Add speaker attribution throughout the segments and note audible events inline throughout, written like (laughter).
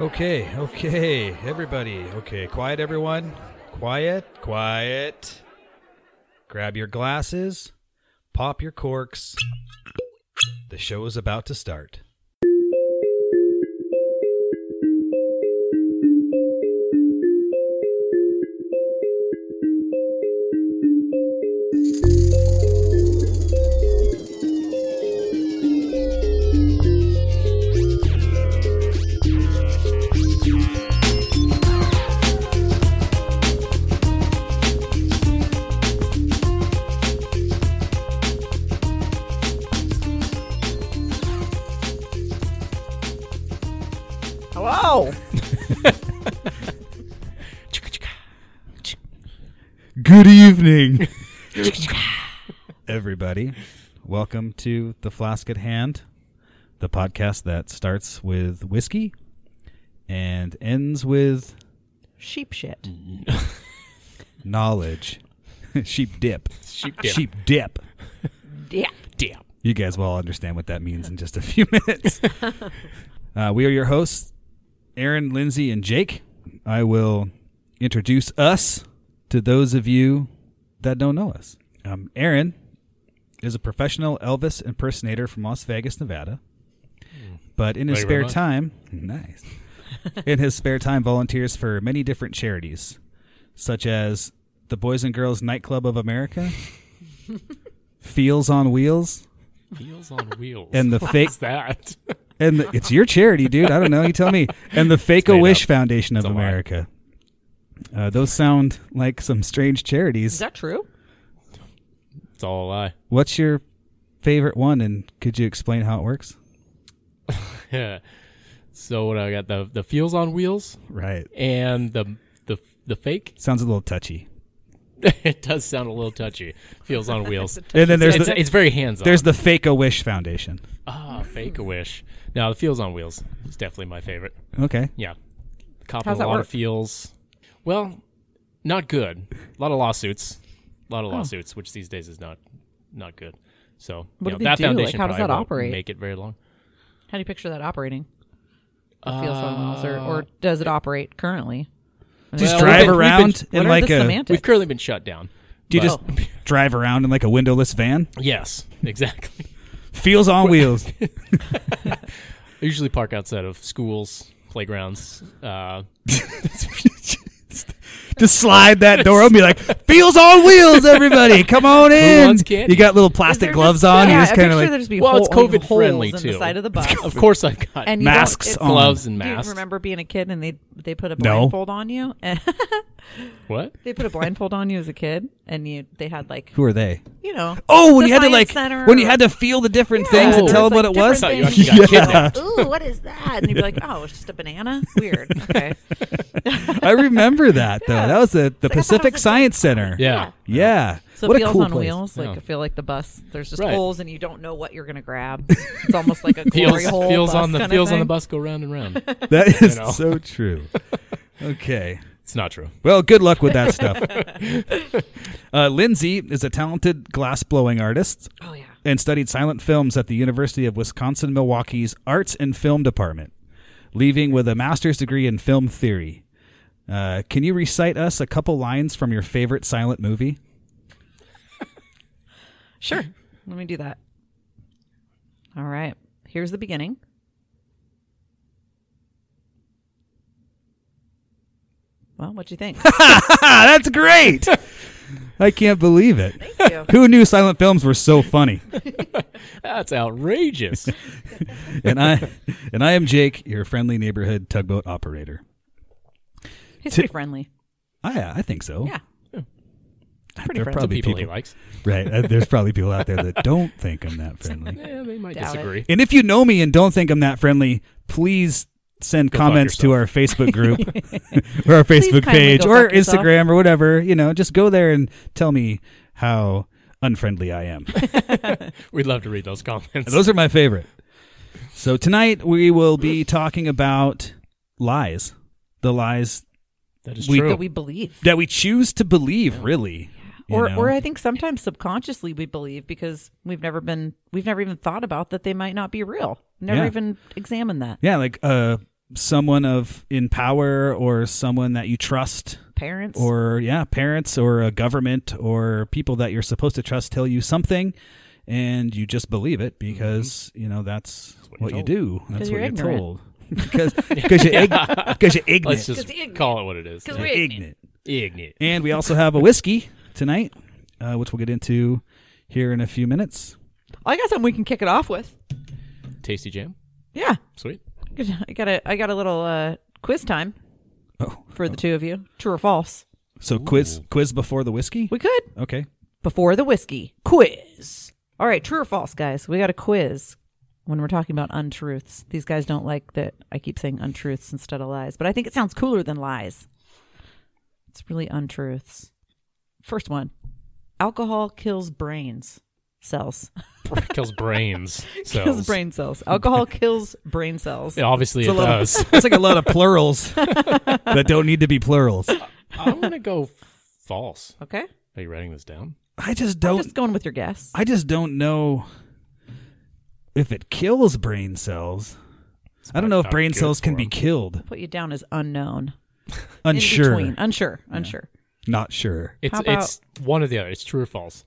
Speaker 1: Okay, okay, everybody. Okay, quiet, everyone. Quiet, quiet. Grab your glasses, pop your corks. The show is about to start.
Speaker 2: Hello.
Speaker 1: (laughs)
Speaker 3: Good evening.
Speaker 1: Everybody, welcome to The Flask at Hand, the podcast that starts with whiskey and ends with
Speaker 2: Sheep shit.
Speaker 1: Mm. knowledge. (laughs) Sheep dip.
Speaker 3: Sheep
Speaker 1: Sheep dip.
Speaker 2: Yeah.
Speaker 3: Damn.
Speaker 1: You guys will all understand what that means in just a few (laughs) minutes. uh, we are your hosts, Aaron, Lindsay, and Jake. I will introduce us to those of you that don't know us. Um, Aaron is a professional Elvis impersonator from Las Vegas, Nevada. But in his
Speaker 3: Hmm. Thank you very
Speaker 1: spare
Speaker 3: much.
Speaker 1: time, nice.
Speaker 3: (laughs)
Speaker 1: in his spare time, volunteers for many different charities, such as the Boys and Girls Nightclub of
Speaker 3: (laughs)
Speaker 1: America, Feels on Wheels,
Speaker 3: Wheels on wheels.
Speaker 1: and
Speaker 2: (laughs)
Speaker 3: (laughs)
Speaker 1: the fake
Speaker 3: What's that? (laughs)
Speaker 1: and the, it's your charity, dude. I don't know. You tell me. And
Speaker 2: (laughs)
Speaker 1: the Fake
Speaker 3: made
Speaker 1: a Wish
Speaker 3: up.
Speaker 1: Foundation of
Speaker 3: It's a lie.
Speaker 1: America. Uh, those sound like some strange
Speaker 2: Is
Speaker 1: charities.
Speaker 2: that true?
Speaker 3: It's all a lie. (laughs)
Speaker 1: What's your favorite one, and could you explain how it works?
Speaker 3: Yeah. So what I got the the feels on wheels
Speaker 1: Right.
Speaker 3: and the the the fake. (laughs)
Speaker 1: Sounds a little touchy.
Speaker 3: it does sound a little touchy. Feels
Speaker 2: (laughs)
Speaker 3: on wheels.
Speaker 1: And then there's
Speaker 3: it's,
Speaker 1: the
Speaker 3: it's very hands on.
Speaker 1: there's the Fake a Wish Foundation.
Speaker 3: ah fake a wish. Now the feels on wheels is definitely my favorite.
Speaker 1: Okay.
Speaker 3: Yeah, copping
Speaker 2: How's
Speaker 3: a
Speaker 2: that
Speaker 3: lot
Speaker 2: work?
Speaker 3: of feels. Well, not good. A lot of lawsuits. A lot of
Speaker 2: Oh.
Speaker 3: lawsuits, which these days is not not good. So
Speaker 2: What
Speaker 3: you know,
Speaker 2: do they
Speaker 3: that
Speaker 2: do? Like,
Speaker 3: foundation
Speaker 2: how does
Speaker 3: probably
Speaker 2: that
Speaker 3: won't
Speaker 2: operate?
Speaker 3: Make it very long.
Speaker 2: How do you picture that operating? It feels on
Speaker 1: Uh,
Speaker 2: wheels, or, or does it operate currently?
Speaker 1: Just
Speaker 3: Well,
Speaker 1: drive
Speaker 3: we've been-
Speaker 1: around
Speaker 2: What
Speaker 1: in
Speaker 2: are
Speaker 1: like
Speaker 2: the
Speaker 1: a.
Speaker 2: semantics?
Speaker 3: We've currently been shut down.
Speaker 1: Do you
Speaker 3: but-
Speaker 1: just (laughs) drive around in like a windowless van?
Speaker 3: yes, exactly.
Speaker 1: Feels on
Speaker 2: (laughs)
Speaker 1: wheels.
Speaker 3: I usually park outside of schools, playgrounds. Uh,
Speaker 1: Just slide that door open. Be like, feels on wheels, everybody. Come on in.
Speaker 3: wants candy?
Speaker 1: You got little
Speaker 2: Is there
Speaker 1: plastic
Speaker 2: just-
Speaker 1: gloves on.
Speaker 2: Yeah,
Speaker 1: you just
Speaker 2: I
Speaker 1: kind of
Speaker 2: picture
Speaker 1: like
Speaker 2: there just be
Speaker 3: well, it's
Speaker 2: hole- like
Speaker 3: COVID friendly
Speaker 2: holes
Speaker 3: too.
Speaker 2: In the side of the bus.
Speaker 3: of course, I've
Speaker 2: (laughs)
Speaker 3: got
Speaker 2: And you don't-
Speaker 1: masks
Speaker 2: it's-
Speaker 1: on.
Speaker 3: gloves and
Speaker 2: Do
Speaker 3: masks.
Speaker 2: you remember being a kid and they they put a
Speaker 1: No.
Speaker 2: blindfold on you? (laughs) And
Speaker 3: What?
Speaker 2: they put a blindfold on you as a kid, and you they had like
Speaker 1: Who are they?
Speaker 2: you know.
Speaker 1: Oh, when
Speaker 2: the
Speaker 1: you had to
Speaker 2: science
Speaker 1: like
Speaker 2: center
Speaker 1: when you
Speaker 2: or-
Speaker 1: had to feel the different
Speaker 2: Yeah,
Speaker 1: things and
Speaker 2: there's,
Speaker 1: tell them
Speaker 2: like,
Speaker 1: what it was. Oh,
Speaker 2: different
Speaker 3: I thought you
Speaker 2: things.
Speaker 3: actually got Yeah.
Speaker 2: Ooh, what is that? And you'd be like, oh, it's just a banana.
Speaker 1: (laughs)
Speaker 2: Weird. Okay.
Speaker 1: I remember that though. That was the, the
Speaker 2: I thought it
Speaker 1: Pacific
Speaker 2: was a-
Speaker 1: Science Center.
Speaker 3: Yeah.
Speaker 1: Yeah.
Speaker 2: So
Speaker 1: what
Speaker 2: feels
Speaker 1: a cool
Speaker 2: on
Speaker 1: place.
Speaker 2: wheels. Like
Speaker 3: Yeah.
Speaker 2: I feel like the bus. There's just
Speaker 3: Right.
Speaker 2: holes, and you don't know what you're gonna grab. It's almost
Speaker 3: (laughs)
Speaker 2: like a glory
Speaker 3: Feels,
Speaker 2: hole.
Speaker 3: feels
Speaker 2: bus
Speaker 3: on the
Speaker 2: kinda
Speaker 3: feels on the
Speaker 2: thing.
Speaker 3: bus go round and round.
Speaker 1: (laughs)
Speaker 2: (laughs)
Speaker 1: That is
Speaker 3: know.
Speaker 1: so true.
Speaker 3: (laughs)
Speaker 1: Okay.
Speaker 3: it's not true.
Speaker 1: Well, good luck with
Speaker 3: (laughs)
Speaker 1: that stuff. Uh, Lindsay is a talented glass blowing artist
Speaker 2: Oh yeah.
Speaker 1: and studied silent films at the University of Wisconsin Milwaukee's Arts and Film Department, leaving with a master's degree in film theory. Uh, can you recite us a couple lines from your favorite silent movie? (laughs)
Speaker 2: Sure. Let me do that. All right. Here's the beginning. Well, what do you
Speaker 3: (laughs)
Speaker 2: think?
Speaker 1: Ah, that's great. (laughs) I can't believe it.
Speaker 2: Thank you.
Speaker 1: Who knew silent films were so funny?
Speaker 3: That's outrageous.
Speaker 1: And I (laughs) and I am Jake, your friendly neighborhood tugboat operator. Ah,
Speaker 2: He's pretty friendly.
Speaker 1: I I think so.
Speaker 2: Yeah. Pretty
Speaker 1: There are (laughs)
Speaker 2: friendly.
Speaker 1: probably
Speaker 3: people,
Speaker 1: people,
Speaker 3: he likes.
Speaker 1: right. uh, there's probably people out there that don't think I'm that friendly.
Speaker 3: Yeah, they might
Speaker 2: Doubt it.
Speaker 3: disagree.
Speaker 1: And if you know me and don't think I'm that friendly, please send
Speaker 3: fuck
Speaker 1: comments to our Facebook (laughs) group or our Facebook
Speaker 2: kindly
Speaker 1: page
Speaker 2: go
Speaker 1: or
Speaker 2: fuck yourself.
Speaker 1: Instagram or whatever. You know, just go there and tell me how unfriendly I
Speaker 2: (laughs)
Speaker 1: am.
Speaker 3: We'd love to read those comments.
Speaker 1: Those are my favorite. So tonight we will be talking about lies. The lies
Speaker 3: that is
Speaker 1: we-
Speaker 3: true.
Speaker 2: That we believe.
Speaker 1: that we choose to believe, really. you
Speaker 2: or
Speaker 1: know?
Speaker 2: or I think sometimes subconsciously we believe because we've never been we've never even thought about that they might not be real. Never
Speaker 1: Yeah.
Speaker 2: even examined that.
Speaker 1: yeah, like uh someone of in power or someone that you trust
Speaker 2: Parents.
Speaker 1: or yeah, parents or a government or people that you're supposed to trust tell you something and you just believe it because, you know, that's,
Speaker 3: what
Speaker 1: what,
Speaker 3: you're
Speaker 1: you
Speaker 3: told.
Speaker 1: do. That's
Speaker 2: you're
Speaker 1: what you're
Speaker 2: ignorant.
Speaker 1: told. because because you're, ign- because you're ignorant.
Speaker 3: Let's just
Speaker 2: 'Cause ignorant.
Speaker 3: call it what it is.
Speaker 2: 'Cause
Speaker 3: Yeah.
Speaker 2: we're-
Speaker 1: ignorant.
Speaker 3: Ignorant.
Speaker 1: And we also have a whiskey tonight, uh, which we'll get into here in a few minutes.
Speaker 2: I got something we can kick it off with.
Speaker 3: Tasty jam.
Speaker 2: Yeah. (laughs)
Speaker 3: Sweet.
Speaker 2: Good. I got a I got a little uh, quiz time
Speaker 1: Oh,
Speaker 2: for the two of you. True or false?
Speaker 1: so quiz quiz before the whiskey.
Speaker 2: We could
Speaker 1: Okay,
Speaker 2: before the whiskey quiz. All right, true or false, guys? We got a quiz when we're talking about untruths. These guys don't like that I keep saying untruths instead of lies, but I think it sounds cooler than lies. It's really untruths. First one alcohol kills brains cells. (laughs)
Speaker 3: Kills brains. So
Speaker 2: Kills brain cells.
Speaker 3: (laughs)
Speaker 2: Alcohol kills brain cells.
Speaker 3: Yeah, obviously it
Speaker 1: a lot of- (laughs)
Speaker 3: does.
Speaker 1: it's like a lot of plurals that don't need to be plurals.
Speaker 3: I'm gonna go false.
Speaker 2: Okay.
Speaker 3: Are you writing this down?
Speaker 1: I just
Speaker 3: Oh.
Speaker 1: don't.
Speaker 2: Just going with your guess.
Speaker 1: I just don't know if it kills brain cells. I don't know if
Speaker 3: not
Speaker 1: brain
Speaker 3: good
Speaker 1: cells
Speaker 3: for
Speaker 1: can be
Speaker 3: 'em.
Speaker 1: killed.
Speaker 2: Put you down as unknown. In
Speaker 1: Unsure.
Speaker 2: between. Unsure. Unsure.
Speaker 1: Not sure.
Speaker 3: It's
Speaker 2: How about-
Speaker 3: it's one or the other. It's true or false.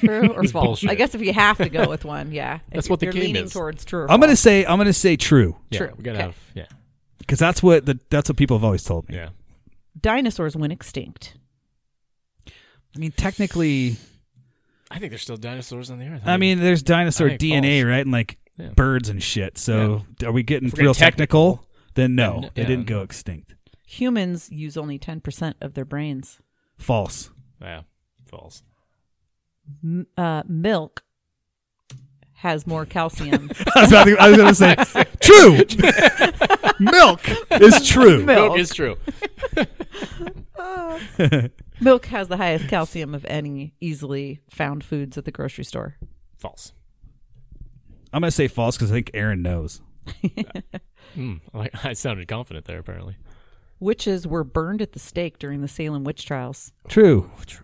Speaker 2: True or false?
Speaker 3: bullshit.
Speaker 2: I guess if you have to go with one, yeah. If
Speaker 3: That's what the
Speaker 2: you're
Speaker 3: game
Speaker 2: leaning
Speaker 3: is.
Speaker 2: towards true or
Speaker 1: I'm gonna
Speaker 2: false.
Speaker 1: say. I'm gonna say true
Speaker 3: Yeah,
Speaker 2: True.
Speaker 3: we gotta
Speaker 2: Okay.
Speaker 3: have yeah.
Speaker 1: because that's what the, that's what people have always told me.
Speaker 3: Yeah.
Speaker 2: dinosaurs went extinct.
Speaker 1: I mean, technically,
Speaker 3: I think there's still dinosaurs on the earth.
Speaker 1: I mean, there's dinosaur
Speaker 3: I think
Speaker 1: DNA, right? And like
Speaker 3: Yeah.
Speaker 1: birds and shit. So are we getting
Speaker 3: we're
Speaker 1: real
Speaker 3: getting
Speaker 1: technical? Then no,
Speaker 3: Then-
Speaker 1: they
Speaker 3: yeah.
Speaker 1: didn't go extinct.
Speaker 2: Humans use only 10% of their brains.
Speaker 1: False. (laughs)
Speaker 3: yeah, false.
Speaker 2: M- uh, milk has more (laughs) calcium.
Speaker 1: I was, about to, I was gonna
Speaker 3: (laughs)
Speaker 1: say true. Milk is true.
Speaker 3: (laughs)
Speaker 2: milk.
Speaker 3: Milk is true.
Speaker 2: milk has the highest calcium of any easily found foods at the grocery store.
Speaker 3: False.
Speaker 1: I'm gonna say false because I think Aaron knows.
Speaker 3: Hmm. I, I sounded confident there. Apparently.
Speaker 2: Witches were burned at the stake during the Salem witch trials.
Speaker 1: True.
Speaker 3: True.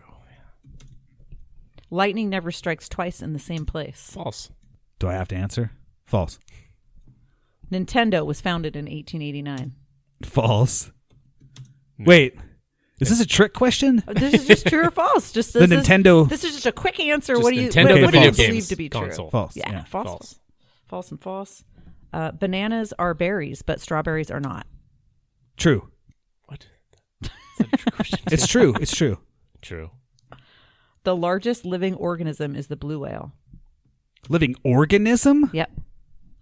Speaker 2: Lightning never strikes twice in the same place.
Speaker 3: False.
Speaker 1: Do I have to answer? False.
Speaker 2: Nintendo was founded in 1889.
Speaker 1: False. Wait, is this a trick question?
Speaker 2: Uh, This is just (laughs) true or false. Just this is-
Speaker 1: Nintendo-
Speaker 2: This is just a quick answer.
Speaker 3: Just
Speaker 2: what do you
Speaker 3: Nintendo
Speaker 2: what, what do
Speaker 1: video
Speaker 2: you believe
Speaker 3: games
Speaker 2: to be true?
Speaker 3: console.
Speaker 1: False.
Speaker 2: Yeah,
Speaker 1: Yeah.
Speaker 2: False,
Speaker 3: False.
Speaker 2: false, false, and false. Uh, bananas are berries, but strawberries are not.
Speaker 1: True.
Speaker 3: (laughs) What? Is that a true question?
Speaker 1: It's true. It's
Speaker 3: (laughs)
Speaker 1: true.
Speaker 3: True.
Speaker 2: The largest living organism is the blue whale.
Speaker 1: Living organism.
Speaker 2: Yep,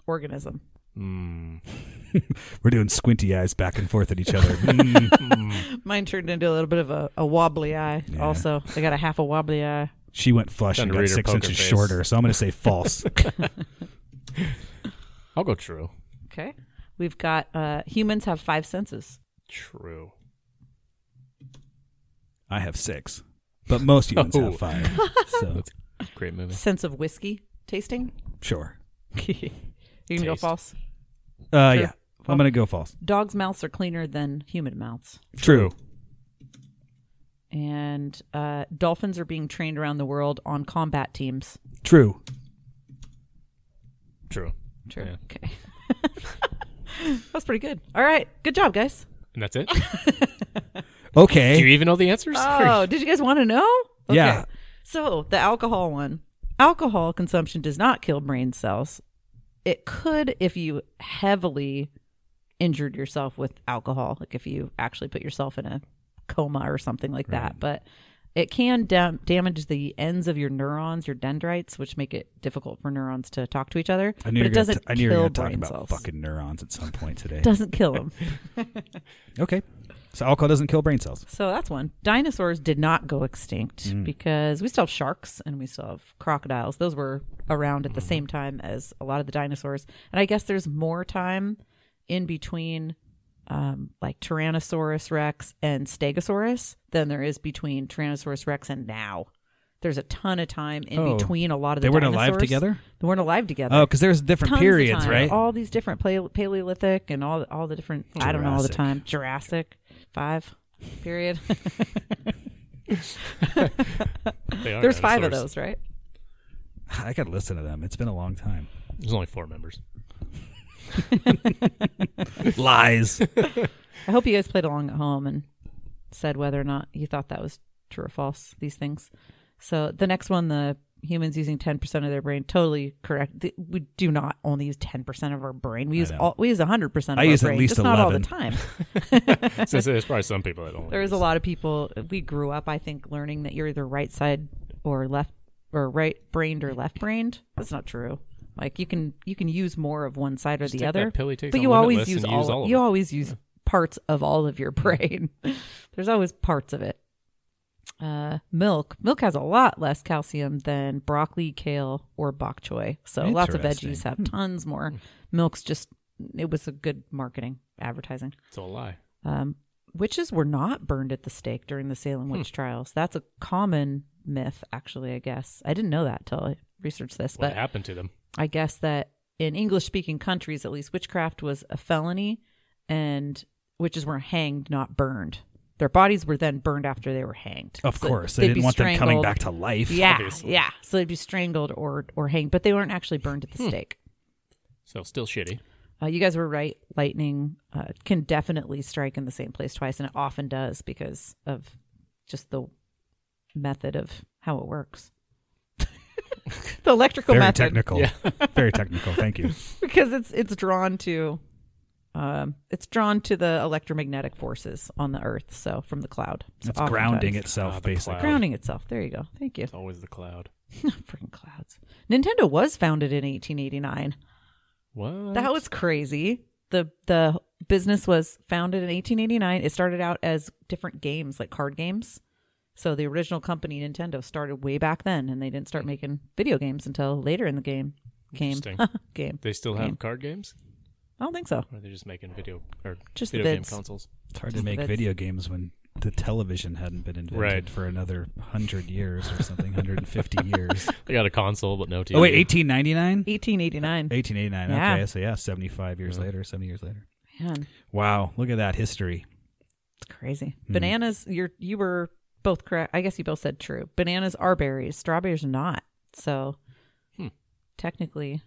Speaker 2: organism.
Speaker 1: We're doing squinty eyes back and forth at each
Speaker 3: (laughs)
Speaker 1: other.
Speaker 3: Mm.
Speaker 2: Mine turned into a little bit of a, a wobbly eye. Also, I got a half a wobbly eye.
Speaker 1: she went flush
Speaker 3: Trying
Speaker 1: and
Speaker 3: to
Speaker 1: got
Speaker 3: read her
Speaker 1: six
Speaker 3: poker
Speaker 1: inches
Speaker 3: face.
Speaker 1: shorter. So I'm gonna say
Speaker 3: (laughs)
Speaker 1: false.
Speaker 3: I'll go true.
Speaker 2: Okay, we've got uh, humans have five senses.
Speaker 3: True.
Speaker 1: I have six, but most humans
Speaker 3: Oh.
Speaker 1: have
Speaker 3: (laughs)
Speaker 1: five. So
Speaker 3: Great movie.
Speaker 2: Sense of whiskey tasting. (laughs)
Speaker 1: sure.
Speaker 2: you can go
Speaker 3: Taste.
Speaker 2: false.
Speaker 1: Uh, yeah, I'm gonna go false.
Speaker 2: Dogs' mouths are cleaner than human mouths.
Speaker 1: True.
Speaker 2: and uh, dolphins are being trained around the world on combat teams.
Speaker 1: True.
Speaker 3: True.
Speaker 2: True.
Speaker 3: Yeah.
Speaker 2: Okay. (laughs) That's pretty good. All right. Good job, guys.
Speaker 3: And that's it. Do you
Speaker 1: Okay.
Speaker 3: even know the answers?
Speaker 2: Oh, did you guys want to know?
Speaker 1: Yeah.
Speaker 2: So, the alcohol one alcohol consumption does not kill brain cells. It could if you heavily injured yourself with alcohol, like if you actually put yourself in a coma or something like that. But it can dam- damage the ends of your neurons, your dendrites, which make it difficult for neurons to talk to each other.
Speaker 1: I knew you
Speaker 2: but it
Speaker 1: were gonna,
Speaker 2: doesn't
Speaker 1: t- I knew you were
Speaker 2: kill
Speaker 1: gonna talk
Speaker 2: brain
Speaker 1: about
Speaker 2: cells.
Speaker 1: fucking neurons at some point today.
Speaker 2: doesn't kill
Speaker 1: (laughs)
Speaker 2: them.
Speaker 1: Okay. So alcohol doesn't kill brain cells.
Speaker 2: So that's one. Dinosaurs did not go extinct
Speaker 1: Mm.
Speaker 2: because we still have sharks and we still have crocodiles. Those were around
Speaker 1: Mm.
Speaker 2: at the same time as a lot of the dinosaurs. And I guess there's more time in between um, like Tyrannosaurus rex and Stegosaurus than there is between Tyrannosaurus rex and now. There's a ton of time in
Speaker 1: Oh.
Speaker 2: between a lot of the
Speaker 1: They weren't alive
Speaker 2: dinosaurs.
Speaker 1: together?
Speaker 2: They weren't alive together.
Speaker 1: Oh, because there's different
Speaker 2: Tons of
Speaker 1: periods,
Speaker 2: time.
Speaker 1: right?
Speaker 2: All these different pale- Paleolithic and all all the different I don't know all the
Speaker 1: Jurassic.
Speaker 2: time Jurassic five period. (laughs)
Speaker 3: They are
Speaker 2: There's five of
Speaker 3: dinosaurs.
Speaker 2: those, right?
Speaker 1: I gotta listen to them. It's been a long time.
Speaker 2: (laughs)
Speaker 3: There's only four members.
Speaker 1: Lies.
Speaker 2: I hope you guys played along at home and said whether or not you thought that was true or false, these things. So the next one, the humans using 10% of their brain, totally correct. Th- We do not only use 10% of our brain. We use
Speaker 1: know.
Speaker 2: all, we use 100% of
Speaker 1: I
Speaker 2: our
Speaker 1: use at
Speaker 2: brain,
Speaker 1: least
Speaker 2: just not all the
Speaker 1: 11. (laughs)
Speaker 2: time.
Speaker 3: Since there's probably some people that don't.
Speaker 2: There is a lot of people, we grew up, I think, learning that you're either right side or left or right brained or left brained. That's not true. Like you can you can use more of one side or the
Speaker 3: take
Speaker 2: other,
Speaker 3: that pill you take
Speaker 2: but
Speaker 3: on
Speaker 2: you always
Speaker 3: Limitless
Speaker 2: use
Speaker 3: and
Speaker 2: all,
Speaker 3: use all of
Speaker 2: you
Speaker 3: it.
Speaker 2: always use parts of all of your (laughs) brain. There's always parts of it. Uh, milk milk has a lot less calcium than broccoli, kale, or bok choy. So lots of
Speaker 1: Interesting.
Speaker 2: veggies have
Speaker 3: Hmm.
Speaker 2: tons more. Milk's just it was a good marketing advertising
Speaker 3: It's a lie.
Speaker 2: um, witches were not burned at the stake during the Salem
Speaker 3: Hmm.
Speaker 2: witch trials. That's a common myth, actually. I guess I didn't know that till I researched this,
Speaker 3: What
Speaker 2: but
Speaker 3: happened to them?
Speaker 2: I guess that in English-speaking countries, at least, witchcraft was a felony, and witches were hanged, not burned. Their bodies were then burned after they were hanged.
Speaker 1: Of
Speaker 2: So
Speaker 1: course. They
Speaker 2: they'd
Speaker 1: didn't
Speaker 2: be
Speaker 1: want them coming
Speaker 2: strangled.
Speaker 1: back to life.
Speaker 2: Yeah,
Speaker 3: obviously.
Speaker 2: yeah. So they'd be strangled or or hanged, but they weren't actually burned
Speaker 1: Hmm.
Speaker 2: at the stake.
Speaker 3: So still shitty.
Speaker 2: Uh, you guys were right. Lightning uh, can definitely strike in the same place twice, and it often does because of just the method of how it works. (laughs) the electrical
Speaker 1: Very
Speaker 2: method,
Speaker 1: technical. (laughs) Very technical. Thank you.
Speaker 2: (laughs) because it's it's drawn to, um, it's drawn to the electromagnetic forces on the Earth. So from the cloud, so
Speaker 1: It's grounding
Speaker 2: oftentimes-
Speaker 1: itself,
Speaker 3: Ah, the
Speaker 1: basically.
Speaker 3: cloud.
Speaker 2: Grounding itself. There you go. Thank you. (laughs)
Speaker 3: It's always the cloud.
Speaker 2: Freaking clouds. Nintendo was founded in 1889.
Speaker 3: What?
Speaker 2: That was crazy. The the business was founded in 1889. It started out as different games, like card games. So the original company Nintendo started way back then, and they didn't start making video games until later in the game. Game.
Speaker 3: Interesting.
Speaker 2: (laughs) game.
Speaker 3: they still have card games,
Speaker 2: I don't think so.
Speaker 3: or they're just making video or
Speaker 2: Just the
Speaker 3: video game
Speaker 2: vids.
Speaker 3: consoles.
Speaker 1: It's hard to
Speaker 2: Just
Speaker 1: make
Speaker 2: that's-
Speaker 1: video games when the television hadn't been invented
Speaker 3: Right.
Speaker 1: for another 100 years or something, 150 years.
Speaker 3: They got a console, but no TV.
Speaker 1: Oh, wait, 1899?
Speaker 2: 1889.
Speaker 1: 1889.
Speaker 2: Yeah.
Speaker 1: Okay, so yeah, 75 years later, 70 years later.
Speaker 2: Man,
Speaker 1: Wow, look at that history.
Speaker 2: it's crazy.
Speaker 3: Hmm.
Speaker 2: Bananas. You're you were both correct. I guess you both said true. Bananas are berries. Strawberries are not. So
Speaker 3: Hmm.
Speaker 2: technically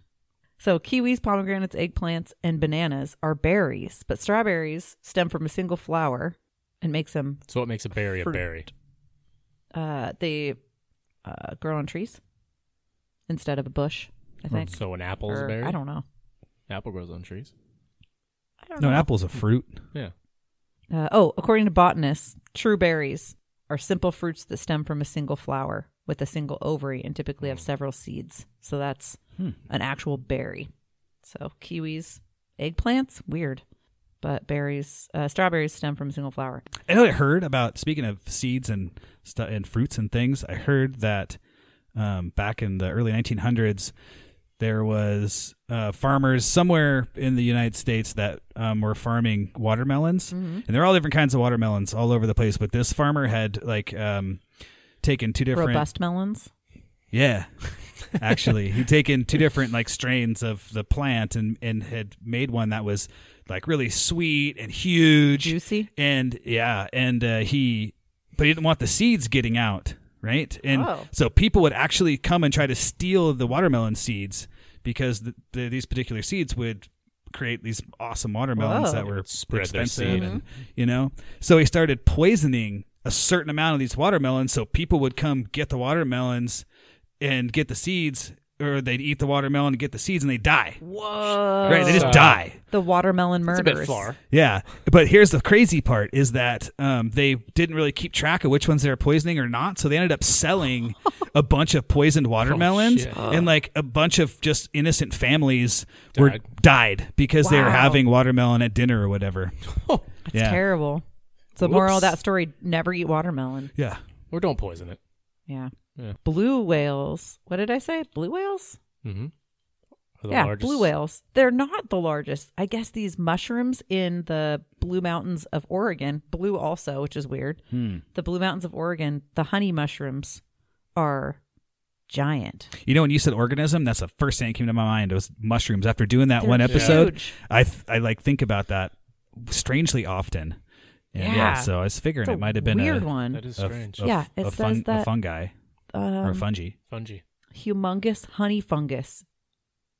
Speaker 2: So kiwis, pomegranates, eggplants, and bananas are berries, but strawberries stem from a single flower and makes them
Speaker 3: So what makes a berry a
Speaker 2: Fruit.
Speaker 3: berry?
Speaker 2: uh they uh grow on trees instead of a bush, I think.
Speaker 3: Oh, So an apple's a
Speaker 2: Or-
Speaker 3: berry.
Speaker 2: I don't know.
Speaker 3: Apple grows on trees.
Speaker 2: I don't
Speaker 1: No,
Speaker 2: know.
Speaker 1: apple's a fruit.
Speaker 3: Yeah.
Speaker 2: Uh, oh, according to botanists, true berries are simple fruits that stem from a single flower with a single ovary and typically have several seeds. So that's an actual berry. So kiwis, eggplants, weird. But berries, uh, strawberries stem from a single flower.
Speaker 1: I know I heard about speaking of seeds and stu and fruits and things. I heard that um, back in the early 1900s, there was uh, farmers somewhere in the United States that um, were farming watermelons,
Speaker 2: Mm-hmm.
Speaker 1: and there are all different kinds of watermelons all over the place. But this farmer had like um, taken two different
Speaker 2: Robust melons. (laughs)
Speaker 1: yeah. Actually, he'd taken two different like strains of the plant and and had made one that was like really sweet and huge,
Speaker 2: Juicy?
Speaker 1: and yeah, and uh, he, but he didn't want the seeds getting out, right? And
Speaker 2: Oh.
Speaker 1: so people would actually come and try to steal the watermelon seeds because the, the, these particular seeds would create these awesome watermelons
Speaker 2: Whoa.
Speaker 1: that were
Speaker 3: would spread their
Speaker 1: expensive,
Speaker 3: seed.
Speaker 1: and you know, so he started poisoning a certain amount of these watermelons, so people would come get the watermelons and get the seeds, or they'd eat the watermelon and get the seeds, and they die.
Speaker 2: Whoa.
Speaker 1: Right? They just
Speaker 3: Uh,
Speaker 1: die.
Speaker 2: The watermelon
Speaker 3: It's a
Speaker 2: murders.
Speaker 3: bit far.
Speaker 1: Yeah, but here's the crazy part: is that um, they didn't really keep track of which ones they were poisoning or not, so they ended up selling
Speaker 3: (laughs)
Speaker 1: a bunch of poisoned watermelons,
Speaker 3: Oh, shit.
Speaker 1: and like a bunch of just innocent families were
Speaker 3: Died.
Speaker 1: died because they were
Speaker 2: Wow.
Speaker 1: having watermelon at dinner or whatever.
Speaker 2: That's
Speaker 1: yeah,
Speaker 2: terrible. So moral of
Speaker 3: Whoops.
Speaker 2: that story, never eat watermelon.
Speaker 1: yeah.
Speaker 3: Or don't poison it.
Speaker 2: Yeah.
Speaker 3: Yeah.
Speaker 2: Blue whales. What did I say? Blue whales?
Speaker 3: Mm-hmm. Or the
Speaker 2: yeah,
Speaker 3: largest-
Speaker 2: blue whales. They're not the largest. I guess these mushrooms in the Blue Mountains of Oregon, blue also, which is weird.
Speaker 3: Hmm.
Speaker 2: The Blue Mountains of Oregon, the honey mushrooms are giant.
Speaker 1: You know, when you said organism, that's the first thing that came to my mind was mushrooms. After doing that
Speaker 2: They're
Speaker 1: one episode,
Speaker 2: huge.
Speaker 1: I th- I like think about that strangely often. And yeah.
Speaker 2: Yeah.
Speaker 1: so I was figuring
Speaker 2: It's a
Speaker 1: it might have been
Speaker 2: weird
Speaker 1: a,
Speaker 2: one.
Speaker 3: That is
Speaker 1: a-
Speaker 3: strange.
Speaker 1: a-
Speaker 2: Yeah, it
Speaker 1: a,
Speaker 2: says
Speaker 1: fun, a
Speaker 2: that,
Speaker 1: fungi or a fungi.
Speaker 3: Fungi.
Speaker 2: humongous honey Um, fungus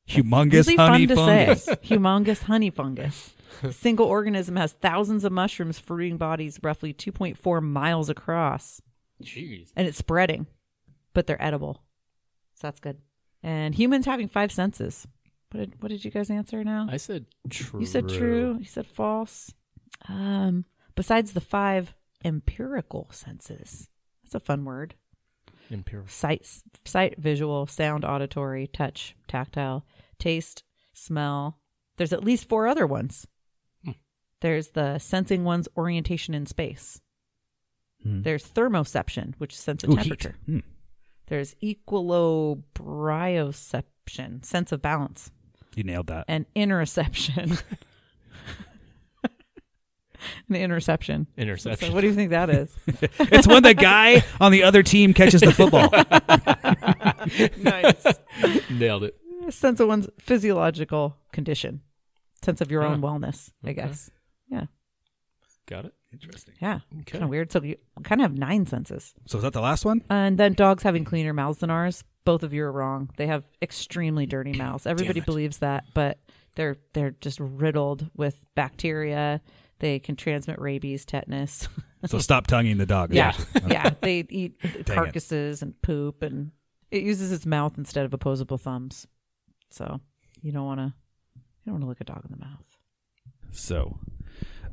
Speaker 1: humongous
Speaker 2: really
Speaker 1: honey
Speaker 2: fun
Speaker 1: fungus. (laughs)
Speaker 2: to say. (laughs) Humongous honey fungus. A Single organism has thousands of mushrooms fruiting bodies roughly 2.4 miles across,
Speaker 3: Jeez.
Speaker 2: and it's spreading, but they're edible, so that's good. And humans having five senses. What did what did you guys answer now?
Speaker 3: I said true.
Speaker 2: you said true. You said false. Um, besides the five empirical senses, that's a fun word
Speaker 3: Empirical.
Speaker 2: sight, sight, visual, sound, auditory, touch, tactile, taste, smell. There's at least four other ones. There's the sensing one's orientation in space. There's thermoception, which is sense of
Speaker 1: Ooh, Hmm, heat.
Speaker 2: temperature. There's equilibrioception, sense of balance,
Speaker 1: You nailed
Speaker 2: (laughs)
Speaker 1: that.
Speaker 2: and
Speaker 3: (laughs)
Speaker 2: interoception. An interception.
Speaker 3: Interception.
Speaker 2: So, what do you think that is?
Speaker 3: (laughs)
Speaker 1: it's when the guy on the other team catches the football.
Speaker 2: nice.
Speaker 3: (laughs) Nailed it.
Speaker 2: a (laughs) sense of one's physiological condition, sense of your own
Speaker 3: Ah.
Speaker 2: wellness, I guess. Yeah.
Speaker 3: Got it.
Speaker 1: Interesting.
Speaker 2: Yeah.
Speaker 3: Okay.
Speaker 2: Kind of weird. So you kind of have nine senses.
Speaker 1: So is that the last one?
Speaker 2: And then dogs having cleaner mouths than ours. Both of you are wrong. They have extremely dirty mouths. Everybody believes that, but they're they're just riddled with bacteria. They can transmit rabies, tetanus. (laughs)
Speaker 1: So stop tonguing the dog.
Speaker 2: Yeah. yeah. They eat carcasses and poop and it uses its mouth instead of opposable thumbs. So you don't wanna you don't wanna look a dog in the mouth.
Speaker 1: (laughs) So,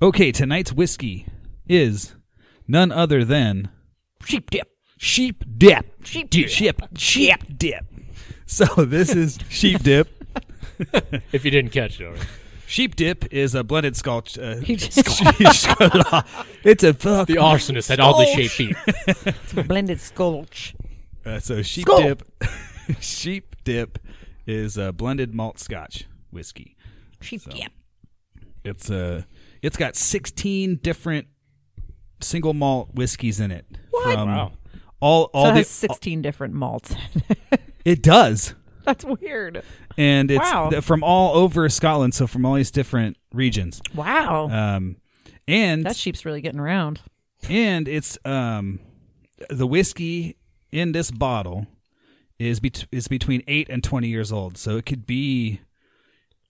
Speaker 1: okay, tonight's whiskey is none other than sheep dip. Sheep dip. Sheep dip. Sheep, sheep dip. So this is sheep dip.
Speaker 3: If you didn't catch it already.
Speaker 1: Sheep dip is a blended scotch. Uh,
Speaker 2: He
Speaker 1: (laughs)
Speaker 2: just
Speaker 1: it's a fuck.
Speaker 3: The arsonist had oddly shaped feet. (laughs)
Speaker 2: blended sculch.
Speaker 1: Uh, so sheep
Speaker 2: Skull.
Speaker 1: dip. (laughs) sheep dip is a blended malt scotch whiskey.
Speaker 2: Sheep dip.
Speaker 1: It's uh it's got 16 different single malt whiskeys in it. What?
Speaker 3: Wow.
Speaker 1: All all
Speaker 2: So it
Speaker 1: the
Speaker 2: has 16 different malts. (laughs)
Speaker 1: It does.
Speaker 2: That's weird.
Speaker 1: And it's
Speaker 2: Wow.
Speaker 1: th- from all over Scotland, so from all these different regions.
Speaker 2: Wow.
Speaker 1: Um and
Speaker 2: that sheep's really getting around.
Speaker 1: and it's um the whiskey in this bottle is bet- is between 8 and 20 years old. So it could be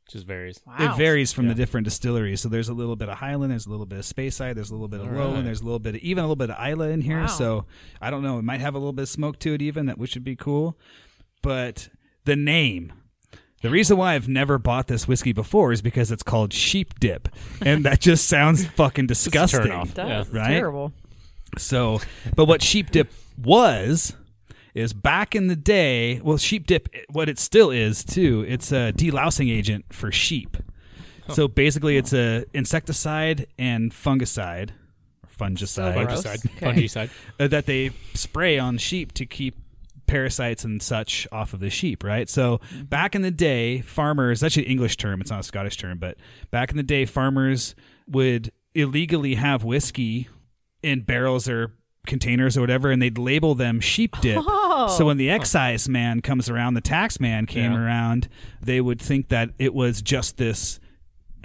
Speaker 3: Just varies.
Speaker 1: It varies from the different distilleries. So there's a little bit of Highland, there's a little bit of Speyside, there's a little bit of Lowland,
Speaker 3: right.
Speaker 1: there's a little bit of even a little bit of Isla in here.
Speaker 2: Wow.
Speaker 1: So I don't know. It might have a little bit of smoke to it, even that which would be cool. But the name. The reason why I've never bought this whiskey before is because it's called sheep dip, and that just sounds
Speaker 3: (laughs)
Speaker 1: fucking disgusting.
Speaker 3: off.
Speaker 2: That
Speaker 3: Yeah.
Speaker 2: is
Speaker 1: Right?
Speaker 2: terrible.
Speaker 1: So, but what sheep dip was is back in the day. Well, sheep dip, what it still is too. It's a delousing agent for sheep. So basically, it's a insecticide and fungicide, or fungicide,
Speaker 2: gross.
Speaker 3: Fungicide.
Speaker 2: Okay.
Speaker 3: Fungicide.
Speaker 1: uh, that they spray on sheep to keep parasites and such off of the sheep, right? So back in the day, farmers, that's an English term, it's not a Scottish term, but back in the day, farmers would illegally have whiskey in barrels or containers or whatever, and they'd label them sheep dip. So when the excise man comes around, the tax man came
Speaker 3: Yeah.
Speaker 1: around, they would think that it was just this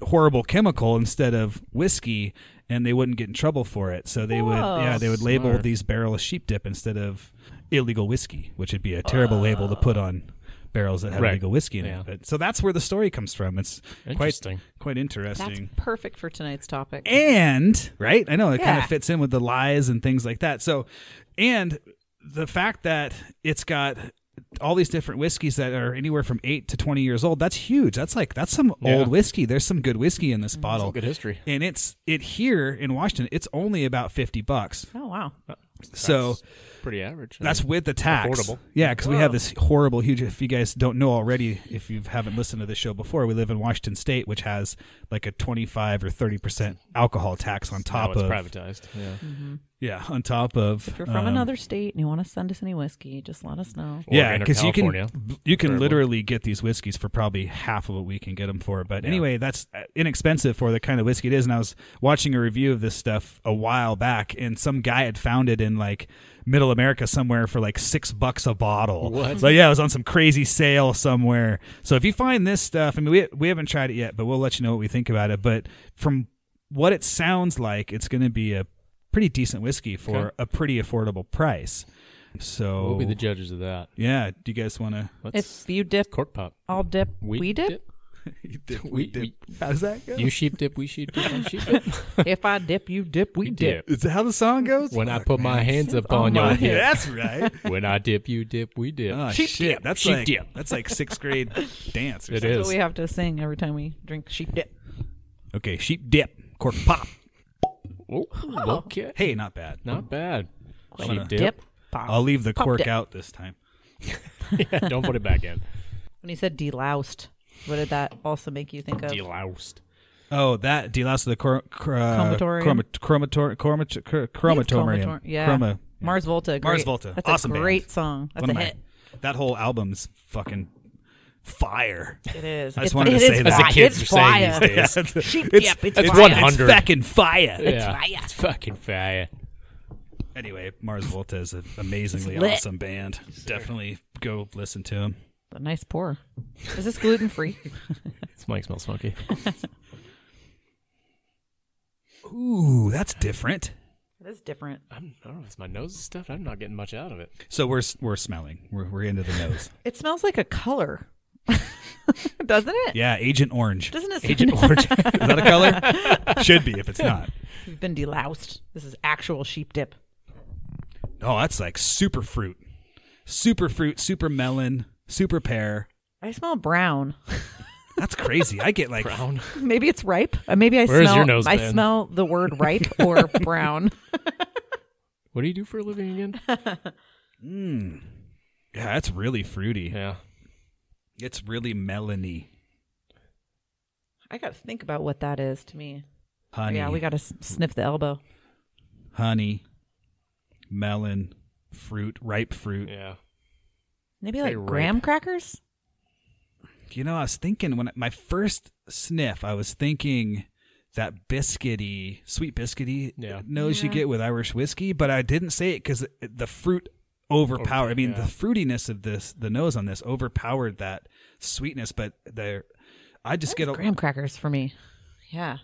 Speaker 1: horrible chemical instead of whiskey and they wouldn't get in trouble for it. So they would
Speaker 2: Whoa.
Speaker 1: yeah, they would label
Speaker 3: Smart.
Speaker 1: these barrels sheep dip instead of illegal whiskey, which would be a terrible label to put on barrels that have
Speaker 3: Right.
Speaker 1: illegal whiskey in
Speaker 3: Yeah.
Speaker 1: it. But, so that's where the story comes from. It's quite
Speaker 3: Interesting.
Speaker 1: quite
Speaker 2: That's
Speaker 1: interesting.
Speaker 2: perfect for tonight's topic.
Speaker 1: and right, I know it kind
Speaker 2: Yeah.
Speaker 1: of fits in with the lies and things like that. So and the fact that it's got all these different whiskeys that are anywhere from 8 to 20 years old that's huge that's like that's some
Speaker 3: Yeah.
Speaker 1: old whiskey there's some good whiskey in this
Speaker 3: Mm,
Speaker 1: bottle
Speaker 3: Good history.
Speaker 1: and it's it here in Washington. It's only about fifty bucks.
Speaker 2: oh, wow.
Speaker 1: So
Speaker 3: That's pretty average. I
Speaker 1: that's
Speaker 3: mean,
Speaker 1: with the tax.
Speaker 3: affordable.
Speaker 1: Yeah, because we have this horrible, huge. If you guys don't know already, if you haven't listened to this show before, we live in Washington State, which has like a twenty-five or thirty percent alcohol tax on
Speaker 3: now
Speaker 1: top
Speaker 3: it's
Speaker 1: of
Speaker 3: privatized. Yeah.
Speaker 1: yeah, on top of.
Speaker 2: If you're from another state and you want to send us any whiskey, just let us know.
Speaker 1: Yeah,
Speaker 3: Oregon or
Speaker 1: because you can
Speaker 3: California.
Speaker 1: you can
Speaker 3: Terrible.
Speaker 1: literally get these whiskeys for probably half of what we can get them for. But anyway, that's uh, inexpensive for the kind of whiskey it is. And I was watching a review of this stuff a while back, and some guy had found it in like Middle America somewhere for like six bucks a bottle.
Speaker 3: What?
Speaker 1: Like yeah, it was on some crazy sale somewhere. So if you find this stuff, I mean, we we haven't tried it yet, but we'll let you know what we think about it. But from what it sounds like, it's going to be a pretty decent whiskey for
Speaker 3: Okay.
Speaker 1: a pretty affordable price. So
Speaker 3: We'll be the judges of that.
Speaker 1: yeah, do you guys want to?
Speaker 2: If
Speaker 3: Let's
Speaker 2: you dip,
Speaker 3: cork pop.
Speaker 2: I'll dip. We,
Speaker 3: Weed
Speaker 2: dip.
Speaker 1: (laughs)
Speaker 3: We- dip.
Speaker 1: How does that go?
Speaker 3: You sheep dip, (laughs) we sheep dip, you sheep dip.
Speaker 2: if I dip, you dip. We
Speaker 3: You
Speaker 2: dip.
Speaker 3: dip.
Speaker 1: Is that how the song goes? (laughs)
Speaker 3: When I
Speaker 1: Fuck,
Speaker 3: put my
Speaker 1: man.
Speaker 3: hands up
Speaker 2: Oh
Speaker 3: on your
Speaker 2: my-
Speaker 1: Yeah,
Speaker 3: hip.
Speaker 1: that's right.
Speaker 3: When I dip, you dip, we dip.
Speaker 1: Oh,
Speaker 3: Sheep
Speaker 1: shit,
Speaker 3: dip,
Speaker 1: that's
Speaker 3: sheep
Speaker 1: like
Speaker 3: dip.
Speaker 1: that's like sixth grade dance. Or
Speaker 3: It
Speaker 1: something.
Speaker 2: That's what
Speaker 3: is.
Speaker 2: we have to sing every time we drink sheep dip.
Speaker 1: Okay, sheep dip, cork pop.
Speaker 3: Oh, okay.
Speaker 1: Hey, not bad.
Speaker 3: Not bad.
Speaker 1: I'm
Speaker 3: Sheep
Speaker 1: gonna-
Speaker 3: dip.
Speaker 2: pop.
Speaker 1: I'll leave the
Speaker 2: Pop
Speaker 1: cork
Speaker 2: dip.
Speaker 1: out this time.
Speaker 3: (laughs) Yeah, don't put it back in.
Speaker 2: When you said deloused, what did that also make you think of?
Speaker 3: Deloused.
Speaker 1: Oh, that delouse of the cor- cr- uh,
Speaker 2: Chromatorium.
Speaker 1: chromat- chromator- chromat- cr- chromatorium.
Speaker 2: Chromator- Yeah.
Speaker 1: Chroma-
Speaker 2: Mars Volta. Great.
Speaker 1: Mars Volta.
Speaker 2: That's
Speaker 1: Awesome
Speaker 2: a
Speaker 1: band.
Speaker 2: great song. That's
Speaker 1: One
Speaker 2: a
Speaker 1: of my-
Speaker 2: hit.
Speaker 1: That whole album's fucking fire.
Speaker 2: It is.
Speaker 1: I just
Speaker 2: It's-
Speaker 1: wanted
Speaker 2: it
Speaker 1: to
Speaker 2: is
Speaker 1: say that.
Speaker 3: As the
Speaker 2: fire.
Speaker 3: kids
Speaker 2: it's
Speaker 3: are saying
Speaker 2: fire. (laughs)
Speaker 3: these days.
Speaker 2: Sheep
Speaker 1: It's-
Speaker 2: dip. It's,
Speaker 3: it's
Speaker 2: fire.
Speaker 3: 100.
Speaker 1: It's fucking fire.
Speaker 3: yeah.
Speaker 2: fire.
Speaker 3: It's fucking fire.
Speaker 1: Anyway, Mars Volta
Speaker 2: (laughs)
Speaker 1: is an amazingly
Speaker 2: It's lit.
Speaker 1: awesome band. Definitely go listen to them.
Speaker 2: A nice pour. Is this gluten (laughs) free?
Speaker 3: This mic smells funky.
Speaker 1: Ooh, that's different.
Speaker 2: it is different.
Speaker 3: I'm, I don't know if it's my nose is stuffed. I'm not getting much out of it.
Speaker 1: So we're s- we're smelling. We're, we're into the nose.
Speaker 2: It smells like a color, (laughs) doesn't it?
Speaker 1: Yeah, Agent Orange. Is
Speaker 2: Doesn't it?
Speaker 3: Agent
Speaker 2: (laughs)
Speaker 3: Orange.
Speaker 1: that a color? Should be if it's not.
Speaker 2: We've been deloused. This is actual sheep dip.
Speaker 1: Oh, that's like super fruit. Super fruit, super melon, super pear.
Speaker 2: I smell brown. (laughs)
Speaker 1: That's crazy. I get like (laughs)
Speaker 3: Brown.
Speaker 2: Maybe it's ripe. Uh, Maybe I
Speaker 3: Where is
Speaker 2: smell.
Speaker 3: your nose
Speaker 2: I
Speaker 3: been?
Speaker 2: smell the word ripe or
Speaker 3: (laughs)
Speaker 2: brown.
Speaker 3: What do you do for a living again?
Speaker 1: Yeah, that's really fruity.
Speaker 3: yeah.
Speaker 1: It's really melony.
Speaker 2: I got to think about what that is to me.
Speaker 1: Honey.
Speaker 2: Yeah, we got to sniff the elbow.
Speaker 1: honey, melon, fruit, ripe fruit.
Speaker 3: Yeah.
Speaker 2: Maybe like
Speaker 3: Very ripe.
Speaker 2: graham crackers.
Speaker 1: You know, I was thinking when my first sniff, I was thinking that biscuity, sweet biscuity
Speaker 3: Yeah.
Speaker 1: nose you get with Irish whiskey, but I didn't say it because the fruit overpowered. I mean,
Speaker 3: yeah.
Speaker 1: the fruitiness of this, the nose on this overpowered that sweetness, but there, I just get a.
Speaker 2: Graham crackers for me. Yeah,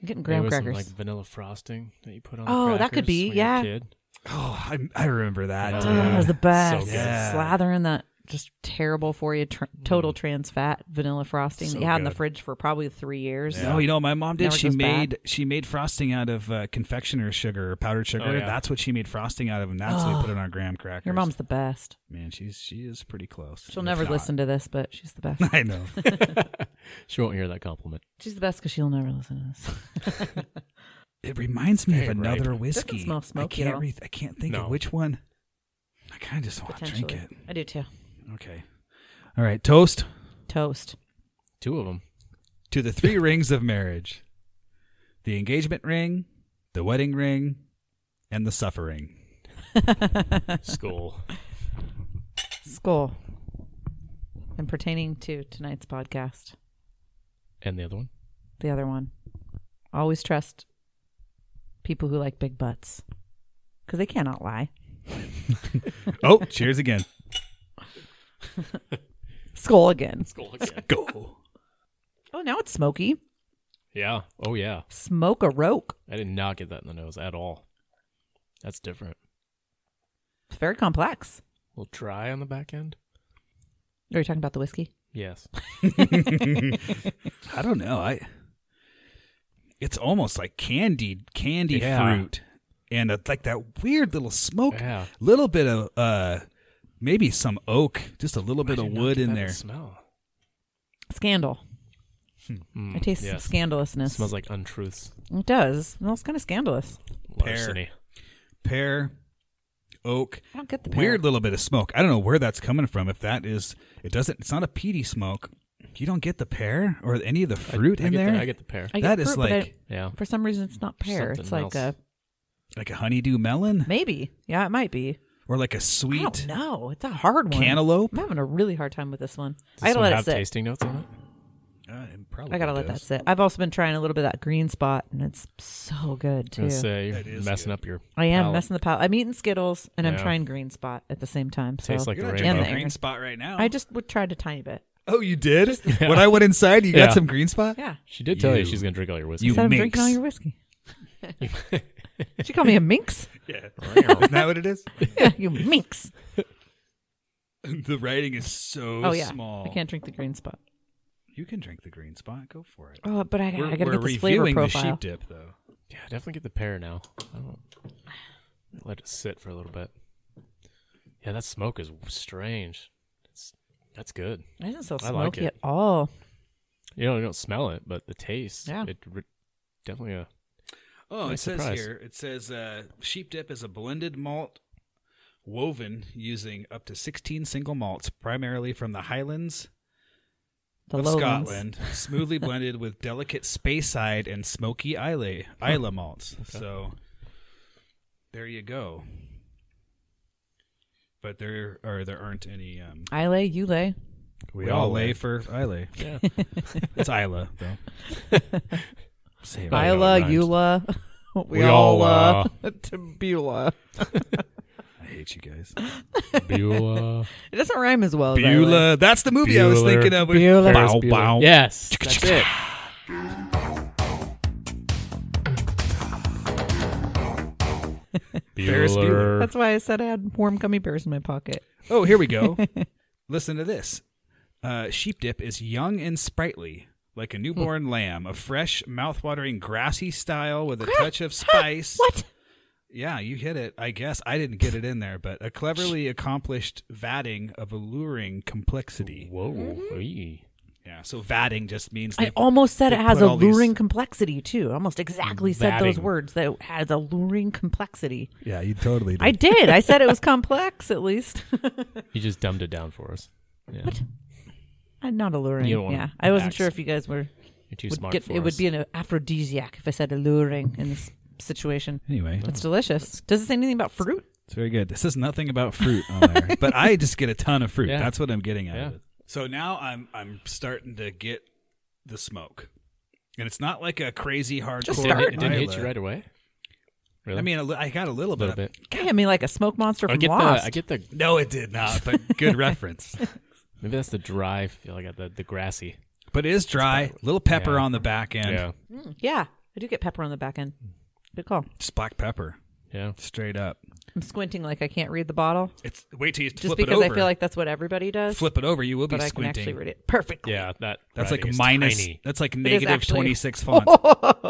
Speaker 2: I'm getting graham
Speaker 3: Maybe with some,
Speaker 2: crackers.
Speaker 3: like vanilla frosting that you put on.
Speaker 2: Oh,
Speaker 3: the
Speaker 2: that could
Speaker 3: crackers
Speaker 2: be,
Speaker 3: when you were a
Speaker 2: yeah.
Speaker 3: kid.
Speaker 1: Oh, I, I remember that.
Speaker 3: Oh,
Speaker 1: dude.
Speaker 2: Oh, it's the best.
Speaker 3: So good.
Speaker 1: Yeah.
Speaker 2: Slathering that just terrible for you, tr- total
Speaker 3: Mm.
Speaker 2: trans fat vanilla frosting
Speaker 1: So
Speaker 2: that you had in the
Speaker 1: good.
Speaker 2: fridge for probably three years.
Speaker 1: No, you know, my mom did.
Speaker 2: Never
Speaker 1: She
Speaker 2: goes
Speaker 1: made
Speaker 2: bad.
Speaker 1: she made frosting out of uh, confectioner's sugar or powdered sugar.
Speaker 3: Oh, yeah.
Speaker 1: That's what she made frosting out of, and that's what we put in our graham crackers.
Speaker 2: Your mom's the best.
Speaker 1: man. She's she is pretty close.
Speaker 2: She'll never listen to this, but she's the best.
Speaker 1: (laughs) I know.
Speaker 3: She won't hear that compliment.
Speaker 2: she's the best because she'll never listen to this.
Speaker 1: It reminds me of
Speaker 3: Very
Speaker 1: another whiskey.
Speaker 2: smell
Speaker 1: I
Speaker 2: smoky at
Speaker 1: can't.
Speaker 2: all.
Speaker 1: Re- I can't think of
Speaker 3: No.
Speaker 1: which one. I kind of just want to drink
Speaker 2: Potentially,
Speaker 1: it.
Speaker 2: I do too.
Speaker 1: Okay. All right. Toast
Speaker 2: Toast. (laughs)
Speaker 3: Two of them.
Speaker 1: to the three rings of marriage: the engagement ring, the wedding ring, and the
Speaker 2: (laughs)
Speaker 1: suffering.
Speaker 3: Skull.
Speaker 2: Skull. And pertaining to tonight's podcast,
Speaker 3: and the other one.
Speaker 2: the other one, always trust people who like big butts because they cannot lie.
Speaker 1: Oh, cheers again.
Speaker 2: Skull again.
Speaker 3: Skull again.
Speaker 1: Go.
Speaker 2: Oh, now it's smoky.
Speaker 3: (laughs) yeah. Oh yeah.
Speaker 2: Smoke a roke.
Speaker 3: I did not get that in the nose at all. That's different.
Speaker 2: It's very complex.
Speaker 3: A little dry on the back end.
Speaker 2: Are you talking about the whiskey?
Speaker 3: Yes.
Speaker 1: I don't know. I it's almost like candied candy
Speaker 3: Yeah.
Speaker 1: fruit and uh like that weird little smoke,
Speaker 3: Yeah.
Speaker 1: little bit of uh maybe some oak, just a little bit
Speaker 3: I
Speaker 1: of
Speaker 3: did not
Speaker 1: wood
Speaker 3: get that
Speaker 1: in there.
Speaker 3: Smell.
Speaker 2: Scandal.
Speaker 3: Mm,
Speaker 2: I taste some
Speaker 3: yes.
Speaker 2: scandalousness.
Speaker 3: Smells like untruths.
Speaker 2: it does. It smells kind of scandalous.
Speaker 1: Pear.
Speaker 3: Larceny.
Speaker 1: Pear, oak,
Speaker 2: I don't get the pear.
Speaker 1: weird little bit of smoke. I don't know where that's coming from. If that is, it doesn't. It's not a peaty smoke. You don't get the pear or any of the fruit
Speaker 3: I
Speaker 1: in
Speaker 3: get
Speaker 1: there.
Speaker 3: The, I get the pear.
Speaker 2: I get
Speaker 1: that is
Speaker 2: fruit, but I-
Speaker 1: like
Speaker 3: yeah.
Speaker 2: for some reason it's not pear.
Speaker 3: Something
Speaker 2: it's like
Speaker 3: else.
Speaker 2: a
Speaker 1: like a honeydew melon
Speaker 2: maybe. Yeah, it might be.
Speaker 1: or like a
Speaker 2: I don't
Speaker 1: sweet
Speaker 2: know. It's a hard one.
Speaker 1: cantaloupe.
Speaker 3: Uh,
Speaker 2: I'm having a really hard time with this one.
Speaker 3: Does
Speaker 2: I
Speaker 3: this
Speaker 2: gotta
Speaker 3: one
Speaker 2: let it
Speaker 3: have
Speaker 2: sit.
Speaker 3: tasting notes on it?
Speaker 1: Uh, it probably
Speaker 2: I gotta let
Speaker 1: does.
Speaker 2: that sit. I've also been trying a little bit of that green spot, and it's so good
Speaker 3: I
Speaker 2: too.
Speaker 3: was gonna say
Speaker 1: That
Speaker 3: you're
Speaker 1: is
Speaker 3: messing
Speaker 1: good.
Speaker 3: up your.
Speaker 2: I am
Speaker 3: palate.
Speaker 2: messing the palate. I'm eating Skittles and I'm
Speaker 3: Yeah.
Speaker 2: trying green spot at the same time. So
Speaker 3: Tastes like
Speaker 1: You're
Speaker 3: the
Speaker 1: not
Speaker 2: in
Speaker 3: rainbow.
Speaker 1: drinking
Speaker 2: there.
Speaker 1: green spot right now.
Speaker 2: I just would tried a tiny bit.
Speaker 1: oh, you (laughs) did? When I went inside, you
Speaker 3: Yeah.
Speaker 1: got some green spot?
Speaker 2: Yeah.
Speaker 3: She did tell you,
Speaker 1: You-
Speaker 3: she's gonna drink all your whiskey.
Speaker 1: you
Speaker 3: (laughs)
Speaker 2: Said I'm
Speaker 1: minx.
Speaker 2: drinking all your whiskey. Did you call me a minx?
Speaker 1: Yeah.
Speaker 3: Meow.
Speaker 1: (laughs) Isn't that what it
Speaker 2: (laughs)
Speaker 1: is?
Speaker 2: Yeah, you minx.
Speaker 1: (laughs) the writing is so
Speaker 2: Oh yeah,
Speaker 1: small.
Speaker 2: I can't drink the green spot.
Speaker 1: You can drink the green spot. Go for it.
Speaker 2: Oh, but I,
Speaker 1: we're
Speaker 2: I gotta
Speaker 1: we're
Speaker 2: get this flavor
Speaker 1: reviewing the
Speaker 2: profile.
Speaker 1: sheep dip, though.
Speaker 3: yeah, definitely get the pear now. I don't let it sit for a little bit. Yeah, that smoke is strange. It's, that's good.
Speaker 2: I didn't smell
Speaker 3: I
Speaker 2: smoky
Speaker 3: like it.
Speaker 2: at all.
Speaker 3: You know, you don't smell it, but the taste.
Speaker 2: Yeah.
Speaker 3: It re- definitely a.
Speaker 1: Oh,
Speaker 3: Nice
Speaker 1: it says
Speaker 3: surprise.
Speaker 1: here. It says uh, sheep dip is a blended malt woven using up to 16 single malts, primarily from the Highlands
Speaker 2: The
Speaker 1: of
Speaker 2: lowlands.
Speaker 1: Scotland, smoothly blended with delicate Speyside and smoky Islay Isla malts. So there you go. But there are there aren't any. Um,
Speaker 2: I lay, you lay.
Speaker 1: we,
Speaker 3: all
Speaker 1: all lay,
Speaker 3: (laughs) lay.
Speaker 1: for Islay.
Speaker 3: Yeah.
Speaker 1: (laughs) It's Isla though. (laughs) Say it right.
Speaker 3: I know
Speaker 2: Isla,
Speaker 3: it rhymes.
Speaker 2: Eula. (laughs) we,
Speaker 3: We
Speaker 2: all,
Speaker 3: all,
Speaker 2: uh, (laughs) Tabula.
Speaker 1: I hate you guys.
Speaker 2: (laughs)
Speaker 3: Beulah.
Speaker 2: It doesn't rhyme as well. as I lay.
Speaker 1: Beulah. That's the movie I was
Speaker 3: Bueller.
Speaker 1: thinking of. Bow,
Speaker 2: Bueller.
Speaker 3: Ferris Bueller.
Speaker 1: bow.
Speaker 3: Yes, that's it.
Speaker 1: Ferris Bueller.
Speaker 2: That's why I said I had warm gummy bears in my pocket.
Speaker 1: Oh, here we
Speaker 2: (laughs)
Speaker 1: go. Listen to this. Uh, sheep dip is young and sprightly, like a
Speaker 2: Hmm.
Speaker 1: newborn lamb, a fresh, mouthwatering, grassy style with a touch of spice.
Speaker 2: What?
Speaker 1: Yeah, you hit it. I guess I didn't get it in there, but a cleverly accomplished vatting of alluring complexity.
Speaker 3: Whoa.
Speaker 2: Mm-hmm.
Speaker 3: Hey.
Speaker 1: Yeah, so vatting just means
Speaker 2: I
Speaker 1: they,
Speaker 2: almost said
Speaker 1: they
Speaker 2: it has
Speaker 1: put all these-
Speaker 2: alluring complexity too. I almost exactly said those
Speaker 3: Vatting.
Speaker 2: words that it has alluring complexity.
Speaker 1: yeah, you totally
Speaker 2: I did. I said it was (laughs) complex at least. (laughs)
Speaker 3: You just dumbed it down for us. Yeah.
Speaker 2: Uh, Not alluring.
Speaker 3: You don't wanna
Speaker 2: yeah, I wasn't
Speaker 3: relax.
Speaker 2: sure if you guys were.
Speaker 3: You're too
Speaker 2: Would
Speaker 3: smart
Speaker 2: get,
Speaker 3: for
Speaker 2: it
Speaker 3: us.
Speaker 2: would be an aphrodisiac if I said alluring in this situation.
Speaker 1: Anyway,
Speaker 2: It's delicious. Does it say anything about fruit?
Speaker 1: It's very good. This is nothing about fruit on there, but I just get a ton of fruit.
Speaker 3: Yeah.
Speaker 1: That's what I'm getting out of
Speaker 3: Yeah.
Speaker 1: it. So now I'm I'm starting to get the smoke, and it's not like a crazy hardcore.
Speaker 2: Just
Speaker 3: It didn't,
Speaker 2: start.
Speaker 3: hit- it didn't hit
Speaker 1: Isla.
Speaker 3: you right away. Really?
Speaker 1: I mean, a li- I got a little,
Speaker 3: a little bit.
Speaker 2: Okay, I mean like a smoke monster
Speaker 3: I
Speaker 2: from
Speaker 3: get
Speaker 2: Lost.
Speaker 3: the. I get the.
Speaker 1: No, it did not. But good reference.
Speaker 3: Maybe that's the dry feel. I got the, the grassy.
Speaker 1: But it is dry. Little pepper
Speaker 3: Yeah.
Speaker 1: on the back end.
Speaker 3: yeah.
Speaker 2: yeah, I do get pepper on the back end. Good call.
Speaker 1: Just black pepper,
Speaker 3: Yeah.
Speaker 1: straight up.
Speaker 2: I'm squinting like I can't read the bottle
Speaker 1: It's wait till you
Speaker 2: just
Speaker 1: flip
Speaker 2: because
Speaker 1: it
Speaker 2: I
Speaker 1: over.
Speaker 2: feel like that's what everybody does.
Speaker 1: flip it over, you will be
Speaker 2: but I can actually
Speaker 1: squinting.
Speaker 2: read it perfectly.
Speaker 3: Yeah. That.
Speaker 1: that's
Speaker 3: writing
Speaker 1: like
Speaker 3: is
Speaker 1: minus.
Speaker 3: tiny.
Speaker 1: That's like
Speaker 2: is
Speaker 1: negative
Speaker 2: actually- Oh,
Speaker 1: twenty six font.
Speaker 2: (laughs)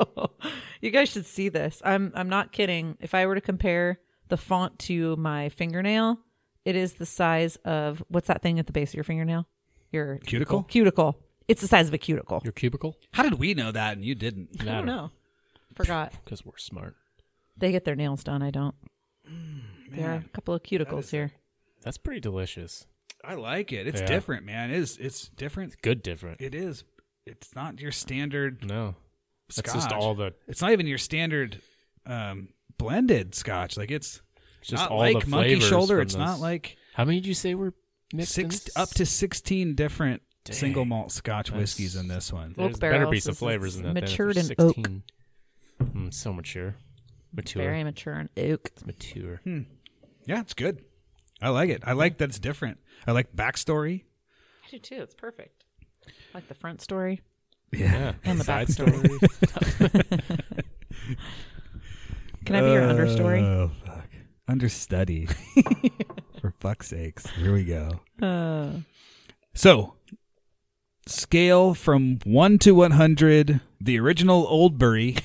Speaker 2: you guys should see this. I'm I'm not kidding. If I were to compare the font to my fingernail, it is the size of what's that thing at the base of your fingernail? Your
Speaker 1: Cuticle?
Speaker 2: Cuticle. It's the size of a cuticle.
Speaker 3: Your cubicle.
Speaker 1: How did we know that and you didn't?
Speaker 2: I don't know. Forgot.
Speaker 3: Because we're smart.
Speaker 2: They get their nails done. I don't.
Speaker 1: Mm,
Speaker 2: there are a couple of cuticles here.
Speaker 3: That's pretty delicious.
Speaker 1: I like it. It's
Speaker 3: Yeah.
Speaker 1: different, man. It is it's different.
Speaker 3: Good different.
Speaker 1: It is. It's not your standard
Speaker 3: No. That's
Speaker 1: scotch.
Speaker 3: just all the.
Speaker 1: It's not even your standard um, blended scotch. Like it's
Speaker 3: It's just
Speaker 1: not
Speaker 3: all
Speaker 1: like
Speaker 3: the
Speaker 1: monkey
Speaker 3: flavors
Speaker 1: shoulder.
Speaker 3: from
Speaker 1: It's not
Speaker 3: those-
Speaker 1: like
Speaker 3: How many did you say were mixed? in
Speaker 1: six
Speaker 3: this?
Speaker 1: up to sixteen different
Speaker 3: Dang.
Speaker 1: single malt scotch
Speaker 3: That's-
Speaker 1: whiskeys in this one.
Speaker 2: Oak
Speaker 3: There's better
Speaker 2: barrels
Speaker 3: be some
Speaker 2: is-
Speaker 3: flavors
Speaker 2: is
Speaker 3: in that. than if
Speaker 2: matured
Speaker 3: there's
Speaker 2: in oak.
Speaker 3: 16. Mm, so mature. Mature.
Speaker 2: Very mature and oak.
Speaker 3: mature.
Speaker 1: Hmm. Yeah, it's good. I like it. I like that it's different. I like backstory.
Speaker 2: I do too. It's perfect. Like the front story.
Speaker 3: Yeah.
Speaker 2: And the
Speaker 3: Side
Speaker 2: backstory.
Speaker 3: story.
Speaker 2: Can I be your understory?
Speaker 1: Oh fuck. Understudy. (laughs) For fuck's sakes. Here we go.
Speaker 2: Uh,
Speaker 1: So, scale from 1 to 100, the original
Speaker 2: (laughs)
Speaker 1: Oldbury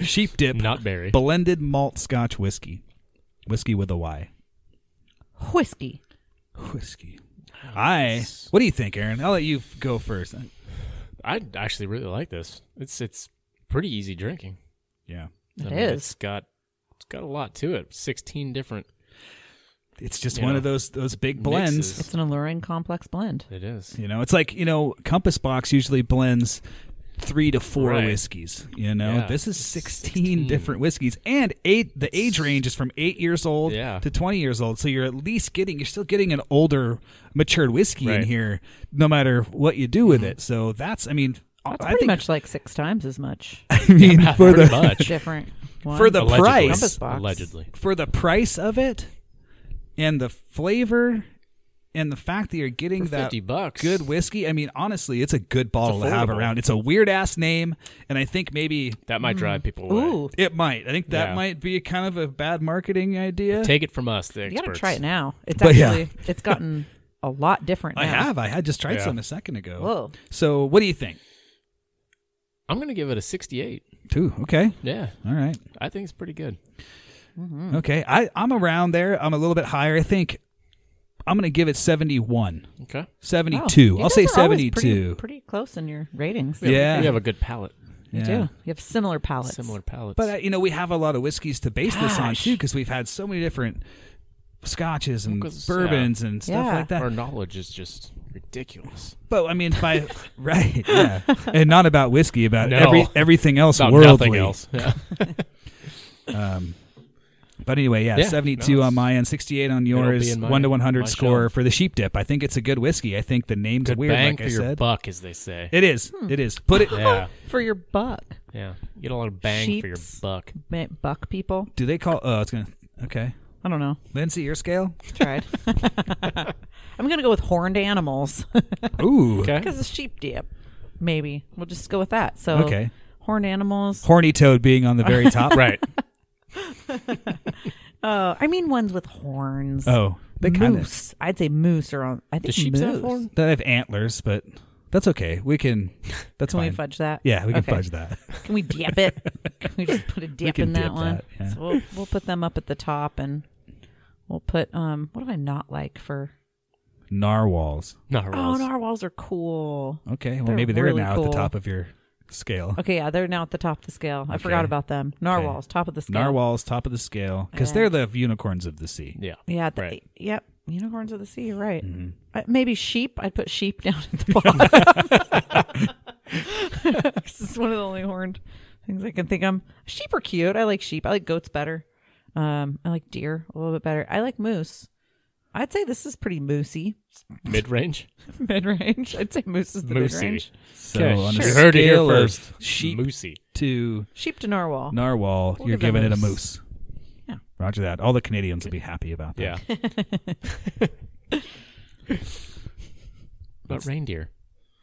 Speaker 1: sheep dip
Speaker 3: (laughs) Not berry.
Speaker 1: blended malt scotch whiskey. Whiskey with a Y.
Speaker 2: whiskey.
Speaker 1: Whiskey. I. What do you think, Aaron? I'll let you f- go first.
Speaker 3: I actually really like this. It's it's pretty easy drinking.
Speaker 1: Yeah.
Speaker 2: It
Speaker 3: I mean,
Speaker 2: is.
Speaker 3: It's got it's got a lot to it. Sixteen different.
Speaker 1: It's just
Speaker 3: You
Speaker 1: one
Speaker 3: know,
Speaker 1: of those those big blends.
Speaker 3: mixes.
Speaker 2: It's an alluring complex blend.
Speaker 3: It is.
Speaker 1: You know, it's like, you know, Compass Box usually blends 3 to 4
Speaker 3: Right.
Speaker 1: whiskeys, you know.
Speaker 3: Yeah.
Speaker 1: This is
Speaker 3: It's
Speaker 1: 16,
Speaker 3: 16.
Speaker 1: different whiskeys and eight the age range is from 8 years old
Speaker 3: Yeah.
Speaker 1: to 20 years old. So you're at least getting you're still getting an older matured whiskey in
Speaker 3: Right. Mm-hmm.
Speaker 1: here no matter what you do with it. So that's I mean
Speaker 2: That's
Speaker 1: I
Speaker 2: pretty
Speaker 1: think
Speaker 2: much like six times as much.
Speaker 1: (laughs) I mean for
Speaker 3: Pretty
Speaker 1: the
Speaker 3: much.
Speaker 2: Different. One.
Speaker 1: For the
Speaker 3: Allegedly.
Speaker 1: price.
Speaker 2: Compass box.
Speaker 3: Allegedly.
Speaker 1: for the price of it and the flavor and the fact that you're getting
Speaker 3: For
Speaker 1: that
Speaker 3: 50 bucks.
Speaker 1: good whiskey. I mean, honestly, it's a good bottle to have
Speaker 3: affordable.
Speaker 1: around. It's a weird ass name, and I think maybe
Speaker 3: That might
Speaker 1: Mm.
Speaker 3: drive people away.
Speaker 2: Ooh,
Speaker 1: it might. I think that
Speaker 3: Yeah.
Speaker 1: might be kind of a bad marketing idea.
Speaker 3: Take it from us, the
Speaker 2: you gotta
Speaker 3: experts.
Speaker 2: try it now. It's
Speaker 1: But yeah.
Speaker 2: actually it's gotten a lot different. Now.
Speaker 1: I have. I had just tried
Speaker 3: Yeah.
Speaker 1: some a second ago.
Speaker 2: Whoa.
Speaker 1: So, what do you think?
Speaker 3: I'm gonna give it a 68.
Speaker 1: Two. Okay.
Speaker 3: Yeah,
Speaker 1: All right.
Speaker 3: I think it's pretty good.
Speaker 2: Mm.
Speaker 1: Okay. I, I'm around there. I'm a little bit higher. I think I'm going to give it 71.
Speaker 3: Okay.
Speaker 1: 72.
Speaker 2: Wow. Oh. You
Speaker 1: I'll
Speaker 2: guys
Speaker 1: say
Speaker 2: are always
Speaker 1: 72.
Speaker 2: pretty- Pretty, close in your ratings.
Speaker 1: Yeah.
Speaker 3: We have a good palate.
Speaker 2: You do. You have similar palettes.
Speaker 3: Similar palates.
Speaker 1: But, uh, you know, we have a lot of whiskeys to base this on,
Speaker 2: Gosh.
Speaker 1: too, because we've had so many different scotches and
Speaker 3: 'Cause,
Speaker 1: bourbons and stuff
Speaker 2: Yeah.
Speaker 1: like that.
Speaker 3: Our knowledge is just ridiculous.
Speaker 1: But I mean,
Speaker 3: (laughs)
Speaker 1: by right, yeah, and not about whiskey, about
Speaker 3: No.
Speaker 1: every everything else
Speaker 3: About
Speaker 1: worldly.
Speaker 3: nothing else. Yeah.
Speaker 1: But anyway, yeah,
Speaker 3: Yeah,
Speaker 1: seventy-two
Speaker 3: no,
Speaker 1: on my end, sixty-eight on
Speaker 3: be
Speaker 1: yours,
Speaker 3: in my-
Speaker 1: one to one
Speaker 3: my
Speaker 1: hundred score
Speaker 3: shelf.
Speaker 1: for the sheep dip. I think it's a good whiskey. I think the name's (laughs)
Speaker 3: Good
Speaker 1: weird,
Speaker 3: bang
Speaker 1: like
Speaker 3: for
Speaker 1: I
Speaker 3: your
Speaker 1: said.
Speaker 3: buck, as they say.
Speaker 1: It is. It is. Put it.
Speaker 3: (laughs) yeah.
Speaker 2: for your buck,
Speaker 3: Yeah. You get a lot of bang for your
Speaker 1: (laughs)
Speaker 2: Sheeps.
Speaker 3: buck.
Speaker 2: ma- buck people.
Speaker 1: Do they call? Oh, it's gonna. Okay,
Speaker 2: I
Speaker 1: (laughs)
Speaker 2: don't know.
Speaker 1: Lindsay, your
Speaker 3: (laughs)
Speaker 1: scale.
Speaker 2: Tried. (laughs) I'm gonna go with horned animals (laughs)
Speaker 1: Ooh,
Speaker 3: Okay.
Speaker 2: because it's sheep dip. Maybe we'll just go with that. So
Speaker 1: Okay.
Speaker 2: horned animals.
Speaker 1: horny toad being on the
Speaker 3: (laughs)
Speaker 1: very top.
Speaker 3: Um, Right.
Speaker 2: Uh, I mean ones with horns.
Speaker 1: Oh, they kind of.
Speaker 2: moose. I'd say moose are on. I think
Speaker 3: Does sheep
Speaker 2: moose.
Speaker 3: have horn?
Speaker 1: They have antlers, but that's okay. We can. That's
Speaker 2: Can
Speaker 1: fine.
Speaker 2: we fudge that?
Speaker 1: Yeah, we can
Speaker 2: Okay.
Speaker 1: fudge that.
Speaker 2: Can we dip
Speaker 1: (laughs)
Speaker 2: it? Can we just put a dip
Speaker 1: can
Speaker 2: in that
Speaker 1: dip
Speaker 2: one?
Speaker 1: that, yeah.
Speaker 2: So we'll we'll put them up at the top, and we'll put um. What do I not like for?
Speaker 1: Narwhals.
Speaker 3: Narwhals.
Speaker 2: Oh, narwhals are cool.
Speaker 1: Okay, well
Speaker 2: They're
Speaker 1: maybe they're
Speaker 2: really
Speaker 1: now at
Speaker 2: cool.
Speaker 1: the top of your scale.
Speaker 2: Okay, yeah, they're now at the top of the scale. I
Speaker 1: Okay.
Speaker 2: forgot about them. Narwhals, top of the scale.
Speaker 1: Narwhals, top of the scale, because they're the unicorns of the sea.
Speaker 3: Yeah.
Speaker 2: Yeah. The,
Speaker 3: Right.
Speaker 2: Yep. Unicorns of the sea. You're right. Uh, maybe sheep. I'd put sheep (laughs) down at the bottom. this is one of the only horned things I can think of. Sheep are cute. I like sheep. I like goats better. Um, I like deer a little bit better. I like moose. I'd say this is pretty moosey. (laughs)
Speaker 3: Mid range.
Speaker 2: Mid range. I'd say moose is the mid
Speaker 3: Moosey.
Speaker 2: range.
Speaker 1: So
Speaker 3: Okay,
Speaker 1: on a
Speaker 3: you heard it here
Speaker 1: scale of
Speaker 3: first.
Speaker 1: sheep
Speaker 3: Moosey.
Speaker 1: to
Speaker 2: Sheep to narwhal.
Speaker 1: narwhal,
Speaker 2: We'll
Speaker 1: you're
Speaker 2: give a
Speaker 1: giving it a
Speaker 2: moose.
Speaker 1: moose.
Speaker 2: Yeah.
Speaker 1: Roger that. All the Canadians will be happy about that. (laughs)
Speaker 3: Yeah. (laughs) but reindeer.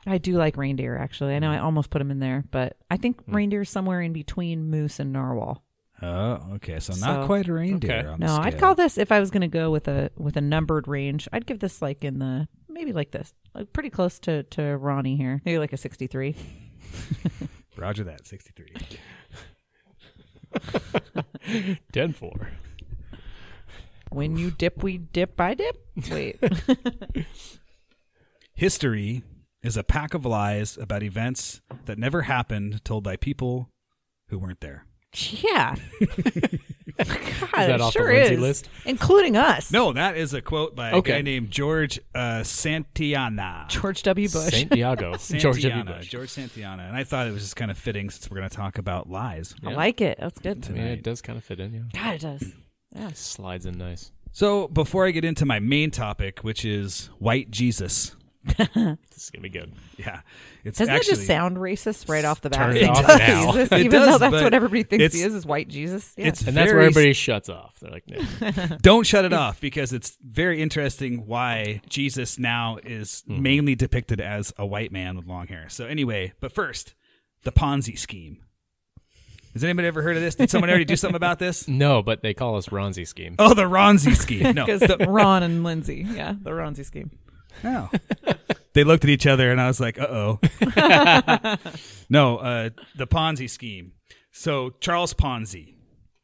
Speaker 2: I do like reindeer actually. I know I
Speaker 3: Mm.
Speaker 2: almost put them in there, but I think reindeer's somewhere in between moose and narwhal.
Speaker 1: Oh, okay. So not
Speaker 2: So-
Speaker 1: quite a reindeer.
Speaker 3: Okay.
Speaker 1: On the
Speaker 2: No, I'd
Speaker 1: scale.
Speaker 2: call this if I was going to go with a with a numbered range. I'd give this like in the maybe like this, like pretty close to to Ronnie here. Maybe like a sixty three.
Speaker 1: Roger that. Sixty-three.
Speaker 3: Dead for.
Speaker 2: When you dip, we dip. I dip.
Speaker 3: (laughs)
Speaker 2: Wait,
Speaker 1: History is a pack of lies about events that never happened, told by people who weren't there.
Speaker 3: (laughs)
Speaker 2: yeah. God,
Speaker 3: that
Speaker 2: it
Speaker 3: off the
Speaker 2: sure
Speaker 3: Lindsay
Speaker 2: is,
Speaker 3: list?
Speaker 2: including us.
Speaker 1: No, that is a quote by
Speaker 3: Okay.
Speaker 1: a guy named George uh, Santayana.
Speaker 2: George W. Bush.
Speaker 1: (laughs)
Speaker 3: St. Diego. George W.
Speaker 1: Santayana,
Speaker 3: Bush.
Speaker 1: George Santayana, and I thought it was just kind of fitting since we're going to talk about lies.
Speaker 2: I like it. That's good.
Speaker 3: Yeah, it does kind of fit in, yeah.
Speaker 2: God, it does.
Speaker 3: Slides in nice.
Speaker 1: So before I get into my main topic, which is white Jesus,
Speaker 3: This is gonna be good.
Speaker 1: yeah, it's
Speaker 2: Doesn't
Speaker 1: actually
Speaker 2: it just sound racist right off the bat?
Speaker 3: turn it
Speaker 2: White
Speaker 3: off now.
Speaker 2: Jesus, (laughs)
Speaker 1: It
Speaker 2: even
Speaker 1: does,
Speaker 2: though that's
Speaker 1: but
Speaker 2: what everybody thinks he
Speaker 1: it's-
Speaker 2: is, is white Jesus. Yeah.
Speaker 1: it's
Speaker 2: (laughs)
Speaker 3: And that's where
Speaker 1: very-
Speaker 3: everybody shuts off. They're like, no.
Speaker 1: (laughs) Don't shut it off because it's very interesting why Jesus now is
Speaker 3: Mm-hmm.
Speaker 1: mainly depicted as a white man with long hair. So anyway, but first, the Ponzi scheme. Has anybody ever heard of this? Did someone already do something about
Speaker 3: (laughs)
Speaker 1: this?
Speaker 3: no, but they call us Ronzi scheme.
Speaker 1: Oh, the Ronzi scheme.
Speaker 3: (laughs)
Speaker 1: No,
Speaker 2: because
Speaker 1: (laughs)
Speaker 2: Ron and Lindsay. Yeah, the Ronzi scheme.
Speaker 1: No. they looked at each other and I was like, uh oh. no, uh, the Ponzi scheme. So, Charles Ponzi,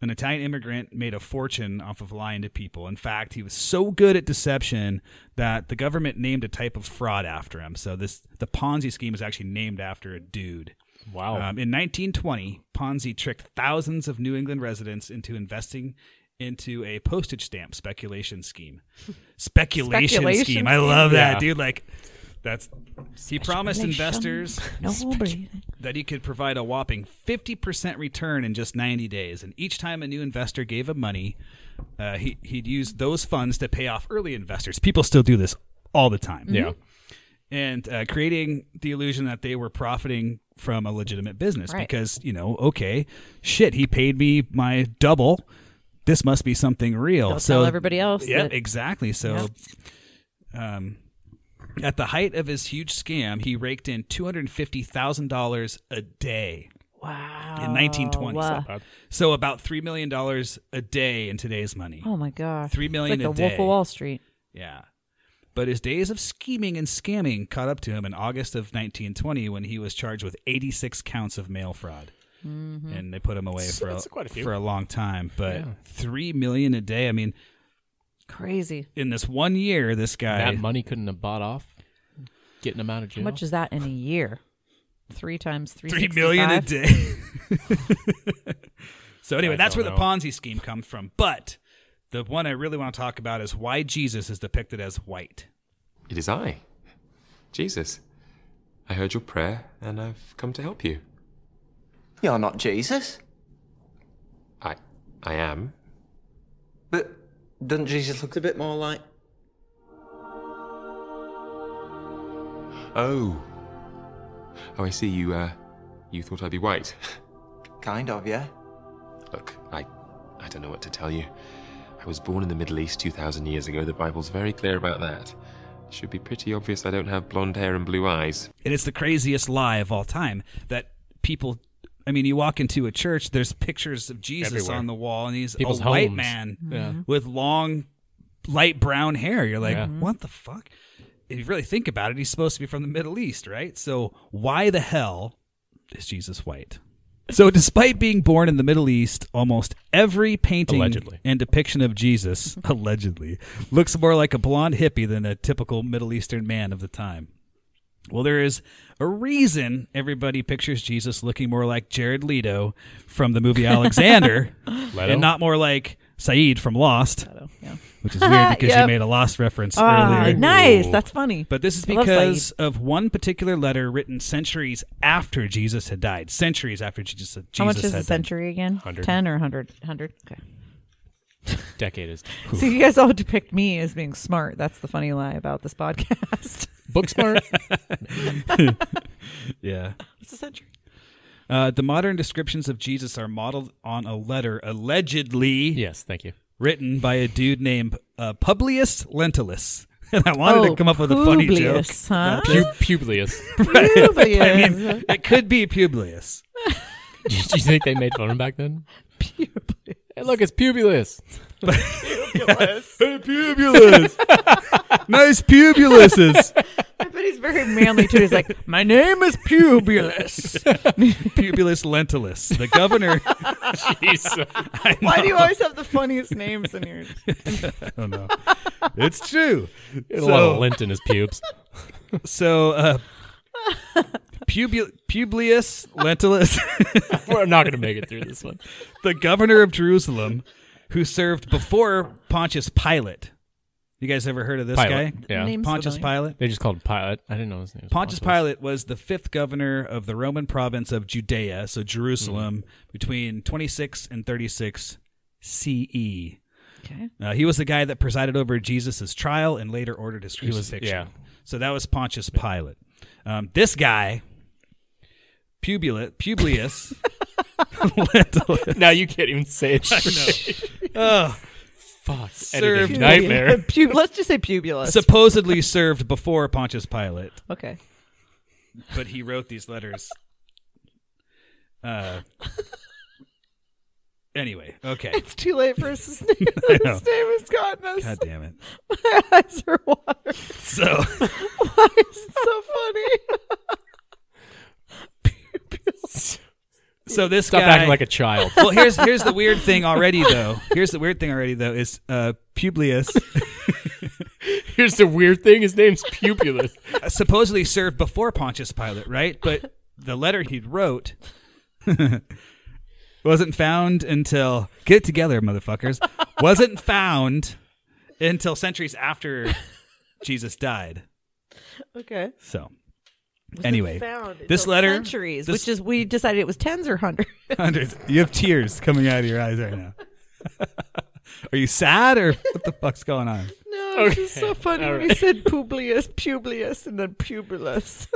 Speaker 1: an Italian immigrant, made a fortune off of lying to people. In fact, he was so good at deception that the government named a type of fraud after him. So, this the Ponzi scheme is actually named after a dude.
Speaker 3: Wow.
Speaker 1: Um, in 1920, Ponzi tricked thousands of New England residents into investing into a postage stamp speculation
Speaker 2: (laughs)
Speaker 1: scheme. Speculation,
Speaker 2: Speculation
Speaker 1: scheme. I
Speaker 2: scheme.
Speaker 1: love that,
Speaker 3: Yeah.
Speaker 1: dude. Like, that's he (laughs) promised
Speaker 2: (laughs)
Speaker 1: investors
Speaker 2: No, but
Speaker 1: that he could provide a whopping 50% return in just 90 days. And each time a new investor gave him money, uh, he, he'd use those funds to pay off early investors. People still do this all the time
Speaker 3: yeah.
Speaker 1: and uh, creating the illusion that they were profiting from a legitimate business
Speaker 2: Right.
Speaker 1: because you know okay shit he paid me my double this must be something real
Speaker 2: Don't
Speaker 1: so
Speaker 2: tell everybody else
Speaker 1: yeah
Speaker 2: that-
Speaker 1: exactly so Um, at the height of his huge scam, he raked in two hundred fifty thousand dollars a day.
Speaker 2: Wow.
Speaker 1: In 1920s.
Speaker 2: Wow.
Speaker 3: Bad.
Speaker 1: So about three million dollars a day in today's money.
Speaker 2: Oh my gosh.
Speaker 1: Three million
Speaker 2: It's
Speaker 1: a
Speaker 2: like the Wolf
Speaker 1: day.
Speaker 2: of Wall Street.
Speaker 1: Yeah. But his days of scheming and scamming caught up to him in August of 1920 when he was charged with 86 counts of mail fraud.
Speaker 2: Mm-hmm.
Speaker 1: And they put him away
Speaker 3: That's-
Speaker 1: for
Speaker 3: that's
Speaker 1: a,
Speaker 3: quite a few.
Speaker 1: for a long time, but
Speaker 3: Yeah.
Speaker 1: 3 million a day. I mean,
Speaker 2: Crazy.
Speaker 1: in this one year this guy
Speaker 3: That money couldn't have bought off getting them out of
Speaker 2: How
Speaker 3: jail.
Speaker 2: much is that in a year? Three times three.
Speaker 1: 3 million a day. (laughs) so anyway,
Speaker 3: I
Speaker 1: that's where
Speaker 3: don't
Speaker 1: the
Speaker 3: know.
Speaker 1: Ponzi scheme comes from, but the one I really want to talk about is why Jesus is depicted as white.
Speaker 4: It is I, Jesus. I heard your prayer and I've come to help you.
Speaker 5: You're not Jesus.
Speaker 4: I I am.
Speaker 5: But doesn't Jesus look a bit more like.
Speaker 4: Oh. Oh, I see you uh you thought I'd be white. (laughs)
Speaker 5: Kind of, yeah?
Speaker 4: Look, I I don't know what to tell you. I was born in the Middle East 2000 years ago. The Bible's very clear about that. Should be pretty obvious I don't have blonde hair and blue eyes.
Speaker 1: And it's the craziest lie of all time that people. I mean, you walk into a church, there's pictures of Jesus
Speaker 3: Everywhere.
Speaker 1: on the wall, and he's
Speaker 3: People's
Speaker 1: a white
Speaker 3: homes.
Speaker 1: man
Speaker 3: Yeah.
Speaker 1: with long, light brown hair. You're like,
Speaker 3: Yeah.
Speaker 1: what the fuck? If you really think about it, he's supposed to be from the Middle East, right? So why the hell is Jesus white? So, despite being born in the Middle East, almost every painting
Speaker 3: Allegedly.
Speaker 1: and depiction of Jesus, (laughs) allegedly, looks more like a blonde hippie than a typical Middle Eastern man of the time. Well, there is a reason everybody pictures Jesus looking more like Jared Leto from the movie Alexander
Speaker 3: Leto?
Speaker 1: and not more like Saeed from Lost,
Speaker 2: Yeah.
Speaker 1: which is
Speaker 2: (laughs)
Speaker 1: weird because you
Speaker 2: Yep.
Speaker 1: made a Lost reference
Speaker 2: Ah,
Speaker 1: earlier.
Speaker 2: nice.
Speaker 3: Ooh.
Speaker 2: That's funny.
Speaker 1: But this is
Speaker 2: I love
Speaker 1: because of one particular letter written centuries after Jesus had died. Centuries after Jesus, Jesus
Speaker 2: How much is
Speaker 1: had
Speaker 2: a century again?
Speaker 3: 100.
Speaker 2: Ten or hundred? Hundred. Okay.
Speaker 3: Decade is
Speaker 2: (laughs) So you guys all depict me as being smart. That's the funny lie about this podcast. (laughs)
Speaker 3: book smart. (laughs)
Speaker 1: died. (laughs) Yeah.
Speaker 2: it's a century.
Speaker 1: Uh, the modern descriptions of Jesus are modeled on a letter allegedly
Speaker 3: yes, thank you.
Speaker 1: written by a dude named uh, Publius Lentulus. (laughs) And I wanted to
Speaker 2: Oh,
Speaker 1: come up with a funny joke.
Speaker 2: Publius, huh?
Speaker 1: about
Speaker 3: Pu- (laughs) Publius.
Speaker 1: (laughs) Publius.
Speaker 2: Publius.
Speaker 1: I mean, (laughs) it could be Publius.
Speaker 3: Do you think they made fun of him back then? Hey, look, it's Publius.
Speaker 1: Publius. (laughs) nice Publiuses. (laughs)
Speaker 2: I bet he's very manly too. He's like, my name is
Speaker 1: (laughs)
Speaker 2: Publius.
Speaker 1: Publius Lentulus, the governor.
Speaker 3: (laughs) Jesus.
Speaker 2: Why do you always have the funniest names in yours?
Speaker 1: (laughs) I don't know. It's true.
Speaker 3: a lot of
Speaker 1: So-
Speaker 3: lint in his pubes.
Speaker 1: So, uh, Pubu- Publius Lentulus, (laughs)
Speaker 3: We're not going to make it through this one.
Speaker 1: the governor of Jerusalem, who served before Pontius Pilate. You guys ever heard of this
Speaker 3: Pilate.
Speaker 1: guy?
Speaker 3: Yeah.
Speaker 2: Name's
Speaker 1: Pontius
Speaker 2: familiar.
Speaker 1: Pilate.
Speaker 3: They just called him Pilate. I didn't know his name. was
Speaker 1: Pontius Pilate was the fifth governor of the Roman province of Judea, so Jerusalem,
Speaker 3: Mm-hmm.
Speaker 1: between 26 and 36 CE.
Speaker 2: Okay.
Speaker 1: Uh, he was the guy that presided over Jesus' trial and later ordered his
Speaker 3: was-
Speaker 1: crucifixion.
Speaker 3: yeah.
Speaker 1: So that was Pontius Pilate. Um, this guy, Publius,
Speaker 3: (laughs)
Speaker 1: Publius, Lentulus,
Speaker 3: Now you can't even say it. (laughs)
Speaker 1: oh,
Speaker 3: Fuck.
Speaker 1: Served
Speaker 3: Editing nightmare.
Speaker 2: (laughs) Pub- let's just say Publius.
Speaker 1: supposedly served before Pontius Pilate,
Speaker 2: okay.
Speaker 1: but he wrote these letters.
Speaker 3: (laughs)
Speaker 1: Uh, anyway,
Speaker 3: (laughs)
Speaker 1: okay.
Speaker 2: It's too late for us
Speaker 1: (laughs)
Speaker 2: to name.
Speaker 1: know.
Speaker 2: His name has gotten us.
Speaker 1: God damn it.
Speaker 2: My (laughs) eyes are watering.
Speaker 1: So,
Speaker 2: (laughs) Why is it so funny? (laughs) Publius.
Speaker 1: so this
Speaker 3: Stop
Speaker 1: guy
Speaker 3: acting like a (laughs) child.
Speaker 1: well, here's here's the weird thing already though. Here's the weird thing already though is uh,
Speaker 3: (laughs)
Speaker 1: Publius
Speaker 3: Here's the weird thing. His name's (laughs) Pupulus.
Speaker 1: supposedly served before Pontius Pilate, right? But the letter he wrote (laughs) wasn't found until get it together, motherfuckers. wasn't found until centuries after Jesus died.
Speaker 2: Okay.
Speaker 1: So anyway, this letter, (laughs)
Speaker 2: centuries,
Speaker 1: this-
Speaker 2: which is we decided it was tens or hundreds. (laughs)
Speaker 1: hundreds. You have tears coming out of your eyes right now. (laughs) Are you sad or what the fuck's going on?
Speaker 2: No,
Speaker 3: it's
Speaker 2: it's
Speaker 3: just so
Speaker 2: so
Speaker 3: Okay. funny
Speaker 2: funny
Speaker 3: All when
Speaker 2: when
Speaker 3: you
Speaker 2: you said Publius, Publius, and then Publius,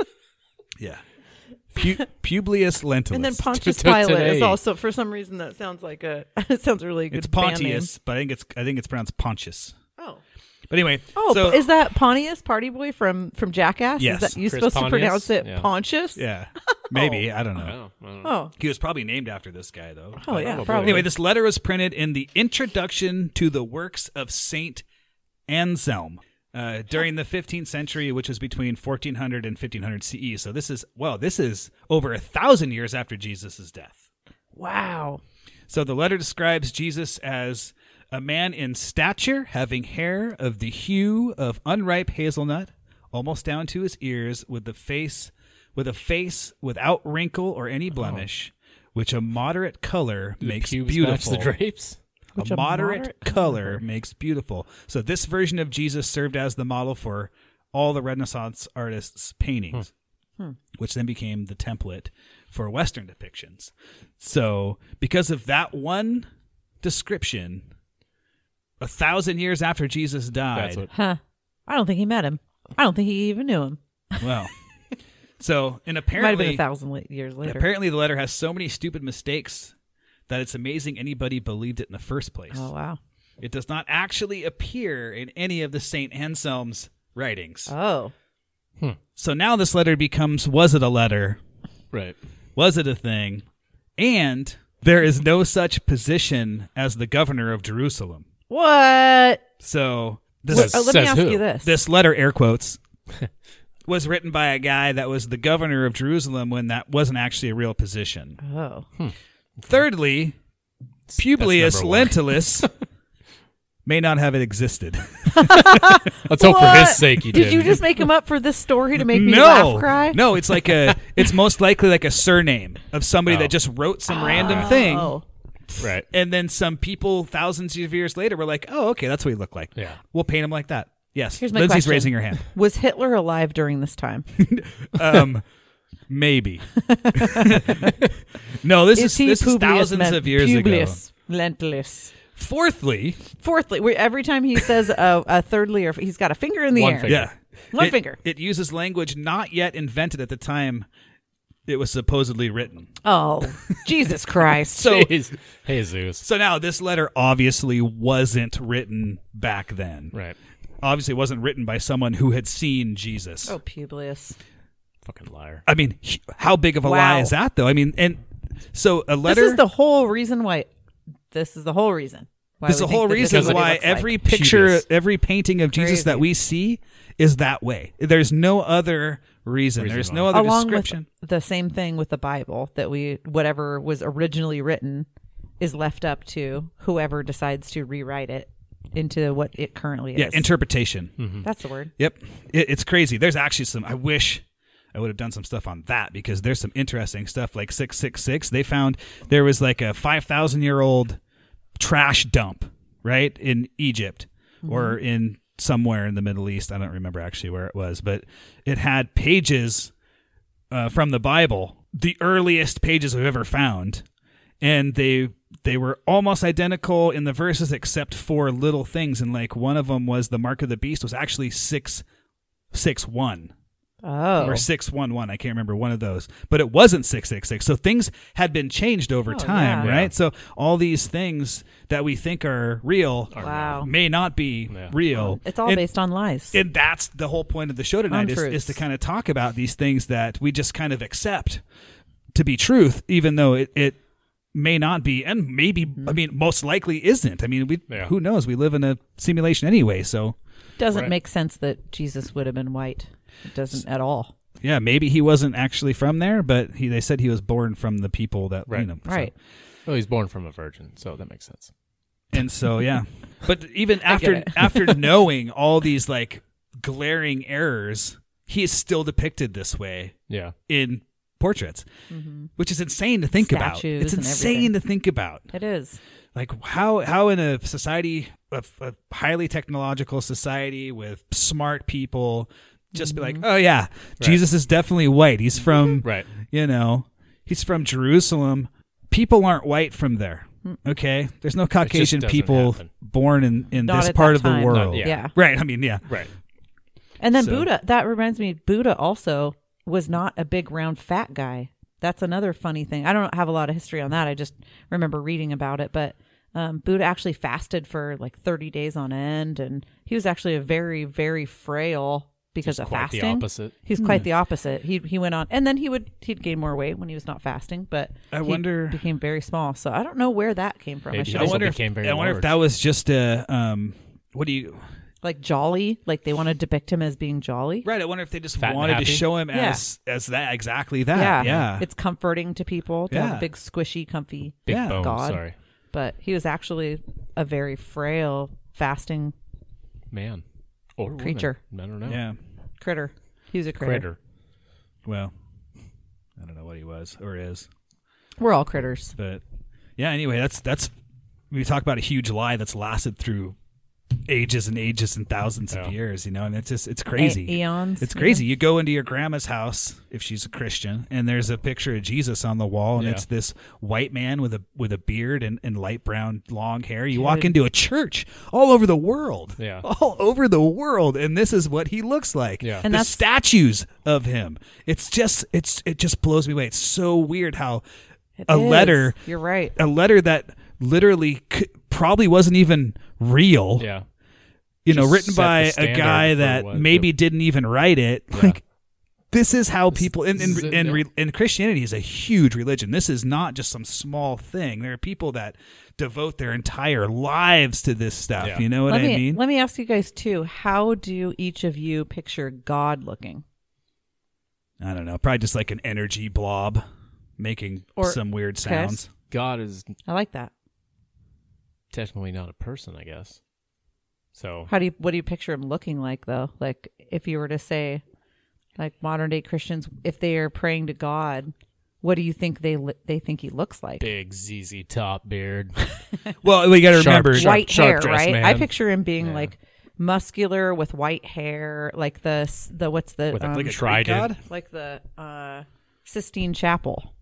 Speaker 1: Yeah. Pu- Publius Lentulus.
Speaker 2: (laughs) and then Pontius
Speaker 3: to
Speaker 2: Pilate
Speaker 3: today.
Speaker 2: is also for some reason that sounds like a (laughs) it sounds really good.
Speaker 1: It's
Speaker 2: band name.
Speaker 1: Pontius, but I think it's I think it's pronounced Pontius.
Speaker 2: Oh,
Speaker 1: But But anyway,
Speaker 2: Oh,
Speaker 1: so,
Speaker 2: is that Pontius Party Boy from from Jackass?
Speaker 1: Yes.
Speaker 2: Is that you
Speaker 3: Chris
Speaker 2: supposed to
Speaker 3: Pontius?
Speaker 2: pronounce it
Speaker 3: Yeah.
Speaker 2: Pontius?
Speaker 1: yeah, maybe I don't know.
Speaker 3: Oh, I don't know.
Speaker 2: Oh.
Speaker 1: He was probably named after this guy though.
Speaker 2: Oh yeah,
Speaker 3: Probably.
Speaker 2: probably.
Speaker 1: Anyway, this letter was printed in the Introduction to the Works of Saint Anselm uh, during the 15th century, which was between 1400 and 1500 CE. E. So this is well, this is over a thousand years after Jesus' death.
Speaker 2: wow.
Speaker 1: So the letter describes Jesus as a man in stature, having hair of the hue of unripe hazelnut, almost down to his ears, with the face with a face without wrinkle or any blemish, which a moderate color
Speaker 3: Do Oh. the
Speaker 1: makes
Speaker 3: pubes
Speaker 1: beautiful.
Speaker 3: Match the drapes.
Speaker 2: Which
Speaker 1: a
Speaker 2: a
Speaker 1: moderate,
Speaker 2: moderate
Speaker 1: color, makes beautiful. So this version of Jesus served as the model for all the Renaissance artists' paintings,
Speaker 2: Hmm.
Speaker 1: which then became the template for Western depictions. So because of that one description, a thousand years after Jesus died,
Speaker 3: That's what.
Speaker 2: Huh. I don't think he met him. I don't think he even knew him.
Speaker 1: well, so and
Speaker 2: It might have been
Speaker 1: apparently
Speaker 2: a thousand la- years later.
Speaker 1: apparently the letter has so many stupid mistakes that it's amazing anybody believed it in the first place.
Speaker 2: oh wow.
Speaker 1: It does not actually appear in any of the St. Anselm's writings.
Speaker 2: Oh.
Speaker 1: so now this letter becomes was it a letter?
Speaker 3: Right.
Speaker 1: Was it a thing? And there is no such position as the governor of Jerusalem.
Speaker 2: What?
Speaker 1: So this,
Speaker 3: Says-
Speaker 2: Oh, let me
Speaker 3: says
Speaker 2: ask
Speaker 3: who?
Speaker 2: you this.
Speaker 1: this letter, air quotes, (laughs) was written by a guy that was the governor of Jerusalem when that wasn't actually a real position.
Speaker 2: Oh.
Speaker 1: Thirdly, Publius
Speaker 3: number one. (laughs)
Speaker 1: Lentulus may not have existed.
Speaker 3: Let's hope for
Speaker 2: What?
Speaker 3: his sake you
Speaker 2: did.
Speaker 3: did.
Speaker 2: you just make him up for this story to make me
Speaker 1: no,
Speaker 2: laugh cry?
Speaker 1: No, it's like a it's most likely like a surname of somebody
Speaker 3: Oh.
Speaker 1: that just wrote some random thing.
Speaker 2: Oh.
Speaker 3: (laughs) (laughs) right.
Speaker 1: And then some people thousands of years later were like, Oh, okay, that's what he looked like.
Speaker 3: Yeah.
Speaker 1: We'll paint him like that. Yes.
Speaker 2: Here's my
Speaker 1: Lindsay's
Speaker 2: question.
Speaker 1: raising her
Speaker 2: (laughs)
Speaker 1: hand.
Speaker 2: Was Hitler alive during this time?
Speaker 1: Um
Speaker 2: (laughs)
Speaker 1: maybe. no, this is,
Speaker 2: he
Speaker 1: this is
Speaker 2: Publius
Speaker 1: thousands
Speaker 2: Men-
Speaker 1: of years ago.
Speaker 2: Publius Lentulus.
Speaker 1: Fourthly,
Speaker 2: Fourthly, we- every time he says a, a thirdly or he's got a finger in the
Speaker 3: One
Speaker 2: air.
Speaker 3: finger.
Speaker 1: yeah.
Speaker 2: One
Speaker 1: it,
Speaker 2: finger.
Speaker 1: It uses language not yet invented at the time it was supposedly written.
Speaker 2: Oh, Jesus
Speaker 1: (laughs)
Speaker 2: Christ.
Speaker 3: (laughs)
Speaker 1: So
Speaker 3: Jeez. Hey, Zeus.
Speaker 1: So now this letter obviously wasn't written back then.
Speaker 3: Right.
Speaker 1: Obviously wasn't written by someone who had seen Jesus.
Speaker 2: Oh, Publius.
Speaker 3: Fucking liar.
Speaker 1: I mean, h- how big of a lie
Speaker 2: Wow.
Speaker 1: is that though? I mean, and so a letter
Speaker 2: This is the whole reason why. This is the whole reason. Why
Speaker 1: this is
Speaker 2: we
Speaker 1: the
Speaker 2: think
Speaker 1: whole
Speaker 2: that this
Speaker 1: reason
Speaker 2: is what he
Speaker 1: why
Speaker 2: looks like.
Speaker 1: every picture,
Speaker 3: Judas.
Speaker 1: every painting of Jesus that
Speaker 2: Crazy.
Speaker 1: we see is that way. There's no other reason. There's no other
Speaker 2: along
Speaker 1: description.
Speaker 2: with the same thing with the Bible that we whatever was originally written is left up to whoever decides to rewrite it into what it currently is.
Speaker 1: yeah, interpretation.
Speaker 2: that's the word.
Speaker 1: Yep, it, it's crazy. There's actually some. I wish I would have done some stuff on that because there's some interesting stuff like six six six. They found there was like a five thousand year old trash dump right in Egypt or in somewhere in the Middle East. I don't remember actually where it was, but it had pages uh, from the Bible, the earliest pages we've ever found, and they they were almost identical in the verses except for little things. And like one of them was the mark of the beast was actually six six one
Speaker 2: Oh,
Speaker 1: or six one one. I can't remember one of those, but it wasn't six six six. So things had been changed over
Speaker 2: Oh,
Speaker 1: time,
Speaker 2: yeah.
Speaker 1: right? So all these things that we think are real
Speaker 2: wow.
Speaker 1: may not be
Speaker 3: Yeah.
Speaker 1: real.
Speaker 2: It's all
Speaker 1: And-
Speaker 2: based on lies.
Speaker 1: and that's the whole point of the show tonight is,
Speaker 2: Untruths.
Speaker 1: is to kind of talk about these things that we just kind of accept to be truth even though it, it may not be and maybe i
Speaker 2: Mm-hmm.
Speaker 1: mean most likely isn't i mean we
Speaker 3: Yeah.
Speaker 1: who knows we live in a simulation anyway so
Speaker 2: doesn't
Speaker 3: Right.
Speaker 2: make sense that Jesus would have been white. It doesn't at all.
Speaker 1: yeah maybe he wasn't actually from there but he, they said he was born from the people that you
Speaker 3: Right.
Speaker 1: know so-
Speaker 2: Right.
Speaker 3: Oh, he's born from a virgin, so that makes sense.
Speaker 1: And
Speaker 2: (laughs)
Speaker 1: so yeah. But even after
Speaker 2: it. (laughs)
Speaker 1: after knowing all these like glaring errors, he is still depicted this way
Speaker 3: Yeah.
Speaker 1: in portraits, which is insane to think
Speaker 2: Mm-hmm. Statues
Speaker 1: about. It's
Speaker 2: and
Speaker 1: insane
Speaker 2: everything.
Speaker 1: to think about.
Speaker 2: It is.
Speaker 1: Like how how in a society a, a highly technological society with smart people just be
Speaker 2: Mm-hmm.
Speaker 1: like, "Oh yeah, Jesus is definitely white. He's from
Speaker 3: Right.
Speaker 1: you know, he's from Jerusalem. People aren't white from there."
Speaker 2: Hmm.
Speaker 1: Okay? There's no Caucasian
Speaker 3: doesn't
Speaker 1: people
Speaker 3: happen.
Speaker 1: born in in
Speaker 2: Not
Speaker 1: this
Speaker 2: at
Speaker 1: part
Speaker 2: that
Speaker 1: of the
Speaker 2: time.
Speaker 1: world.
Speaker 3: Not- yeah.
Speaker 2: yeah.
Speaker 1: Right, I mean, yeah.
Speaker 3: Right.
Speaker 2: And then
Speaker 1: So-
Speaker 2: Buddha, that reminds me, Buddha also was not a big, round, fat guy. That's another funny thing. I don't have a lot of history on that. I just remember reading about it. But Um, Buddha actually fasted for like 30 days on end, and he was actually a very, very frail because of
Speaker 3: quite the
Speaker 2: fasting.
Speaker 3: opposite. Hmm.
Speaker 2: He's quite the opposite. He he went on, and then he would he'd gain more weight when he was not fasting, but
Speaker 1: I
Speaker 2: he
Speaker 1: wonder-
Speaker 2: became very small. So I don't know where that came from. I
Speaker 3: Maybe
Speaker 2: should
Speaker 1: I
Speaker 3: Also
Speaker 2: have,
Speaker 1: wonder. If,
Speaker 3: became very
Speaker 1: I wonder if
Speaker 3: large.
Speaker 1: that was just a. Um, what do you?
Speaker 2: like jolly, like they want to depict him as being jolly.
Speaker 1: Right. I wonder if they just
Speaker 3: Fat and
Speaker 1: wanted to
Speaker 3: happy?
Speaker 1: show him
Speaker 2: Yeah.
Speaker 1: as as that exactly that. Yeah.
Speaker 2: It's comforting to people to have
Speaker 1: Yeah.
Speaker 2: a big, squishy, comfy
Speaker 3: Big
Speaker 1: Yeah.
Speaker 3: bone.
Speaker 2: God.
Speaker 3: Sorry,
Speaker 2: But he was actually a very frail, fasting
Speaker 3: man or woman.
Speaker 2: Creature.
Speaker 3: I don't know.
Speaker 1: yeah.
Speaker 2: critter. He was a critter.
Speaker 3: Critter.
Speaker 1: Well, I don't know what he was or is,
Speaker 2: We're all critters.
Speaker 1: but yeah. Anyway, that's that's we talk about a huge lie that's lasted through ages and ages and thousands
Speaker 3: Yeah.
Speaker 1: of years. You know, and it's just it's crazy.
Speaker 2: A- E-, eons.
Speaker 1: It's crazy. You go into your grandma's house if she's a Christian, and there's a picture of Jesus on the wall, and
Speaker 3: Yeah.
Speaker 1: it's this white man with a with a beard and, and light brown long hair. You walk into a church all over the world,
Speaker 3: Yeah.
Speaker 1: (laughs) all over the world, and this is what he looks like.
Speaker 3: Yeah.
Speaker 2: And
Speaker 1: the
Speaker 2: that's-
Speaker 1: statues of him. It's just it's it just blows me away. It's so weird how
Speaker 2: It
Speaker 1: a
Speaker 2: is.
Speaker 1: letter
Speaker 2: You're right.
Speaker 1: a letter that literally c- probably wasn't even real
Speaker 3: Yeah.
Speaker 1: you know,
Speaker 3: just
Speaker 1: written
Speaker 3: set
Speaker 1: by
Speaker 3: the
Speaker 1: a
Speaker 3: standard
Speaker 1: guy
Speaker 3: for
Speaker 1: that
Speaker 3: what
Speaker 1: maybe
Speaker 3: the-
Speaker 1: didn't even write it. Like, this is how people and
Speaker 3: this is
Speaker 1: and,
Speaker 3: it,
Speaker 1: and,
Speaker 3: yeah.
Speaker 1: re, and Christianity is a huge religion. This is not just some small thing. There are people that devote their entire lives to this stuff.
Speaker 3: Yeah.
Speaker 1: You know what
Speaker 2: let
Speaker 1: I
Speaker 2: me
Speaker 1: mean?
Speaker 2: let me ask you guys too. How do each of you picture God looking?
Speaker 1: I don't know. Probably just like an energy blob making
Speaker 2: Or-
Speaker 1: some weird
Speaker 2: okay.
Speaker 1: sounds.
Speaker 3: God is
Speaker 2: I like that.
Speaker 3: technically not a person, I guess. So
Speaker 2: How do you what do you picture him looking like though? Like if you were to say like modern day Christians if they are praying to God, what do you think they li- they think he looks like?
Speaker 3: big ZZ top beard.
Speaker 1: Well, we got to
Speaker 3: Sharp,
Speaker 1: remember.
Speaker 3: sharp.
Speaker 2: white hair,
Speaker 3: dress
Speaker 2: right?
Speaker 3: man.
Speaker 2: I picture him being
Speaker 3: Yeah.
Speaker 2: like muscular with white hair, like the s- the what's the
Speaker 3: With a-
Speaker 2: um,
Speaker 1: Like a
Speaker 3: Trident.
Speaker 1: trident.
Speaker 2: like the uh, Sistine Chapel.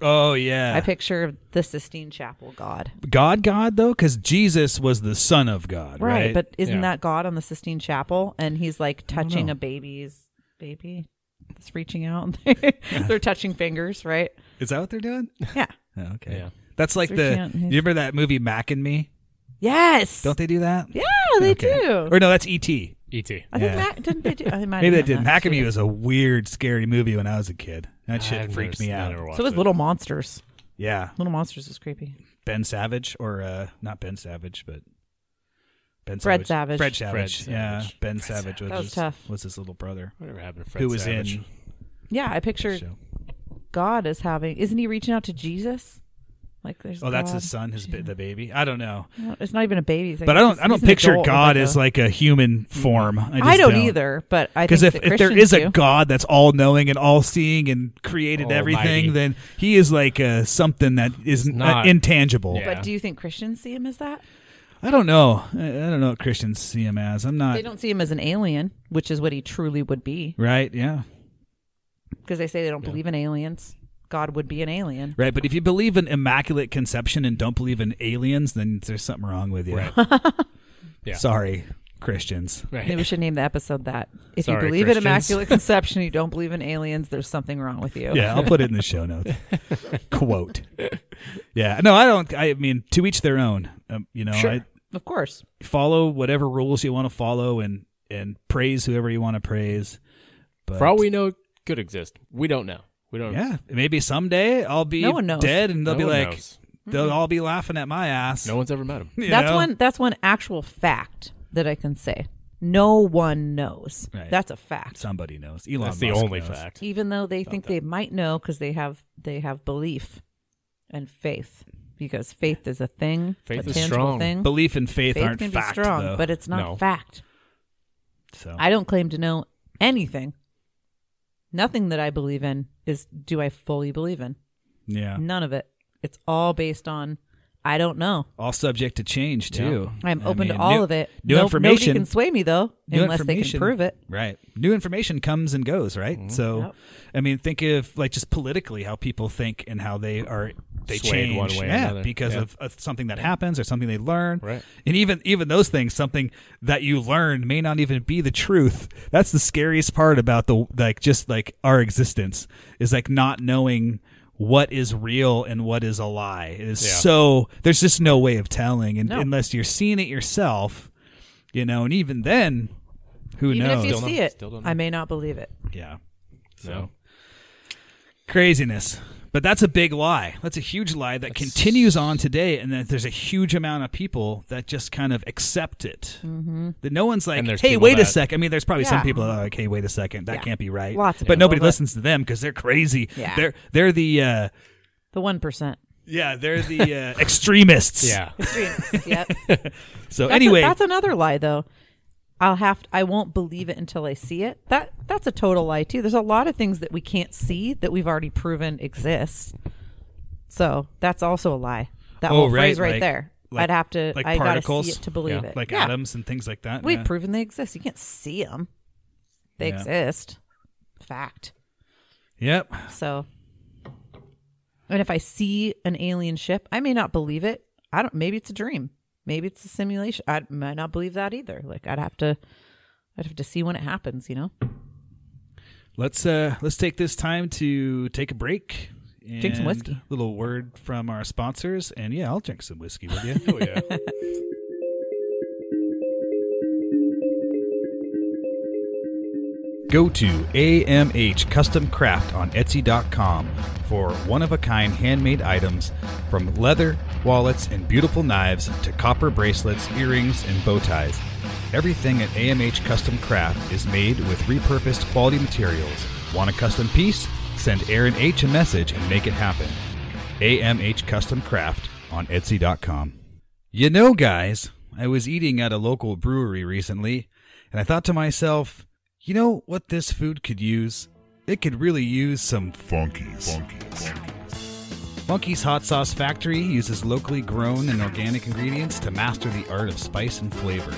Speaker 1: Oh yeah.
Speaker 2: I picture the Sistine Chapel God.
Speaker 1: God, God though, because Jesus was the Son of God, right?
Speaker 2: Right, but isn't
Speaker 3: Yeah.
Speaker 2: that God on the Sistine Chapel? And he's like touching
Speaker 1: know.
Speaker 2: a baby's baby that's reaching out. and (laughs) They're touching fingers, right?
Speaker 1: is that what they're doing?
Speaker 2: Yeah.
Speaker 1: Oh, okay.
Speaker 3: Yeah.
Speaker 1: That's like
Speaker 2: They're
Speaker 1: the. You
Speaker 2: chanting.
Speaker 1: remember that movie Mac and Me?
Speaker 2: Yes.
Speaker 1: Don't they do that?
Speaker 2: yeah, they
Speaker 1: Okay.
Speaker 2: do.
Speaker 1: Or no, that's E.T.
Speaker 3: E.T.
Speaker 2: I think
Speaker 1: Yeah.
Speaker 2: Mac didn't they do? I
Speaker 1: (laughs)
Speaker 2: might
Speaker 1: Maybe they
Speaker 2: have
Speaker 1: did.
Speaker 2: done
Speaker 1: Mac and Me
Speaker 2: too.
Speaker 1: was a weird, scary movie when I was a kid. That shit
Speaker 3: I've
Speaker 1: freaked
Speaker 3: never-
Speaker 1: me
Speaker 3: I
Speaker 1: out.
Speaker 3: never watched
Speaker 2: So was
Speaker 3: it.
Speaker 2: Little Monsters.
Speaker 1: Yeah,
Speaker 2: Little Monsters was creepy.
Speaker 1: Ben Savage or uh, not Ben Savage, but Ben
Speaker 2: Fred
Speaker 1: Savage.
Speaker 2: Savage.
Speaker 1: Fred Savage.
Speaker 3: Fred
Speaker 1: yeah,
Speaker 3: Savage.
Speaker 1: Ben Savage was,
Speaker 2: That was
Speaker 1: his,
Speaker 2: tough.
Speaker 1: was his little brother
Speaker 3: Whatever happened to Fred
Speaker 1: who was
Speaker 3: Savage?
Speaker 1: in
Speaker 2: Yeah, I
Speaker 1: the
Speaker 2: picture
Speaker 1: show.
Speaker 2: God as having. Isn't he reaching out to Jesus? Like there's.
Speaker 1: Oh, that's
Speaker 2: God.
Speaker 1: his son, his bi- the baby. I don't know,
Speaker 2: No, It's not even a baby thing.
Speaker 1: but I
Speaker 2: It's
Speaker 1: don't.
Speaker 2: just-
Speaker 1: I don't
Speaker 2: he's an
Speaker 1: picture
Speaker 2: adult with,
Speaker 1: God
Speaker 2: a-
Speaker 1: as like a human form. I, just
Speaker 2: I don't, either, but I
Speaker 1: Because
Speaker 2: think
Speaker 1: if,
Speaker 2: that
Speaker 1: if there is
Speaker 2: Christians
Speaker 1: a
Speaker 2: do.
Speaker 1: God that's all knowing and all seeing and created
Speaker 3: Almighty.
Speaker 1: everything, then he is like uh, something that is n-
Speaker 3: not-
Speaker 1: intangible.
Speaker 3: Yeah.
Speaker 2: But do you think Christians see him as that?
Speaker 1: I don't know. I, I don't know what Christians see him as. I'm not
Speaker 2: They don't see him as an alien, which is what he truly would be,
Speaker 1: right. Yeah,
Speaker 2: because they say they don't believe in aliens. God would be an alien.
Speaker 1: right. But if you believe in immaculate conception and don't believe in aliens, then there's something wrong with you. (laughs)
Speaker 3: Yeah.
Speaker 1: Sorry, Christians.
Speaker 2: Maybe we
Speaker 3: (laughs) Right.
Speaker 2: should name the episode that. If
Speaker 3: Sorry,
Speaker 2: you believe
Speaker 3: Christians.
Speaker 2: in immaculate conception, you don't believe in aliens. There's something wrong with you.
Speaker 1: Yeah, I'll put it in the show
Speaker 3: (laughs)
Speaker 1: notes. Quote. Yeah. No, I don't. I mean, to each their own. Um, you know,
Speaker 3: Sure.
Speaker 1: I,
Speaker 2: Of course.
Speaker 1: follow whatever rules you want to follow and and praise whoever you want to praise. But
Speaker 3: For all we know, could exist. We don't know. We don't.
Speaker 1: yeah, maybe someday I'll be
Speaker 2: No one knows.
Speaker 1: dead and they'll
Speaker 3: No
Speaker 1: be
Speaker 3: one
Speaker 1: like
Speaker 3: knows.
Speaker 1: they'll all be laughing at my ass.
Speaker 3: No one's ever met him.
Speaker 1: (laughs) You
Speaker 2: that's
Speaker 1: know?
Speaker 2: one that's one actual fact that I can say. No one knows.
Speaker 1: Right.
Speaker 2: That's a fact.
Speaker 1: Somebody knows. Elon.
Speaker 3: That's the
Speaker 1: Musk
Speaker 3: only
Speaker 1: knows.
Speaker 3: fact.
Speaker 2: Even though they think they might know because they have they have belief and faith. Because faith is a thing,
Speaker 3: Faith
Speaker 2: a
Speaker 3: is
Speaker 2: tangible
Speaker 3: strong.
Speaker 2: thing.
Speaker 1: Belief and faith,
Speaker 2: Hmm? faith
Speaker 1: aren't
Speaker 2: can
Speaker 1: fact,
Speaker 2: be strong,
Speaker 1: though.
Speaker 2: but it's not
Speaker 3: No.
Speaker 2: fact.
Speaker 1: so
Speaker 2: I don't claim to know anything. Nothing that I believe in is do I fully believe in?
Speaker 1: yeah,
Speaker 2: None of it. It's all based on I don't know.
Speaker 1: all subject to change too.
Speaker 2: I'm
Speaker 1: I
Speaker 2: open to
Speaker 1: mean,
Speaker 2: all
Speaker 1: new-
Speaker 2: of it.
Speaker 1: New
Speaker 2: No-
Speaker 1: information
Speaker 2: Nobody can sway me though,
Speaker 1: new
Speaker 2: unless they can
Speaker 1: information-
Speaker 2: prove it.
Speaker 1: Right. New information comes and goes, right?
Speaker 3: Mm-hmm.
Speaker 1: So
Speaker 2: Yep.
Speaker 1: I mean, think of like just politically how people think and how they are they
Speaker 3: Swayed
Speaker 1: change
Speaker 3: one way or
Speaker 1: yeah,
Speaker 3: another.
Speaker 1: because
Speaker 3: Yeah.
Speaker 1: of uh, something that happens or something they learn.
Speaker 3: Right.
Speaker 1: And even even those things, something that you learn may not even be the truth. That's the scariest part about the like just like our existence is like not knowing what is real and what is a lie. It is
Speaker 3: Yeah.
Speaker 1: so there's just no way of telling, and
Speaker 2: No.
Speaker 1: unless you're seeing it yourself, you know. And even then, who
Speaker 2: Even
Speaker 1: knows?
Speaker 2: if you
Speaker 3: Still don't-
Speaker 2: see
Speaker 3: still
Speaker 2: it,
Speaker 3: don't know.
Speaker 2: I may not believe it.
Speaker 1: yeah,
Speaker 3: No.
Speaker 1: craziness. But that's a big lie. That's a huge lie that continues on today, and that there's a huge amount of people that just kind of accept it. Mm-hmm. That no one's like,
Speaker 3: And there's
Speaker 1: "Hey,
Speaker 3: people
Speaker 1: wait a
Speaker 3: that-
Speaker 1: sec. I mean, there's probably some
Speaker 2: Yeah.
Speaker 1: people that are like, "Hey, wait a second, that
Speaker 2: Yeah.
Speaker 1: can't be right."
Speaker 2: Lots of
Speaker 1: but
Speaker 2: people,
Speaker 1: nobody
Speaker 2: but-
Speaker 1: listens to them because they're crazy.
Speaker 2: Yeah.
Speaker 1: They're they're the uh,
Speaker 2: The one percent.
Speaker 1: yeah they're the
Speaker 2: (laughs)
Speaker 1: uh, extremists. (laughs)
Speaker 3: Yeah.
Speaker 2: yep.
Speaker 1: So
Speaker 2: That's
Speaker 1: (laughs)
Speaker 2: a-
Speaker 1: anyway,
Speaker 2: that's another lie though. I'll have I won't believe it until I see it. That that's a total lie too. There's a lot of things that we can't see that we've already proven exist. So that's also a lie. That
Speaker 1: Oh,
Speaker 2: whole
Speaker 1: right,
Speaker 2: phrase right
Speaker 1: like-
Speaker 2: there.
Speaker 1: like-
Speaker 2: I'd have to
Speaker 1: like
Speaker 2: I
Speaker 1: particles?
Speaker 2: gotta see it to believe
Speaker 3: Yeah,
Speaker 2: it.
Speaker 1: like
Speaker 2: Yeah.
Speaker 1: atoms and things like that.
Speaker 2: We've
Speaker 1: yeah.
Speaker 2: proven they exist. You can't see them. They
Speaker 1: Yeah.
Speaker 2: exist. Fact.
Speaker 1: Yep.
Speaker 2: So, and if I see an alien ship, I may not believe it. I don't. Maybe it's a dream. Maybe it's a simulation. I might not believe that either. Like I'd have to, I'd have to see when it happens. You know,
Speaker 1: Let's uh let's take this time to take a break. And
Speaker 2: Drink some whiskey.
Speaker 1: A little word from our sponsors, and yeah, I'll drink some whiskey with you.
Speaker 3: (laughs) Oh, yeah.
Speaker 1: Go to AMH Custom Craft on Etsy.com for one of a kind handmade items from leather, wallets, and beautiful knives to copper bracelets, earrings, and bow ties. Everything at AMH Custom Craft is made with repurposed quality materials. Want a custom piece? Send Aaron H a message and make it happen. AMH Custom Craft on Etsy.com. You know, guys, I was eating at a local brewery recently, and I thought to myself, you know what this food could use? It could really use some funkies. Funky's Hot Sauce Factory uses locally grown and organic ingredients to master the art of spice and flavor.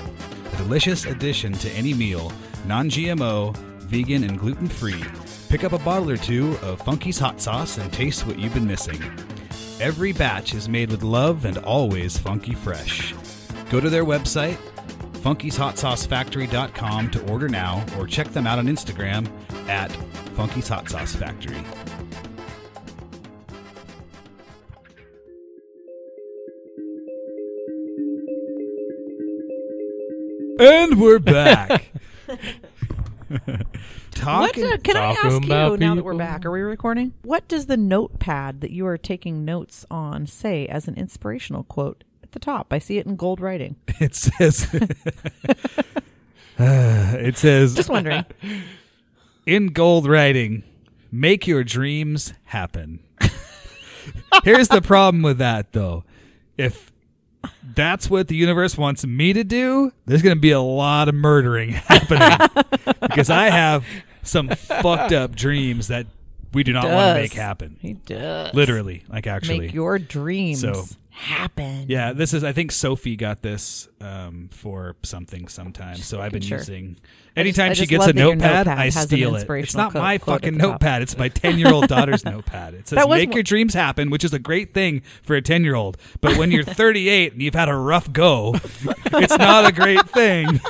Speaker 1: A delicious addition to any meal, non GMO, vegan, and gluten free. Pick up a bottle or two of Funky's Hot Sauce and taste what you've been missing. Every batch is made with love and always funky fresh. Go to their website, funkieshotsaucefactory.com, to order now or check them out on Instagram at Funky's Hot Sauce Factory. And we're
Speaker 2: (laughs)
Speaker 1: back.
Speaker 2: what
Speaker 1: Talking
Speaker 2: uh, can I
Speaker 3: Talking
Speaker 2: ask you
Speaker 3: about
Speaker 2: now that we're
Speaker 3: people.
Speaker 2: back? Are we recording? What does the notepad that you are taking notes on say as an inspirational quote at the top? I see it in gold writing.
Speaker 1: (laughs) It says. it says (laughs)
Speaker 2: Just wondering.
Speaker 1: in gold writing, make your dreams happen. (laughs) Here's the problem with that though. If that's what the universe wants me to do, there's going to be a lot of murdering (laughs) happening because I have some fucked up dreams that we do not want
Speaker 2: Does.
Speaker 1: to make happen.
Speaker 2: he does
Speaker 1: Literally, like actually.
Speaker 2: make your dreams
Speaker 1: So-
Speaker 2: happen.
Speaker 1: Yeah, this is. I think Sophie got this um, for something sometime. So I've been
Speaker 2: Sure.
Speaker 1: using. Anytime
Speaker 2: I
Speaker 1: she
Speaker 2: just
Speaker 1: gets
Speaker 2: love
Speaker 1: a
Speaker 2: that your
Speaker 1: notepad,
Speaker 2: notepad
Speaker 1: I
Speaker 2: has an
Speaker 1: steal it. It's
Speaker 2: inspirational
Speaker 1: not
Speaker 2: quote-
Speaker 1: my
Speaker 2: quote at
Speaker 1: fucking
Speaker 2: the top.
Speaker 1: notepad. It's
Speaker 2: (laughs)
Speaker 1: my ten-year-old daughter's notepad. It says
Speaker 2: That was
Speaker 1: "Make
Speaker 2: wh-
Speaker 1: your dreams happen," which is a great thing for a ten-year-old. But when
Speaker 2: (laughs)
Speaker 1: you're 38 and you've had a rough go, it's not a great thing (laughs)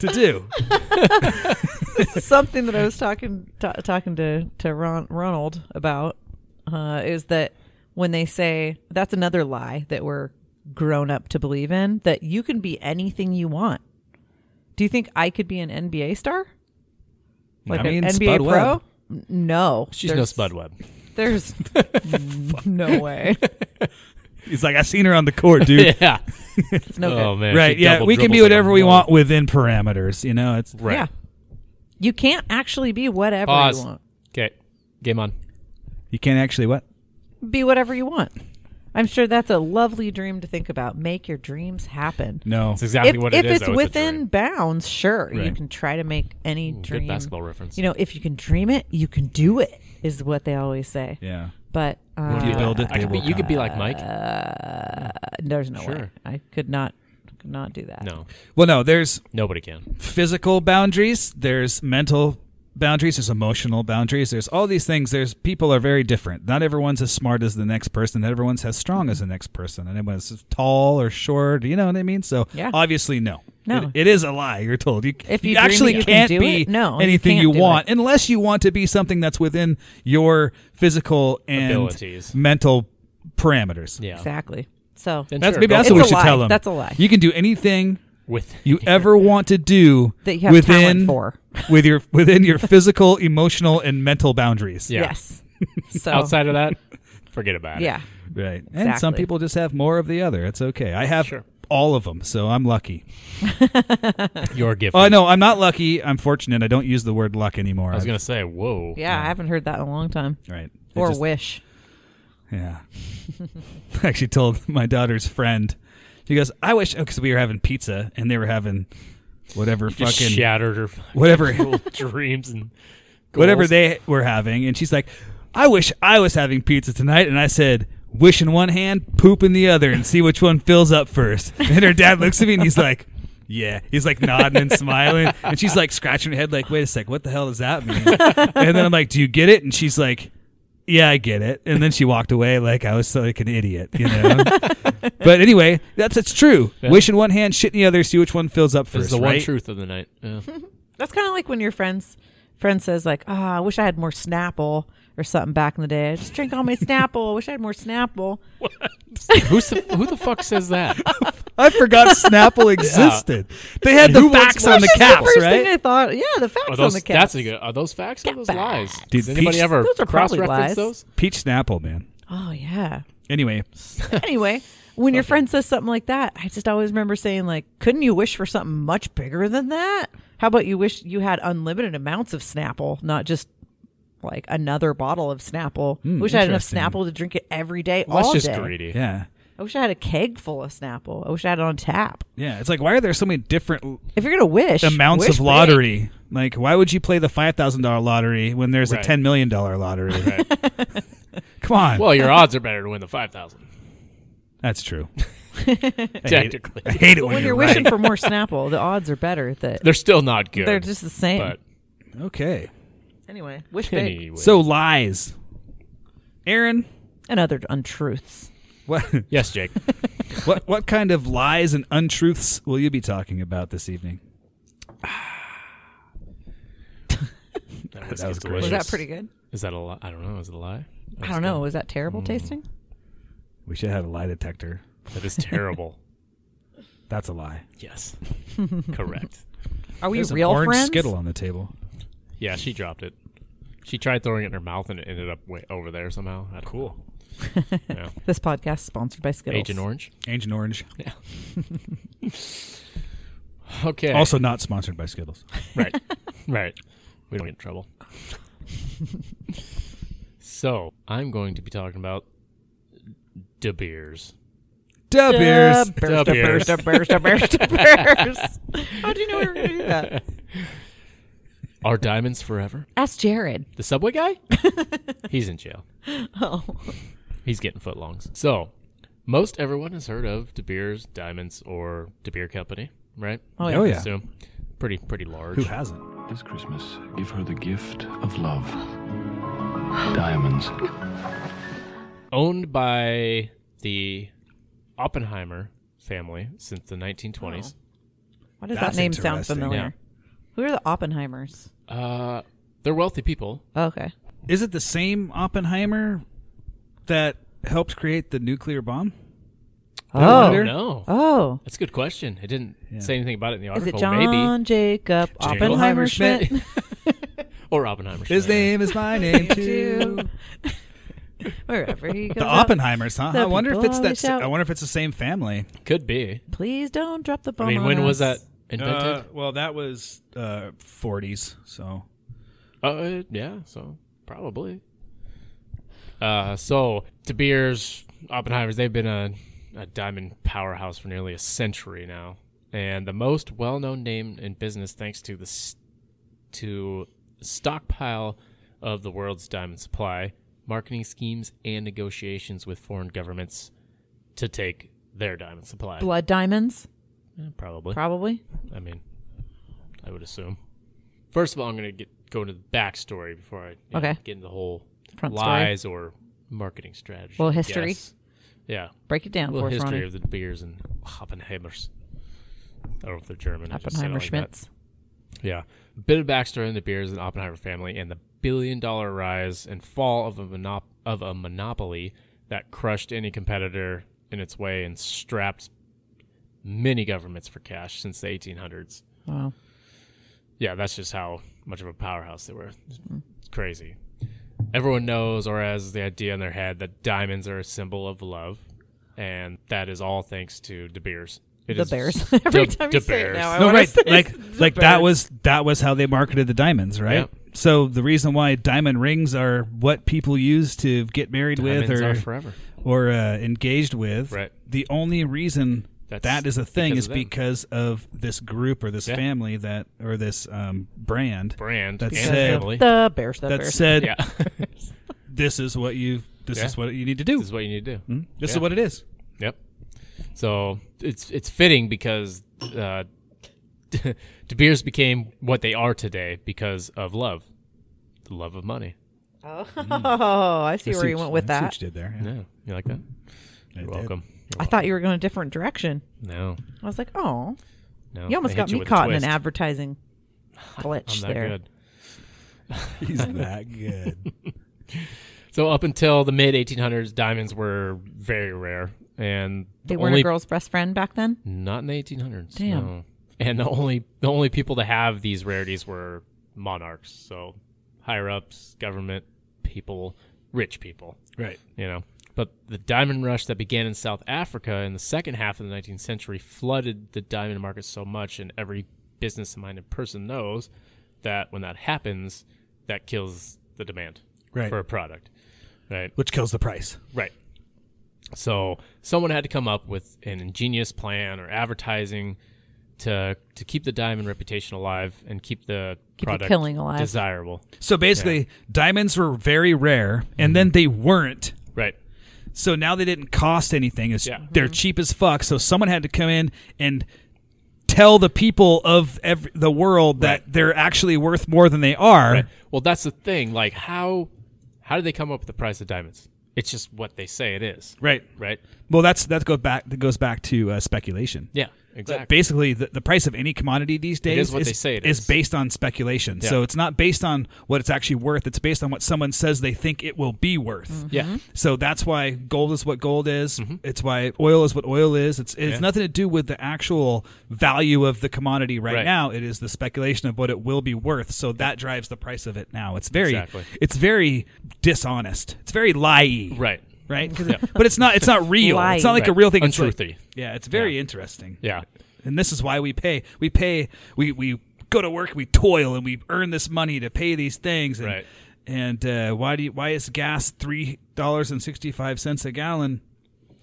Speaker 1: to do.
Speaker 2: (laughs) something that I was talking ta talking to to Ron, Ronald about uh, is that when they say that's another lie that we're grown up to believe in that you can be anything you want. Do you think I could be an NBA star? Like
Speaker 1: I
Speaker 2: an
Speaker 1: mean,
Speaker 2: NBA
Speaker 1: Spud
Speaker 2: pro?
Speaker 1: Webb.
Speaker 2: N- No,
Speaker 3: She's no
Speaker 2: There's-
Speaker 3: Spud Webb.
Speaker 1: (laughs)
Speaker 2: There's
Speaker 3: (laughs)
Speaker 2: no way.
Speaker 1: He's like, I seen her on the court, dude.
Speaker 3: Yeah.
Speaker 2: It's no
Speaker 3: Oh,
Speaker 2: good.
Speaker 3: man.
Speaker 1: Right?
Speaker 3: She
Speaker 1: Yeah,
Speaker 3: double
Speaker 1: we can be
Speaker 3: dribbles like a
Speaker 1: whatever we
Speaker 3: mole.
Speaker 1: want within parameters. You know, it's
Speaker 3: Right.
Speaker 2: Yeah, you can't actually be whatever you
Speaker 3: Pause.
Speaker 2: want.
Speaker 3: Okay. Game on.
Speaker 1: you can't actually what.
Speaker 2: be whatever you want. I'm sure that's a lovely dream to think about. Make your dreams happen.
Speaker 1: No,
Speaker 3: That's exactly
Speaker 2: if
Speaker 3: what
Speaker 2: if
Speaker 3: it is.
Speaker 2: it's
Speaker 3: though. a
Speaker 2: within
Speaker 3: dream.
Speaker 2: bounds, sure, you
Speaker 1: Right.
Speaker 2: can try to make any dream.
Speaker 3: good basketball reference.
Speaker 2: You know, if you can dream it, you can do it. Is what they always say.
Speaker 1: yeah.
Speaker 2: But uh,
Speaker 1: If you build it,
Speaker 3: I
Speaker 1: they
Speaker 3: could be,
Speaker 1: will
Speaker 3: you could
Speaker 1: come.
Speaker 3: be like Mike.
Speaker 1: Uh,
Speaker 2: there's no way
Speaker 3: Sure.
Speaker 2: I could not could not do that.
Speaker 3: No,
Speaker 1: Well, no, there's
Speaker 3: nobody can.
Speaker 1: physical boundaries, there's mental boundaries, there's emotional boundaries, there's all these things. There's people are very different. Not everyone's as smart as the next person, not everyone's as strong as the next person, and everyone's as tall or short, you know what I mean? So
Speaker 2: Yeah.
Speaker 1: obviously no.
Speaker 2: No.
Speaker 1: It- it is a lie. You're told you,
Speaker 2: If
Speaker 1: you,
Speaker 2: you dream it,
Speaker 1: actually
Speaker 2: you can
Speaker 1: can't
Speaker 2: do
Speaker 1: be
Speaker 2: it? No, you
Speaker 1: anything
Speaker 2: can't
Speaker 1: you
Speaker 2: do
Speaker 1: want unless you want to be something that's within your physical and
Speaker 3: Abilities.
Speaker 1: mental parameters.
Speaker 3: Yeah.
Speaker 2: Exactly. So
Speaker 3: Then
Speaker 1: That's
Speaker 3: sure,
Speaker 1: maybe
Speaker 3: go
Speaker 1: that's
Speaker 2: It's
Speaker 1: what
Speaker 2: a
Speaker 1: we should
Speaker 2: lie.
Speaker 1: tell them.
Speaker 2: That's a lie.
Speaker 1: You can do anything
Speaker 3: with
Speaker 1: you ever want to do
Speaker 2: That you have
Speaker 1: within
Speaker 2: talent for.
Speaker 1: (laughs) with your within your physical, emotional, and mental boundaries.
Speaker 3: yeah. (laughs)
Speaker 2: yes. So
Speaker 3: (laughs) Outside
Speaker 1: (laughs)
Speaker 3: of that, forget about it.
Speaker 2: yeah.
Speaker 1: Right. And some
Speaker 2: Exactly.
Speaker 1: people just have more of the other. It's okay. I have
Speaker 3: Sure.
Speaker 1: all of them, so I'm lucky.
Speaker 3: Yeah. Your gift.
Speaker 1: Oh no, I'm not lucky. I'm fortunate. I don't use the word luck anymore.
Speaker 3: I was gonna say, whoa.
Speaker 2: Yeah, I haven't heard that in a long time.
Speaker 1: Right. It
Speaker 2: Or
Speaker 1: just-
Speaker 2: wish.
Speaker 1: Yeah. (laughs) I actually told my daughter's friend. She goes, "I wish because we were having pizza and they were having whatever
Speaker 3: Just
Speaker 1: fucking
Speaker 3: shattered her fucking
Speaker 1: whatever
Speaker 3: little (laughs) dreams and
Speaker 1: whatever
Speaker 3: goals.
Speaker 1: they were having." And she's like, "I wish I was having pizza tonight." And I said, "Wish in one hand, poop in the other, and see which one fills up first. (laughs) And her dad looks at me and he's like. Yeah, he's like nodding and smiling, and she's like scratching her head, like, "Wait a sec, what the hell does that
Speaker 3: (laughs)
Speaker 1: mean?" And then I'm like, "Do you get it?" And she's like, yeah, I get it. And then she walked away like I was like an idiot, you
Speaker 3: (laughs)
Speaker 1: know. but anyway, that's it's true.
Speaker 3: Yeah.
Speaker 1: Wish in one hand, shit in the other. See which one fills up
Speaker 3: This
Speaker 1: first.
Speaker 3: is the one
Speaker 1: right?
Speaker 3: truth of the night. (laughs) Yeah.
Speaker 2: That's kind of like when your friends friend says like, "Ah, I wish I had more Snapple or something back in the day. I just drink all
Speaker 1: (laughs)
Speaker 2: my Snapple. I wish I had more Snapple."
Speaker 3: Who's the, who the fuck says (laughs) that?
Speaker 1: I
Speaker 2: (laughs)
Speaker 1: forgot Snapple existed. They had the
Speaker 3: Who wants
Speaker 1: facts on the
Speaker 3: Snapple?
Speaker 1: caps,
Speaker 2: First thing
Speaker 1: right? Oh,
Speaker 2: I thought, yeah, the facts
Speaker 3: Are those,
Speaker 2: on the
Speaker 3: that's
Speaker 2: caps.
Speaker 3: a good, are those facts or are those
Speaker 2: facts.
Speaker 3: lies?
Speaker 1: Dude,
Speaker 3: Does anybody
Speaker 1: peach-
Speaker 3: ever
Speaker 2: Those are probably
Speaker 3: cross-reference
Speaker 2: lies.
Speaker 3: those?
Speaker 1: Peach Snapple, man.
Speaker 2: Oh yeah.
Speaker 1: Anyway,
Speaker 2: anyway, when your friend says something like that, I just always remember saying like, "Couldn't you wish for something much bigger than that? How about you wish you had unlimited amounts of Snapple, not just like another bottle of Snapple? wish I had enough
Speaker 1: Hmm, interesting.
Speaker 2: Snapple to drink it every day,
Speaker 3: Well, That's
Speaker 2: all
Speaker 3: just
Speaker 2: day.
Speaker 3: greedy.
Speaker 1: yeah,
Speaker 2: I wish I had a keg full of Snapple. I wish I had it on tap.
Speaker 1: yeah. It's like why are there so many different
Speaker 2: If you're gonna wish
Speaker 1: amounts
Speaker 2: wish
Speaker 1: of
Speaker 2: big.
Speaker 1: lottery? Like, why would you play the five thousand dollar lottery when there's a
Speaker 3: Right.
Speaker 1: ten million dollar lottery? (laughs) Come on.
Speaker 3: Well, your odds are better to win the five
Speaker 2: (laughs)
Speaker 3: thousand.
Speaker 1: that's true.
Speaker 3: Technically,
Speaker 1: I hate it when,
Speaker 2: when you're
Speaker 1: right.
Speaker 2: wishing for more Snapple, the odds are better that
Speaker 3: they're still not good.
Speaker 2: they're just the same.
Speaker 3: But
Speaker 1: Okay.
Speaker 2: anyway, wish big
Speaker 3: anyway,
Speaker 1: So lies. Aaron,
Speaker 2: and other untruths.
Speaker 1: what
Speaker 3: yes,
Speaker 2: (laughs)
Speaker 3: Jake.
Speaker 1: what what kind of lies and untruths will you be talking about this evening?
Speaker 3: That
Speaker 1: That was
Speaker 3: was
Speaker 1: great.
Speaker 2: Was
Speaker 1: Was
Speaker 2: that pretty good?
Speaker 3: Is that a lie? I don't know. Is it a lie?
Speaker 2: I don't know. Was that terrible
Speaker 1: Mm.
Speaker 2: tasting?
Speaker 1: We should have a lie detector.
Speaker 3: That is
Speaker 2: (laughs)
Speaker 3: terrible.
Speaker 1: That's a lie.
Speaker 3: yes, correct.
Speaker 2: Are we
Speaker 1: There's
Speaker 2: real
Speaker 1: an orange
Speaker 2: friends?
Speaker 1: skittle on the table.
Speaker 3: Yeah, she dropped it. She tried throwing it in her mouth and it ended up way over there somehow. I don't
Speaker 1: Cool.
Speaker 3: know. Yeah.
Speaker 2: This podcast is sponsored by Skittles.
Speaker 3: Agent Orange.
Speaker 1: Agent Orange.
Speaker 3: Okay. (laughs)
Speaker 1: Also not sponsored by (laughs) Skittles.
Speaker 3: right, right. We don't get in trouble. (laughs) so I'm going to be talking about De Beers.
Speaker 1: Da Beers.
Speaker 2: Da
Speaker 3: Da
Speaker 2: beers, da beers, da beers,
Speaker 1: (laughs)
Speaker 2: da beers. How do you know we were going to do that?
Speaker 3: Are diamonds forever?
Speaker 2: Ask Jared.
Speaker 3: The
Speaker 2: (laughs)
Speaker 3: subway guy? He's in jail.
Speaker 2: Oh,
Speaker 3: He's getting footlongs. So, most everyone has heard of De Beers, Diamonds, or De Beer Company, right?
Speaker 2: oh yeah.
Speaker 1: Oh
Speaker 3: I
Speaker 1: yeah.
Speaker 3: assume. Pretty, pretty large.
Speaker 1: Who hasn't?
Speaker 6: This Christmas, give her the gift of love. Diamonds.
Speaker 3: Owned by the Oppenheimer family since the 1920s.
Speaker 2: Why does
Speaker 1: That's
Speaker 2: that name sound
Speaker 1: interesting.
Speaker 2: familiar?
Speaker 3: Yeah.
Speaker 2: Who are the Oppenheimers?
Speaker 3: Uh, they're wealthy people.
Speaker 2: Oh, okay.
Speaker 1: Is it the same Oppenheimer that helped create the nuclear bomb?
Speaker 2: Oh.
Speaker 1: wonder.
Speaker 3: No.
Speaker 2: Oh.
Speaker 3: That's a good question. It didn't
Speaker 1: Yeah.
Speaker 3: say anything about it in the
Speaker 2: Is
Speaker 3: article.
Speaker 2: it John
Speaker 3: Maybe.
Speaker 2: Jacob Oppenheimer Schmidt?
Speaker 3: or Oppenheimer.
Speaker 1: His
Speaker 3: Schmidt.
Speaker 1: name is my name too.
Speaker 2: Wherever he
Speaker 1: (laughs)
Speaker 2: goes.
Speaker 1: The
Speaker 2: out.
Speaker 1: Oppenheimers, huh?
Speaker 2: The
Speaker 1: I wonder if
Speaker 2: people
Speaker 1: it's that.
Speaker 2: always
Speaker 1: s-
Speaker 2: shout.
Speaker 1: I wonder if it's the same family.
Speaker 3: Could be.
Speaker 2: Please don't drop the
Speaker 3: I
Speaker 2: bomb.
Speaker 3: mean,
Speaker 2: on
Speaker 3: when was that
Speaker 2: us.
Speaker 3: invented?
Speaker 1: Uh, well, that was uh, 40s. So
Speaker 3: Uh, yeah, so probably. Uh, so De Beers, Oppenheimer's, they've been a, a diamond powerhouse for nearly a century now, and the most well-known name in business thanks to the s- to stockpile of the world's diamond supply, marketing schemes, and negotiations with foreign governments to take their diamond supply.
Speaker 2: Blood diamonds,
Speaker 3: Eh, Probably.
Speaker 2: probably.
Speaker 3: I mean, I would assume. First of all, I'm going to get go into the backstory before I you know,
Speaker 2: Okay.
Speaker 3: get into the whole
Speaker 2: Front story.
Speaker 3: lies or marketing strategy.
Speaker 2: Little
Speaker 3: I
Speaker 2: history.
Speaker 3: guess. Yeah,
Speaker 2: Break it down for
Speaker 3: little
Speaker 2: us,
Speaker 3: history
Speaker 2: Ronnie.
Speaker 3: of the beers and Oppenheimers. I don't know if they're German. I just said it
Speaker 2: Oppenheimer
Speaker 3: like that.
Speaker 2: Schmitz.
Speaker 3: Yeah. A bit of backstory on the Beers and Oppenheimer family and the billion dollar rise and fall of a, monop- of a monopoly that crushed any competitor in its way and strapped many governments for cash since the 1800s.
Speaker 2: Wow.
Speaker 3: Yeah, that's just how much of a powerhouse they were. It's
Speaker 2: Hmm.
Speaker 3: crazy. Everyone knows or has the idea in their head that diamonds are a symbol of love, and that is all thanks to De Beers. It
Speaker 2: The
Speaker 3: is (laughs)
Speaker 2: Bears.
Speaker 3: De-
Speaker 2: Every time you
Speaker 3: De
Speaker 2: say it now, I
Speaker 3: Beers.
Speaker 1: no,
Speaker 2: wanna
Speaker 1: right?
Speaker 2: say
Speaker 1: Like,
Speaker 2: the
Speaker 1: like that
Speaker 2: Bears.
Speaker 1: was that was how they marketed the diamonds, right? So the reason why diamond rings are what people use to get married
Speaker 3: Diamonds
Speaker 1: with
Speaker 3: are
Speaker 1: or
Speaker 3: forever.
Speaker 1: or uh, engaged with.
Speaker 3: Right.
Speaker 1: The only reason
Speaker 3: That's
Speaker 1: that is a thing
Speaker 3: because
Speaker 1: is
Speaker 3: of them.
Speaker 1: because of this group or this
Speaker 3: Yeah.
Speaker 1: family that or this um, brand
Speaker 3: Brand
Speaker 1: That's
Speaker 3: and
Speaker 1: sad.
Speaker 3: family.
Speaker 2: The Bears. The
Speaker 1: that
Speaker 2: (laughs) Bears.
Speaker 1: said,
Speaker 3: Yeah. this
Speaker 1: "This is what you this
Speaker 3: Yeah.
Speaker 1: is what you need to do.
Speaker 3: is what you need to do.
Speaker 1: This is
Speaker 3: Yeah.
Speaker 1: what it is."
Speaker 3: Yep. So it's it's fitting because uh, (laughs) De Beers became what they are today because of love, the love of money.
Speaker 2: oh, I see
Speaker 1: I
Speaker 2: where
Speaker 1: see
Speaker 2: you
Speaker 1: what
Speaker 2: went with
Speaker 1: I see
Speaker 2: that.
Speaker 1: what you did there. Yeah.
Speaker 3: Yeah, you like that?
Speaker 1: I
Speaker 3: You're
Speaker 1: did.
Speaker 3: welcome. You're
Speaker 2: I thought you were going a different direction.
Speaker 3: No,
Speaker 2: I was like, oh,
Speaker 3: no.
Speaker 2: you almost
Speaker 3: they hit
Speaker 2: got me
Speaker 3: with a
Speaker 2: caught in an
Speaker 3: twist.
Speaker 2: advertising glitch
Speaker 3: (laughs) I'm that
Speaker 2: there.
Speaker 3: good.
Speaker 1: (laughs) He's that
Speaker 3: (laughs)
Speaker 1: good.
Speaker 3: So up until the mid 1800s, diamonds were very rare, and
Speaker 2: They
Speaker 3: the
Speaker 2: weren't
Speaker 3: only
Speaker 2: a girl's best friend back then.
Speaker 3: Not in the 1800s.
Speaker 2: Damn.
Speaker 3: no. And the only the only people to have these rarities were monarchs, so higher ups, government people, rich people,
Speaker 1: right.
Speaker 3: you know. But the diamond rush that began in South Africa in the second half of the 19th century flooded the diamond market so much, and every business-minded person knows that when that happens, that kills the demand
Speaker 1: Right.
Speaker 3: for a product, right?
Speaker 1: Which kills the price.
Speaker 3: Right. So someone had to come up with an ingenious plan or advertising to to keep the diamond reputation alive and keep the
Speaker 2: Keep the
Speaker 3: product
Speaker 2: killing alive.
Speaker 3: desirable.
Speaker 1: So basically, diamonds were very rare, and
Speaker 3: Mm-hmm.
Speaker 1: then they weren't.
Speaker 3: Right.
Speaker 1: So now they didn't cost anything. It's,
Speaker 3: Yeah. Mm-hmm.
Speaker 1: They're cheap as fuck. So someone had to come in and tell the people of ev the world that they're actually worth more than they are.
Speaker 3: Right. Well, that's the thing. Like how how did they come up with the price of diamonds? It's just what they say it is.
Speaker 1: Right.
Speaker 3: Right.
Speaker 1: Well, that's that go back that goes back to uh, speculation.
Speaker 3: Yeah. Exactly.
Speaker 1: Basically, the, the price of any commodity these days
Speaker 3: is what they say it
Speaker 1: is
Speaker 3: is.
Speaker 1: based on speculation.
Speaker 3: Yeah.
Speaker 1: So it's not based on what it's actually worth. It's based on what someone says they think it will be worth.
Speaker 2: Mm-hmm.
Speaker 3: Yeah.
Speaker 1: So that's why gold is what gold is. It's why oil is what oil is. It's it's
Speaker 3: Mm-hmm. Yeah.
Speaker 1: nothing to do with the actual value of the commodity right,
Speaker 3: Right.
Speaker 1: now. It is the speculation of what it will be worth. So that drives the price of it now. It's very
Speaker 3: Exactly.
Speaker 1: it's very dishonest. It's very lie
Speaker 3: Right.
Speaker 1: Right? 'Cause it- but it's not it's not real. It's not like a
Speaker 3: Right.
Speaker 1: real thing. It's like-
Speaker 3: Untruthy.
Speaker 1: yeah, it's very interesting.
Speaker 3: Yeah.
Speaker 1: And this is why we pay. We pay we we go to work, we toil and we earn this money to pay these things and
Speaker 3: Right.
Speaker 1: and uh, why do you, why is gas three dollars and sixty five cents a gallon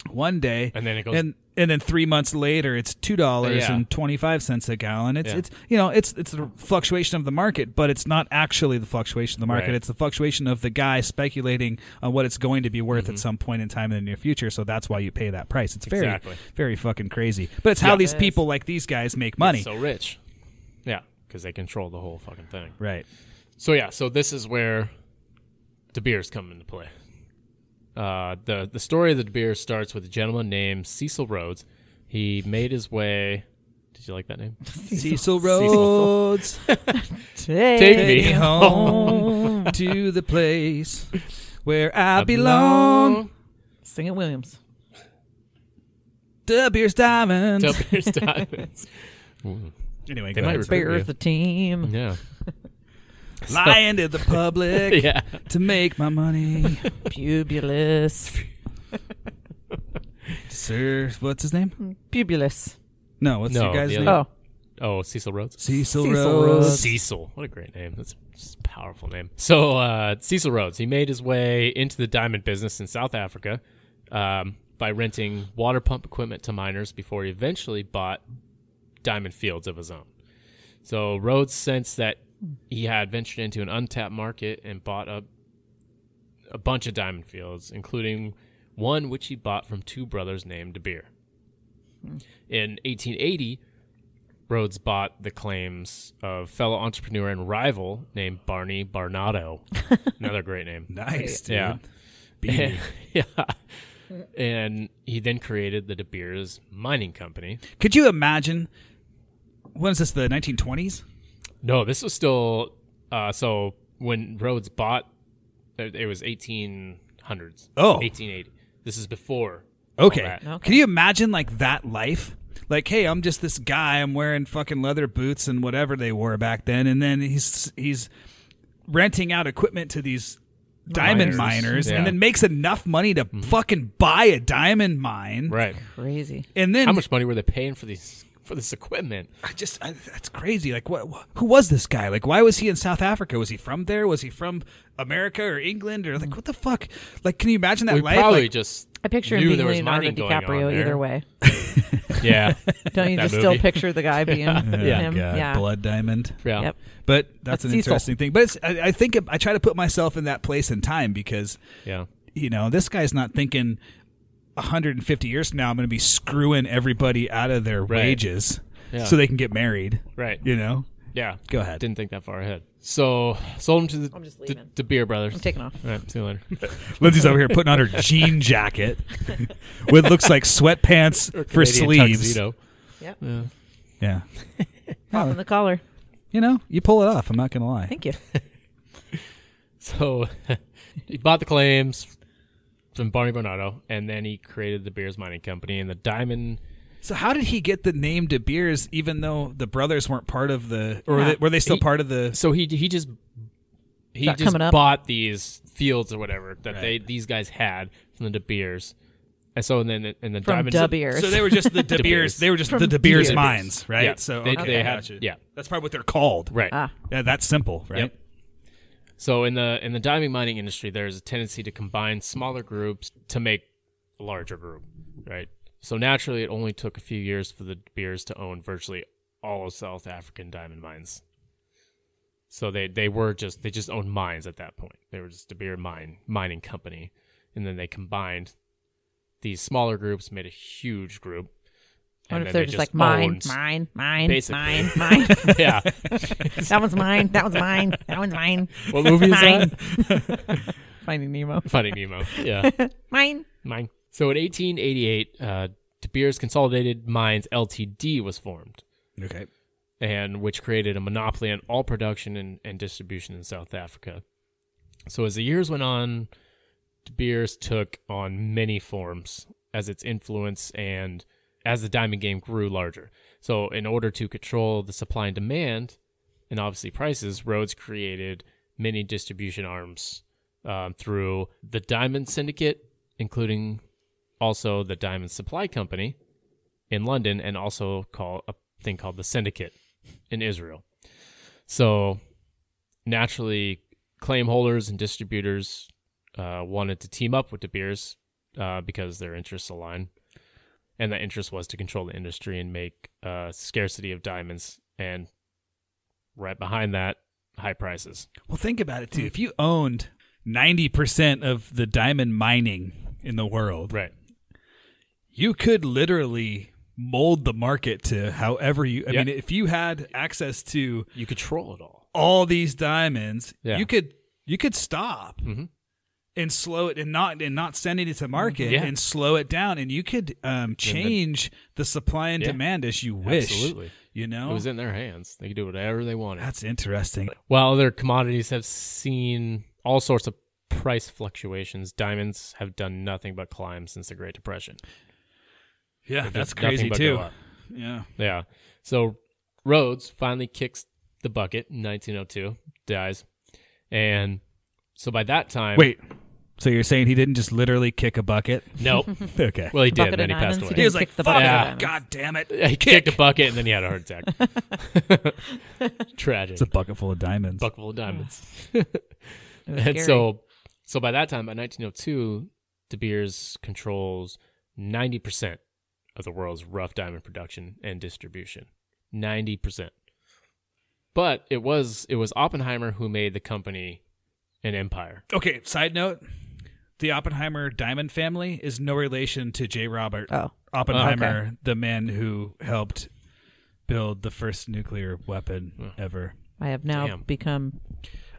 Speaker 1: one day,
Speaker 3: And then it goes-
Speaker 1: and and then three months later it's two dollars
Speaker 3: Yeah.
Speaker 1: and twenty five cents a gallon. It's
Speaker 3: Yeah.
Speaker 1: it's you know it's it's the fluctuation of the market, but it's not actually the fluctuation of the market.
Speaker 3: Right.
Speaker 1: It's the fluctuation of the guy speculating on what it's going to be worth
Speaker 3: Mm-hmm.
Speaker 1: at some point in time in the near future. So that's why you pay that price. It's very
Speaker 3: Exactly.
Speaker 1: very fucking crazy, but it's how
Speaker 3: Yeah.
Speaker 1: these people like these guys make money.
Speaker 3: So rich. Yeah. Because they control the whole fucking thing.
Speaker 1: right.
Speaker 3: So yeah, so this is where De Beers come into play. Uh, the the story of the De Beers starts with a gentleman named Cecil Rhodes. He made his way. Did you like that name?
Speaker 1: Cecil
Speaker 3: (laughs)
Speaker 1: Rhodes,
Speaker 2: Take,
Speaker 3: (laughs) Take me
Speaker 1: home to the place where I belong.
Speaker 2: Sing it, Williams.
Speaker 1: The beer's diamonds.
Speaker 3: De
Speaker 1: (laughs)
Speaker 3: Beers Diamonds.
Speaker 1: Anyway,
Speaker 3: They
Speaker 1: go
Speaker 3: might
Speaker 1: ahead.
Speaker 3: recruit
Speaker 2: Bears the team.
Speaker 3: (laughs) you. Yeah.
Speaker 1: lying to the public
Speaker 3: (laughs) Yeah.
Speaker 1: to make my money.
Speaker 3: (laughs)
Speaker 2: Pubulus.
Speaker 1: Sir, what's his name?
Speaker 2: Pubulus.
Speaker 1: No, what's
Speaker 3: No,
Speaker 1: your guy's
Speaker 3: the
Speaker 1: name?
Speaker 3: other-
Speaker 2: Oh,
Speaker 3: Oh, Cecil Rhodes.
Speaker 1: Cecil,
Speaker 2: Cecil
Speaker 1: Rhodes.
Speaker 2: Rhodes.
Speaker 3: Cecil. What a great name. That's just a powerful name. So uh, Cecil Rhodes, he made his way into the diamond business in South Africa um, by renting water pump equipment to miners before he eventually bought diamond fields of his own. So Rhodes sensed that he had ventured into an untapped market and bought up a bunch of diamond fields, including one which he bought from two brothers named De Beer. In 1880, Rhodes bought the claims of fellow entrepreneur and rival named Barney Barnado. Another great name.
Speaker 1: Nice, dude.
Speaker 3: Yeah. (laughs)
Speaker 1: Beanie.
Speaker 3: yeah. And he then created the De Beers Mining Company.
Speaker 1: Could you imagine When is this? The 1920s?
Speaker 3: No, this was still uh, so when Rhodes bought it it was 1800s.
Speaker 1: Oh.
Speaker 3: 1880. This is before. all
Speaker 1: Okay.
Speaker 3: that.
Speaker 1: Can you imagine like that life? Like, hey, I'm just this guy. I'm wearing fucking leather boots and whatever they wore back then, and then he's he's renting out equipment to these diamond miners,
Speaker 3: Miners.
Speaker 1: and
Speaker 3: Yeah. Mm-hmm.
Speaker 1: then makes enough money to fucking buy a diamond mine.
Speaker 3: Right.
Speaker 2: Crazy.
Speaker 1: And then
Speaker 3: How much money were they paying for these for this equipment?
Speaker 1: I just I, that's crazy. Like, what, wh- Who was this guy? Like, why was he in South Africa? Was he from there? Was he from America or England or like what the fuck? Like, can you imagine that
Speaker 3: We
Speaker 1: life?
Speaker 3: probably
Speaker 1: Like,
Speaker 3: just
Speaker 2: I picture
Speaker 3: knew
Speaker 2: him being
Speaker 3: there was
Speaker 2: Leonardo
Speaker 3: mining going on
Speaker 2: DiCaprio
Speaker 3: there.
Speaker 2: either way.
Speaker 3: (laughs)
Speaker 2: (laughs)
Speaker 3: Yeah.
Speaker 2: Don't you
Speaker 3: That
Speaker 2: just still
Speaker 3: movie.
Speaker 2: picture the
Speaker 3: (laughs)
Speaker 2: guy being
Speaker 3: Yeah.
Speaker 2: him?
Speaker 1: God,
Speaker 2: yeah.
Speaker 1: blood diamond.
Speaker 3: yeah.
Speaker 2: Yep.
Speaker 1: But that's,
Speaker 2: That's
Speaker 1: an
Speaker 2: Cecil.
Speaker 1: interesting thing. But it's, I, I think it, I try to put myself in that place in time because
Speaker 3: Yeah.
Speaker 1: you know this guy's not thinking 150 years from now I'm going to be screwing everybody out of their
Speaker 3: Right.
Speaker 1: wages
Speaker 3: Yeah.
Speaker 1: so they can get married.
Speaker 3: Right.
Speaker 1: You know.
Speaker 3: Yeah.
Speaker 1: Go ahead.
Speaker 3: Didn't think that far ahead. So sold him to the,
Speaker 2: I'm just
Speaker 3: the,
Speaker 2: leaving.
Speaker 3: the Beer Brothers.
Speaker 2: I'm taking off.
Speaker 3: All right. See you later.
Speaker 1: Lindsay's over here putting (laughs) on her jean jacket with looks like sweatpants (laughs) for
Speaker 3: Canadian
Speaker 1: sleeves.
Speaker 3: tuxedo.
Speaker 2: Yep.
Speaker 3: Yeah.
Speaker 1: Yeah.
Speaker 2: Popping the collar.
Speaker 1: You know, you pull it off. I'm not going to lie.
Speaker 3: (laughs)
Speaker 2: Thank you.
Speaker 3: So (laughs) he bought the claims from Barney Bernardo, and then he created the Beers Mining Company and the Diamond.
Speaker 1: So how did he get the name De Beers even though the brothers weren't part of the or
Speaker 2: Yeah.
Speaker 1: they- were they still
Speaker 3: He-
Speaker 1: part of the
Speaker 3: So he he just he
Speaker 2: Is that
Speaker 3: just
Speaker 2: coming up?
Speaker 3: bought these fields or whatever that
Speaker 1: Right.
Speaker 3: they these guys had from the De Beers, and so and then and the
Speaker 2: From
Speaker 3: Diamond
Speaker 2: Da Beers.
Speaker 1: So they were
Speaker 3: (laughs)
Speaker 1: just the De Beers.
Speaker 3: De Beers.
Speaker 1: They were just
Speaker 2: From
Speaker 1: the De Beers
Speaker 2: Beers.
Speaker 1: mines, right?
Speaker 3: Yeah.
Speaker 1: So
Speaker 3: They-
Speaker 1: okay,
Speaker 3: they
Speaker 1: I
Speaker 3: had-
Speaker 1: gotcha.
Speaker 3: yeah.
Speaker 1: that's probably what they're called.
Speaker 3: right.
Speaker 2: Ah.
Speaker 1: Yeah, that's simple, right?
Speaker 3: Yep. So in the in the diamond mining industry, there's a tendency to combine smaller groups to make a larger group, right? So naturally, it only took a few years for the De Beers to own virtually all of South African diamond mines. So they they were just they just owned mines at that point. They were just a beer mine mining company, and then they combined these smaller groups, made a huge group.
Speaker 2: I wonder
Speaker 3: and
Speaker 2: if
Speaker 3: then
Speaker 2: they're
Speaker 3: they
Speaker 2: just, like mine,
Speaker 3: owned- (laughs)
Speaker 2: mine, mine,
Speaker 3: Basically.
Speaker 2: mine,
Speaker 3: (laughs)
Speaker 2: mine.
Speaker 3: yeah.
Speaker 2: that one's mine. That one's mine. That one's mine.
Speaker 3: What movie is
Speaker 2: Mine.
Speaker 3: that?
Speaker 2: Finding Nemo.
Speaker 3: Finding Nemo. Yeah.
Speaker 2: Mine.
Speaker 3: Mine. So in 1888, uh, De Beers Consolidated Mines LTD was formed,
Speaker 1: Okay.
Speaker 3: and which created a monopoly on all production and, and distribution in South Africa. So as the years went on, De Beers took on many forms as its influence and as the diamond game grew larger. So in order to control the supply and demand, and obviously prices, Rhodes created many distribution arms um, through the Diamond Syndicate, including also the Diamond Supply Company in London, and also call a thing called the Syndicate in Israel. So naturally, claim holders and distributors uh, wanted to team up with De Beers uh, because their interests align. And that interest was to control the industry and make uh, scarcity of diamonds, and right behind that, high prices.
Speaker 1: Well, think about it
Speaker 3: Hmm.
Speaker 1: too. If you owned 90% of the diamond mining in the world,
Speaker 3: Right.
Speaker 1: you could literally mold the market to however you I
Speaker 3: Yeah.
Speaker 1: mean, if you had access to
Speaker 3: You control it all.
Speaker 1: all these diamonds,
Speaker 3: Yeah.
Speaker 1: you could you could stop
Speaker 3: Mhm.
Speaker 1: and slow it and not and not send it to market
Speaker 3: Yeah.
Speaker 1: and slow it down, and you could um, change the supply and
Speaker 3: Yeah.
Speaker 1: demand as you wish.
Speaker 3: Absolutely.
Speaker 1: you know
Speaker 3: It was in their hands. They could do whatever they wanted.
Speaker 1: that's interesting.
Speaker 3: While other commodities have seen all sorts of price fluctuations, diamonds have done nothing but climb since the Great Depression.
Speaker 1: Yeah,
Speaker 3: They've
Speaker 1: that's
Speaker 3: just nothing
Speaker 1: crazy
Speaker 3: but go
Speaker 1: too.
Speaker 3: up.
Speaker 1: Yeah,
Speaker 3: Yeah. So Rhodes finally kicks the bucket in 1902, dies. And so by that time.
Speaker 1: wait. So you're saying he didn't just literally kick a bucket? (laughs)
Speaker 3: Nope.
Speaker 1: Okay.
Speaker 2: (laughs)
Speaker 3: Well, he did,
Speaker 2: Bucket
Speaker 3: and then he
Speaker 2: of
Speaker 3: passed
Speaker 2: diamonds,
Speaker 3: away.
Speaker 2: he
Speaker 1: he was
Speaker 2: didn't
Speaker 1: like,
Speaker 2: kick the
Speaker 1: "Fuck,
Speaker 2: bucket
Speaker 3: of
Speaker 1: yeah.
Speaker 2: diamonds."
Speaker 1: god damn it!"
Speaker 3: Yeah, he kicked a bucket and then he had a heart attack. Tragic.
Speaker 2: (laughs)
Speaker 1: It's a bucket full of diamonds.
Speaker 3: bucket full of diamonds. (laughs)
Speaker 2: It was
Speaker 3: and
Speaker 2: scary.
Speaker 3: so, so by that time, by 1902, De Beers controls 90% of the world's rough diamond production and distribution. 90%. But it was it was Oppenheimer who made the company an empire.
Speaker 1: Okay. Side note: the Oppenheimer diamond family is no relation to J. Robert
Speaker 2: Oh.
Speaker 1: Oppenheimer, the man who helped build the first nuclear weapon ever.
Speaker 2: I have now
Speaker 3: Damn.
Speaker 2: become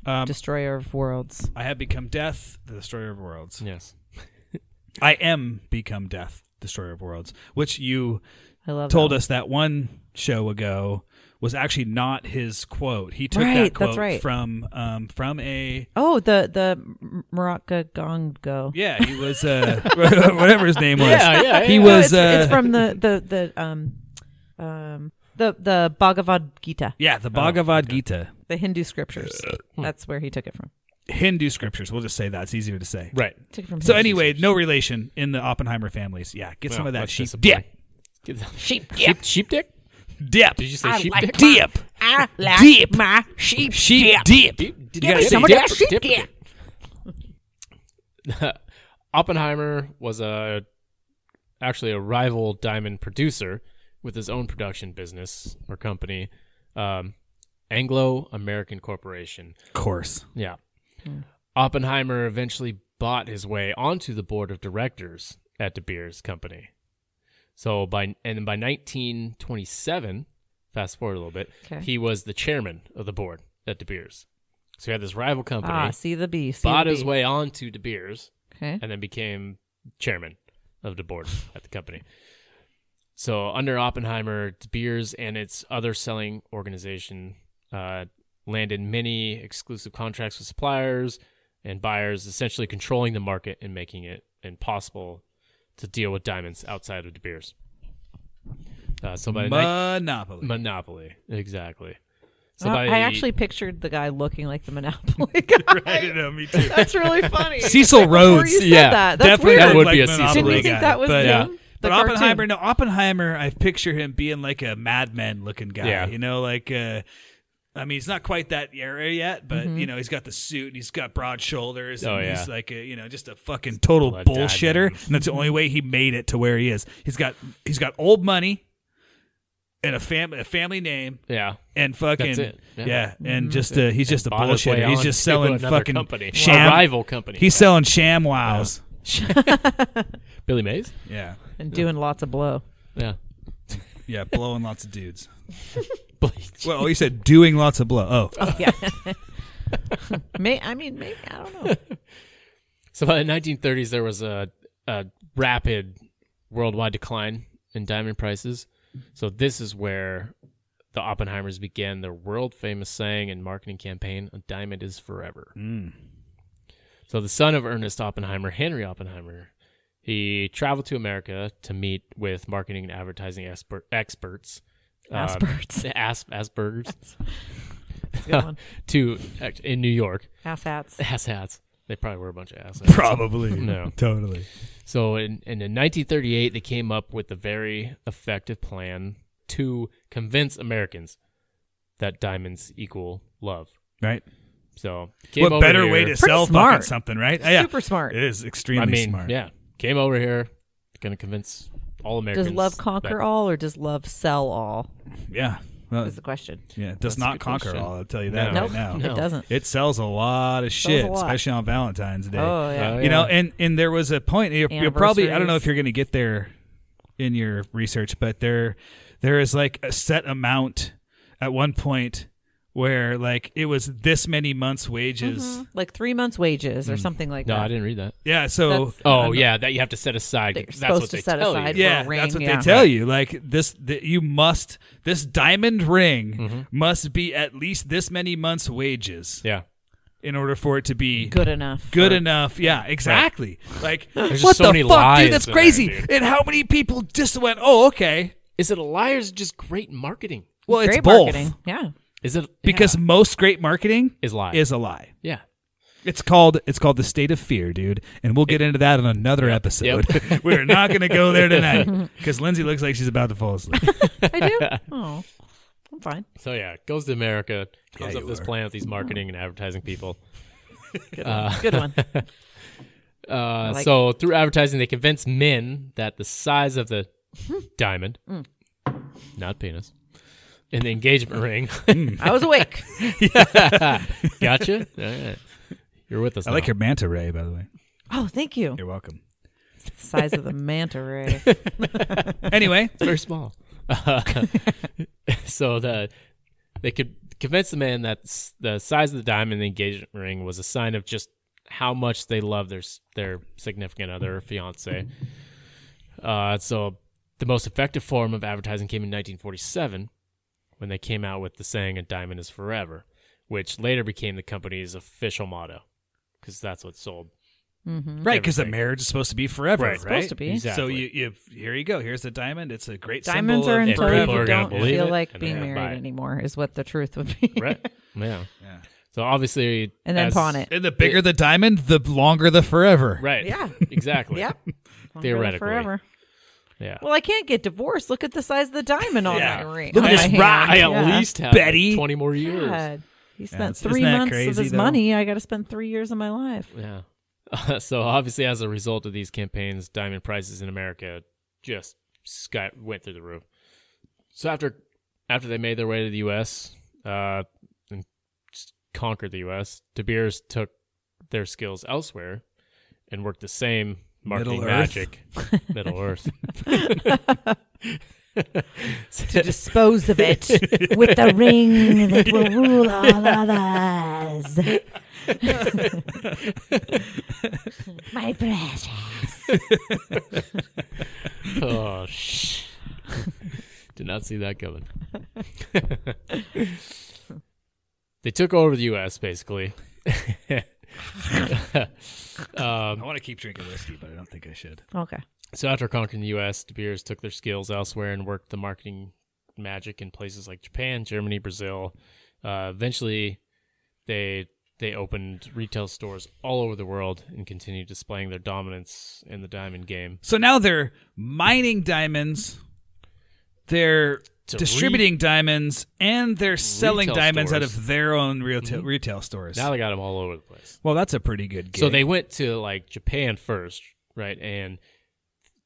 Speaker 1: Um,
Speaker 2: destroyer of worlds.
Speaker 1: I have become death, the destroyer of worlds.
Speaker 3: Yes.
Speaker 1: I am become death, Destroyer of Worlds, which you
Speaker 2: I love.
Speaker 1: told
Speaker 2: that
Speaker 1: us that one show ago was actually not his quote. He took
Speaker 2: Right,
Speaker 1: that
Speaker 2: that's
Speaker 1: quote
Speaker 2: right.
Speaker 1: from um, from a
Speaker 2: one. Oh, the the M- Maraca Gongo.
Speaker 1: yeah, he was
Speaker 2: (laughs)
Speaker 1: uh, (laughs) whatever his name was.
Speaker 3: Yeah, yeah,
Speaker 1: He
Speaker 3: yeah.
Speaker 2: No,
Speaker 1: was
Speaker 2: Oh, it's, it's
Speaker 1: uh,
Speaker 2: from the the the um um the the Bhagavad Gita,
Speaker 1: yeah
Speaker 3: Oh,
Speaker 1: the Bhagavad Gita,
Speaker 2: the Hindu scriptures.
Speaker 3: Hmm.
Speaker 2: That's where he took it from.
Speaker 1: Hindu scriptures. We'll just say that it's easier to say.
Speaker 3: Right.
Speaker 2: Took it from
Speaker 1: So
Speaker 2: Hindu
Speaker 1: anyway, no relation in the Oppenheimer families. Yeah, get some
Speaker 3: Well,
Speaker 1: of that
Speaker 3: that's
Speaker 1: sheep
Speaker 3: disappointing.
Speaker 1: dip,
Speaker 3: Get the-
Speaker 2: sheep.
Speaker 3: Sheep, sheep dick?
Speaker 1: dip.
Speaker 3: Did you say
Speaker 2: I
Speaker 3: sheep
Speaker 2: like
Speaker 3: dick?
Speaker 2: my-
Speaker 1: dip?
Speaker 2: I like
Speaker 1: Dip.
Speaker 2: my sheep.
Speaker 1: Sheep dip.
Speaker 3: Deep,
Speaker 1: You gotta say
Speaker 3: some of
Speaker 1: dip.
Speaker 3: that shit, yeah. (laughs) Oppenheimer was a actually a rival diamond producer with his own production business or company, um, Anglo American Corporation.
Speaker 1: Of course.
Speaker 3: Yeah.
Speaker 2: Hmm.
Speaker 3: Oppenheimer eventually bought his way onto the board of directors at De Beers Company. So by and by 1927, fast forward a little bit,
Speaker 2: Okay.
Speaker 3: he was the chairman of the board at De Beers. So he had this rival company,
Speaker 2: Ah, see the bee. See
Speaker 3: bought
Speaker 2: the
Speaker 3: his
Speaker 2: bee.
Speaker 3: way onto De Beers,
Speaker 2: Okay.
Speaker 3: and then became chairman of the board at the company. So under Oppenheimer, De Beers and its other selling organization uh, landed many exclusive contracts with suppliers and buyers, essentially controlling the market and making it impossible to deal with diamonds outside of De Beers. Uh, so by ni-
Speaker 1: (laughs) Monopoly.
Speaker 3: monopoly, exactly. So
Speaker 2: Well,
Speaker 3: by
Speaker 2: Uh, I actually pictured the guy looking like the
Speaker 3: (laughs)
Speaker 2: Monopoly guy.
Speaker 1: I know, me too.
Speaker 2: That's really funny.
Speaker 1: Cecil
Speaker 2: Before
Speaker 1: Rhodes.
Speaker 2: you said
Speaker 3: yeah,
Speaker 2: that. That's
Speaker 1: Definitely
Speaker 2: weird.
Speaker 3: That would
Speaker 1: looked
Speaker 3: be a
Speaker 1: like
Speaker 3: Cecil
Speaker 1: Monopoly
Speaker 2: Didn't you
Speaker 1: guy,
Speaker 2: think that was
Speaker 1: but,
Speaker 2: him?
Speaker 3: yeah.
Speaker 2: The
Speaker 1: But
Speaker 2: cartoon?
Speaker 1: Oppenheimer, no, Oppenheimer, I picture him being like a madman looking guy.
Speaker 3: Yeah.
Speaker 1: You know, like, uh, I mean, he's not quite that era yet, but,
Speaker 2: Mm-hmm.
Speaker 1: you know, he's got the suit and he's got broad shoulders. And
Speaker 3: Oh, yeah.
Speaker 1: He's like, a, you know, just a fucking total
Speaker 3: Blood
Speaker 1: bullshitter.
Speaker 3: diamond.
Speaker 1: And that's the only way he made it to where he is. He's got, he's got old money and a, fam- a family name
Speaker 3: yeah,
Speaker 1: and fucking
Speaker 3: That's it.
Speaker 1: yeah.
Speaker 3: Yeah.
Speaker 2: Mm-hmm.
Speaker 1: and just uh, he's just a
Speaker 3: bought his way
Speaker 1: bullshitter. He's
Speaker 3: on
Speaker 1: just
Speaker 3: to
Speaker 1: selling
Speaker 3: another
Speaker 1: fucking
Speaker 3: company.
Speaker 1: sham.
Speaker 3: A rival company.
Speaker 1: He's selling sham wows.
Speaker 3: Billy Mays.
Speaker 1: Yeah.
Speaker 2: and doing lots of (laughs) blow.
Speaker 3: Yeah, (laughs)
Speaker 1: yeah, blowing lots of dudes.
Speaker 3: Blake.
Speaker 1: (laughs) Well, you said doing lots of
Speaker 3: (laughs)
Speaker 1: blow. Oh,
Speaker 2: Yeah. (laughs) May I mean maybe I
Speaker 3: (laughs)
Speaker 2: don't know.
Speaker 3: So by the 1930s, there was a, a rapid worldwide decline in diamond prices. So this is where the Oppenheimers began their world famous saying and marketing campaign, "A diamond is forever." So the son of Ernest Oppenheimer, Henry Oppenheimer, he traveled to America to meet with marketing and advertising expert, experts. um,
Speaker 2: Asperts.
Speaker 3: (laughs) As- Aspergers.
Speaker 2: That's a good one.
Speaker 3: (laughs) to uh, in New York,
Speaker 2: Ass hats.
Speaker 3: ass hats. They probably were a bunch of ass hats.
Speaker 1: probably.
Speaker 3: (laughs) No.
Speaker 1: totally.
Speaker 3: So in, and in 1938, they came up with a very effective plan to convince Americans that diamonds equal love.
Speaker 1: Right.
Speaker 3: So came
Speaker 1: what
Speaker 3: over
Speaker 1: better
Speaker 3: here-
Speaker 1: way to
Speaker 2: Pretty
Speaker 1: sell fucking
Speaker 2: smart.
Speaker 1: something, right? Oh, Yeah.
Speaker 2: Super smart.
Speaker 1: It is extremely
Speaker 3: I mean,
Speaker 1: smart.
Speaker 3: yeah, came over here, gonna convince all Americans.
Speaker 2: Does love conquer
Speaker 3: that-
Speaker 2: all or does love sell all?
Speaker 1: Yeah. Well,
Speaker 2: Is the question.
Speaker 1: yeah. It does
Speaker 3: a
Speaker 1: not
Speaker 3: good
Speaker 1: conquer
Speaker 3: question.
Speaker 1: all. I'll tell you that
Speaker 3: No.
Speaker 1: right now.
Speaker 2: Nope, it doesn't.
Speaker 1: It sells a lot of
Speaker 2: Sells a
Speaker 1: shit,
Speaker 2: lot.
Speaker 1: especially on Valentine's Day.
Speaker 2: Oh yeah.
Speaker 3: Oh,
Speaker 1: you know
Speaker 3: yeah.
Speaker 1: and and there was a point you're, you're probably i don't know if
Speaker 2: Anniversaries.
Speaker 1: you're going to get there in your research but there there is like a set amount at one point where like it was this many months wages
Speaker 2: like three months' wages or something like
Speaker 3: mm. No,
Speaker 2: that.
Speaker 3: I didn't read that.
Speaker 1: yeah so
Speaker 2: That's-
Speaker 3: Oh yeah, that you have to set aside.
Speaker 2: That you're
Speaker 3: That's
Speaker 2: supposed
Speaker 3: what
Speaker 2: to
Speaker 3: they
Speaker 2: set
Speaker 3: tell
Speaker 2: aside.
Speaker 3: You.
Speaker 1: yeah
Speaker 2: for a
Speaker 1: that's
Speaker 2: ring,
Speaker 1: what
Speaker 2: yeah.
Speaker 1: they tell you like this that you must this diamond ring
Speaker 3: Mm-hmm.
Speaker 1: must be at least this many months wages
Speaker 3: Yeah,
Speaker 1: in order for it to be
Speaker 2: Good enough.
Speaker 1: good
Speaker 2: for-
Speaker 1: enough. Yeah, exactly. Like
Speaker 3: (laughs) There's
Speaker 1: what
Speaker 3: just so
Speaker 1: the
Speaker 3: many
Speaker 1: fuck,
Speaker 3: lies
Speaker 1: dude? That's
Speaker 3: in
Speaker 1: crazy.
Speaker 3: there, dude.
Speaker 1: and how many people just went, "Oh, okay."
Speaker 3: is it a lie or is it just great marketing?
Speaker 1: Well,
Speaker 2: Great
Speaker 1: it's both
Speaker 2: marketing. Yeah.
Speaker 3: Is it
Speaker 1: because
Speaker 3: yeah,
Speaker 1: most great marketing
Speaker 3: is lie?
Speaker 1: is a lie.
Speaker 3: yeah.
Speaker 1: It's called it's called the state of fear, dude, and we'll get into that on another episode. (laughs) We're not going to go
Speaker 3: (laughs)
Speaker 1: there tonight because Lindsay looks like she's about to fall asleep. (laughs)
Speaker 2: I do? Oh. I'm fine.
Speaker 3: So yeah, goes to America, comes
Speaker 1: Yeah, you
Speaker 3: up with this
Speaker 1: are.
Speaker 3: plan with these marketing and advertising people.
Speaker 2: Good one.
Speaker 3: Uh,
Speaker 2: like-
Speaker 3: so through advertising, they convince men that the size of the diamond, not penis, in the engagement ring. (laughs)
Speaker 2: I was awake.
Speaker 1: (laughs)
Speaker 3: gotcha. All right. You're with us.
Speaker 1: I like
Speaker 3: now.
Speaker 1: your manta ray, by the way.
Speaker 2: Oh, thank you.
Speaker 1: You're welcome.
Speaker 2: Size of the manta ray.
Speaker 1: (laughs) Anyway,
Speaker 3: very small. (laughs) so the they could convince the man that s- the size of the diamond in the engagement ring was a sign of just how much they love their s- their significant other or fiance. Uh, so the most effective form of advertising came in 1947 when they came out with the saying, a diamond is forever, which later became the company's official motto because that's what sold.
Speaker 1: Right, because the
Speaker 3: Everything.
Speaker 1: marriage is supposed to be forever, right?
Speaker 3: Right. It's
Speaker 2: supposed to be.
Speaker 3: Exactly.
Speaker 1: So you, you, here you go. Here's the diamond. It's a great (laughs)
Speaker 2: Diamonds
Speaker 1: symbol
Speaker 2: are
Speaker 1: of
Speaker 2: until
Speaker 1: forever.
Speaker 3: people
Speaker 2: you
Speaker 3: are gonna
Speaker 2: don't
Speaker 3: believe
Speaker 2: feel
Speaker 3: it,
Speaker 2: like
Speaker 3: and
Speaker 2: being
Speaker 3: they're gonna buy
Speaker 2: married
Speaker 3: it.
Speaker 2: anymore is what the truth would be.
Speaker 1: (laughs)
Speaker 3: Right. yeah.
Speaker 1: Yeah.
Speaker 3: So obviously.
Speaker 2: And then
Speaker 3: as-
Speaker 2: pawn it.
Speaker 1: And the bigger the diamond, the longer the forever.
Speaker 3: Right.
Speaker 2: (laughs) Yeah.
Speaker 3: Exactly. (laughs)
Speaker 2: Yep. Longer than
Speaker 3: Theoretically.
Speaker 2: Forever.
Speaker 3: Yeah.
Speaker 2: Well, I can't get divorced. Look at the size of the diamond on
Speaker 1: Yeah.
Speaker 2: my ring.
Speaker 1: Look at
Speaker 2: on
Speaker 1: this
Speaker 2: my hand.
Speaker 1: rock.
Speaker 3: I at
Speaker 2: Yeah.
Speaker 3: least have
Speaker 1: Betty.
Speaker 3: 20 more years.
Speaker 2: God. He spent
Speaker 1: it's-
Speaker 2: three
Speaker 1: isn't that
Speaker 2: months of
Speaker 1: crazy,
Speaker 2: his
Speaker 1: though?
Speaker 2: money. I got to spend three years of my life.
Speaker 3: Yeah. (laughs) so obviously, as a result of these campaigns, diamond prices in America just sky- went through the roof. So after after they made their way to the U.S. Uh, and just conquered the U.S., De Beers took their skills elsewhere and worked the same marketing
Speaker 1: Middle Earth.
Speaker 3: magic,
Speaker 1: (laughs)
Speaker 3: Middle Earth.
Speaker 2: to dispose of it with (laughs) the ring that will rule all (laughs) others. My precious.
Speaker 3: oh shh. Did not see that coming. they took over the US basically.
Speaker 1: I want to keep drinking whiskey, but I don't think I should.
Speaker 2: Okay.
Speaker 3: so after conquering the US, De Beers took their skills elsewhere and worked the marketing magic in places like Japan, Germany, Brazil. Uh, eventually they they opened retail stores all over the world and continued displaying their dominance in the diamond game.
Speaker 1: So now they're mining diamonds, they're
Speaker 3: To
Speaker 1: distributing diamonds, and they're selling
Speaker 3: retail
Speaker 1: diamonds out
Speaker 3: stores.
Speaker 1: of their own retail retail stores.
Speaker 3: Now they got them all over the place.
Speaker 1: well, that's a pretty good gig.
Speaker 3: So they went to like Japan first, right? And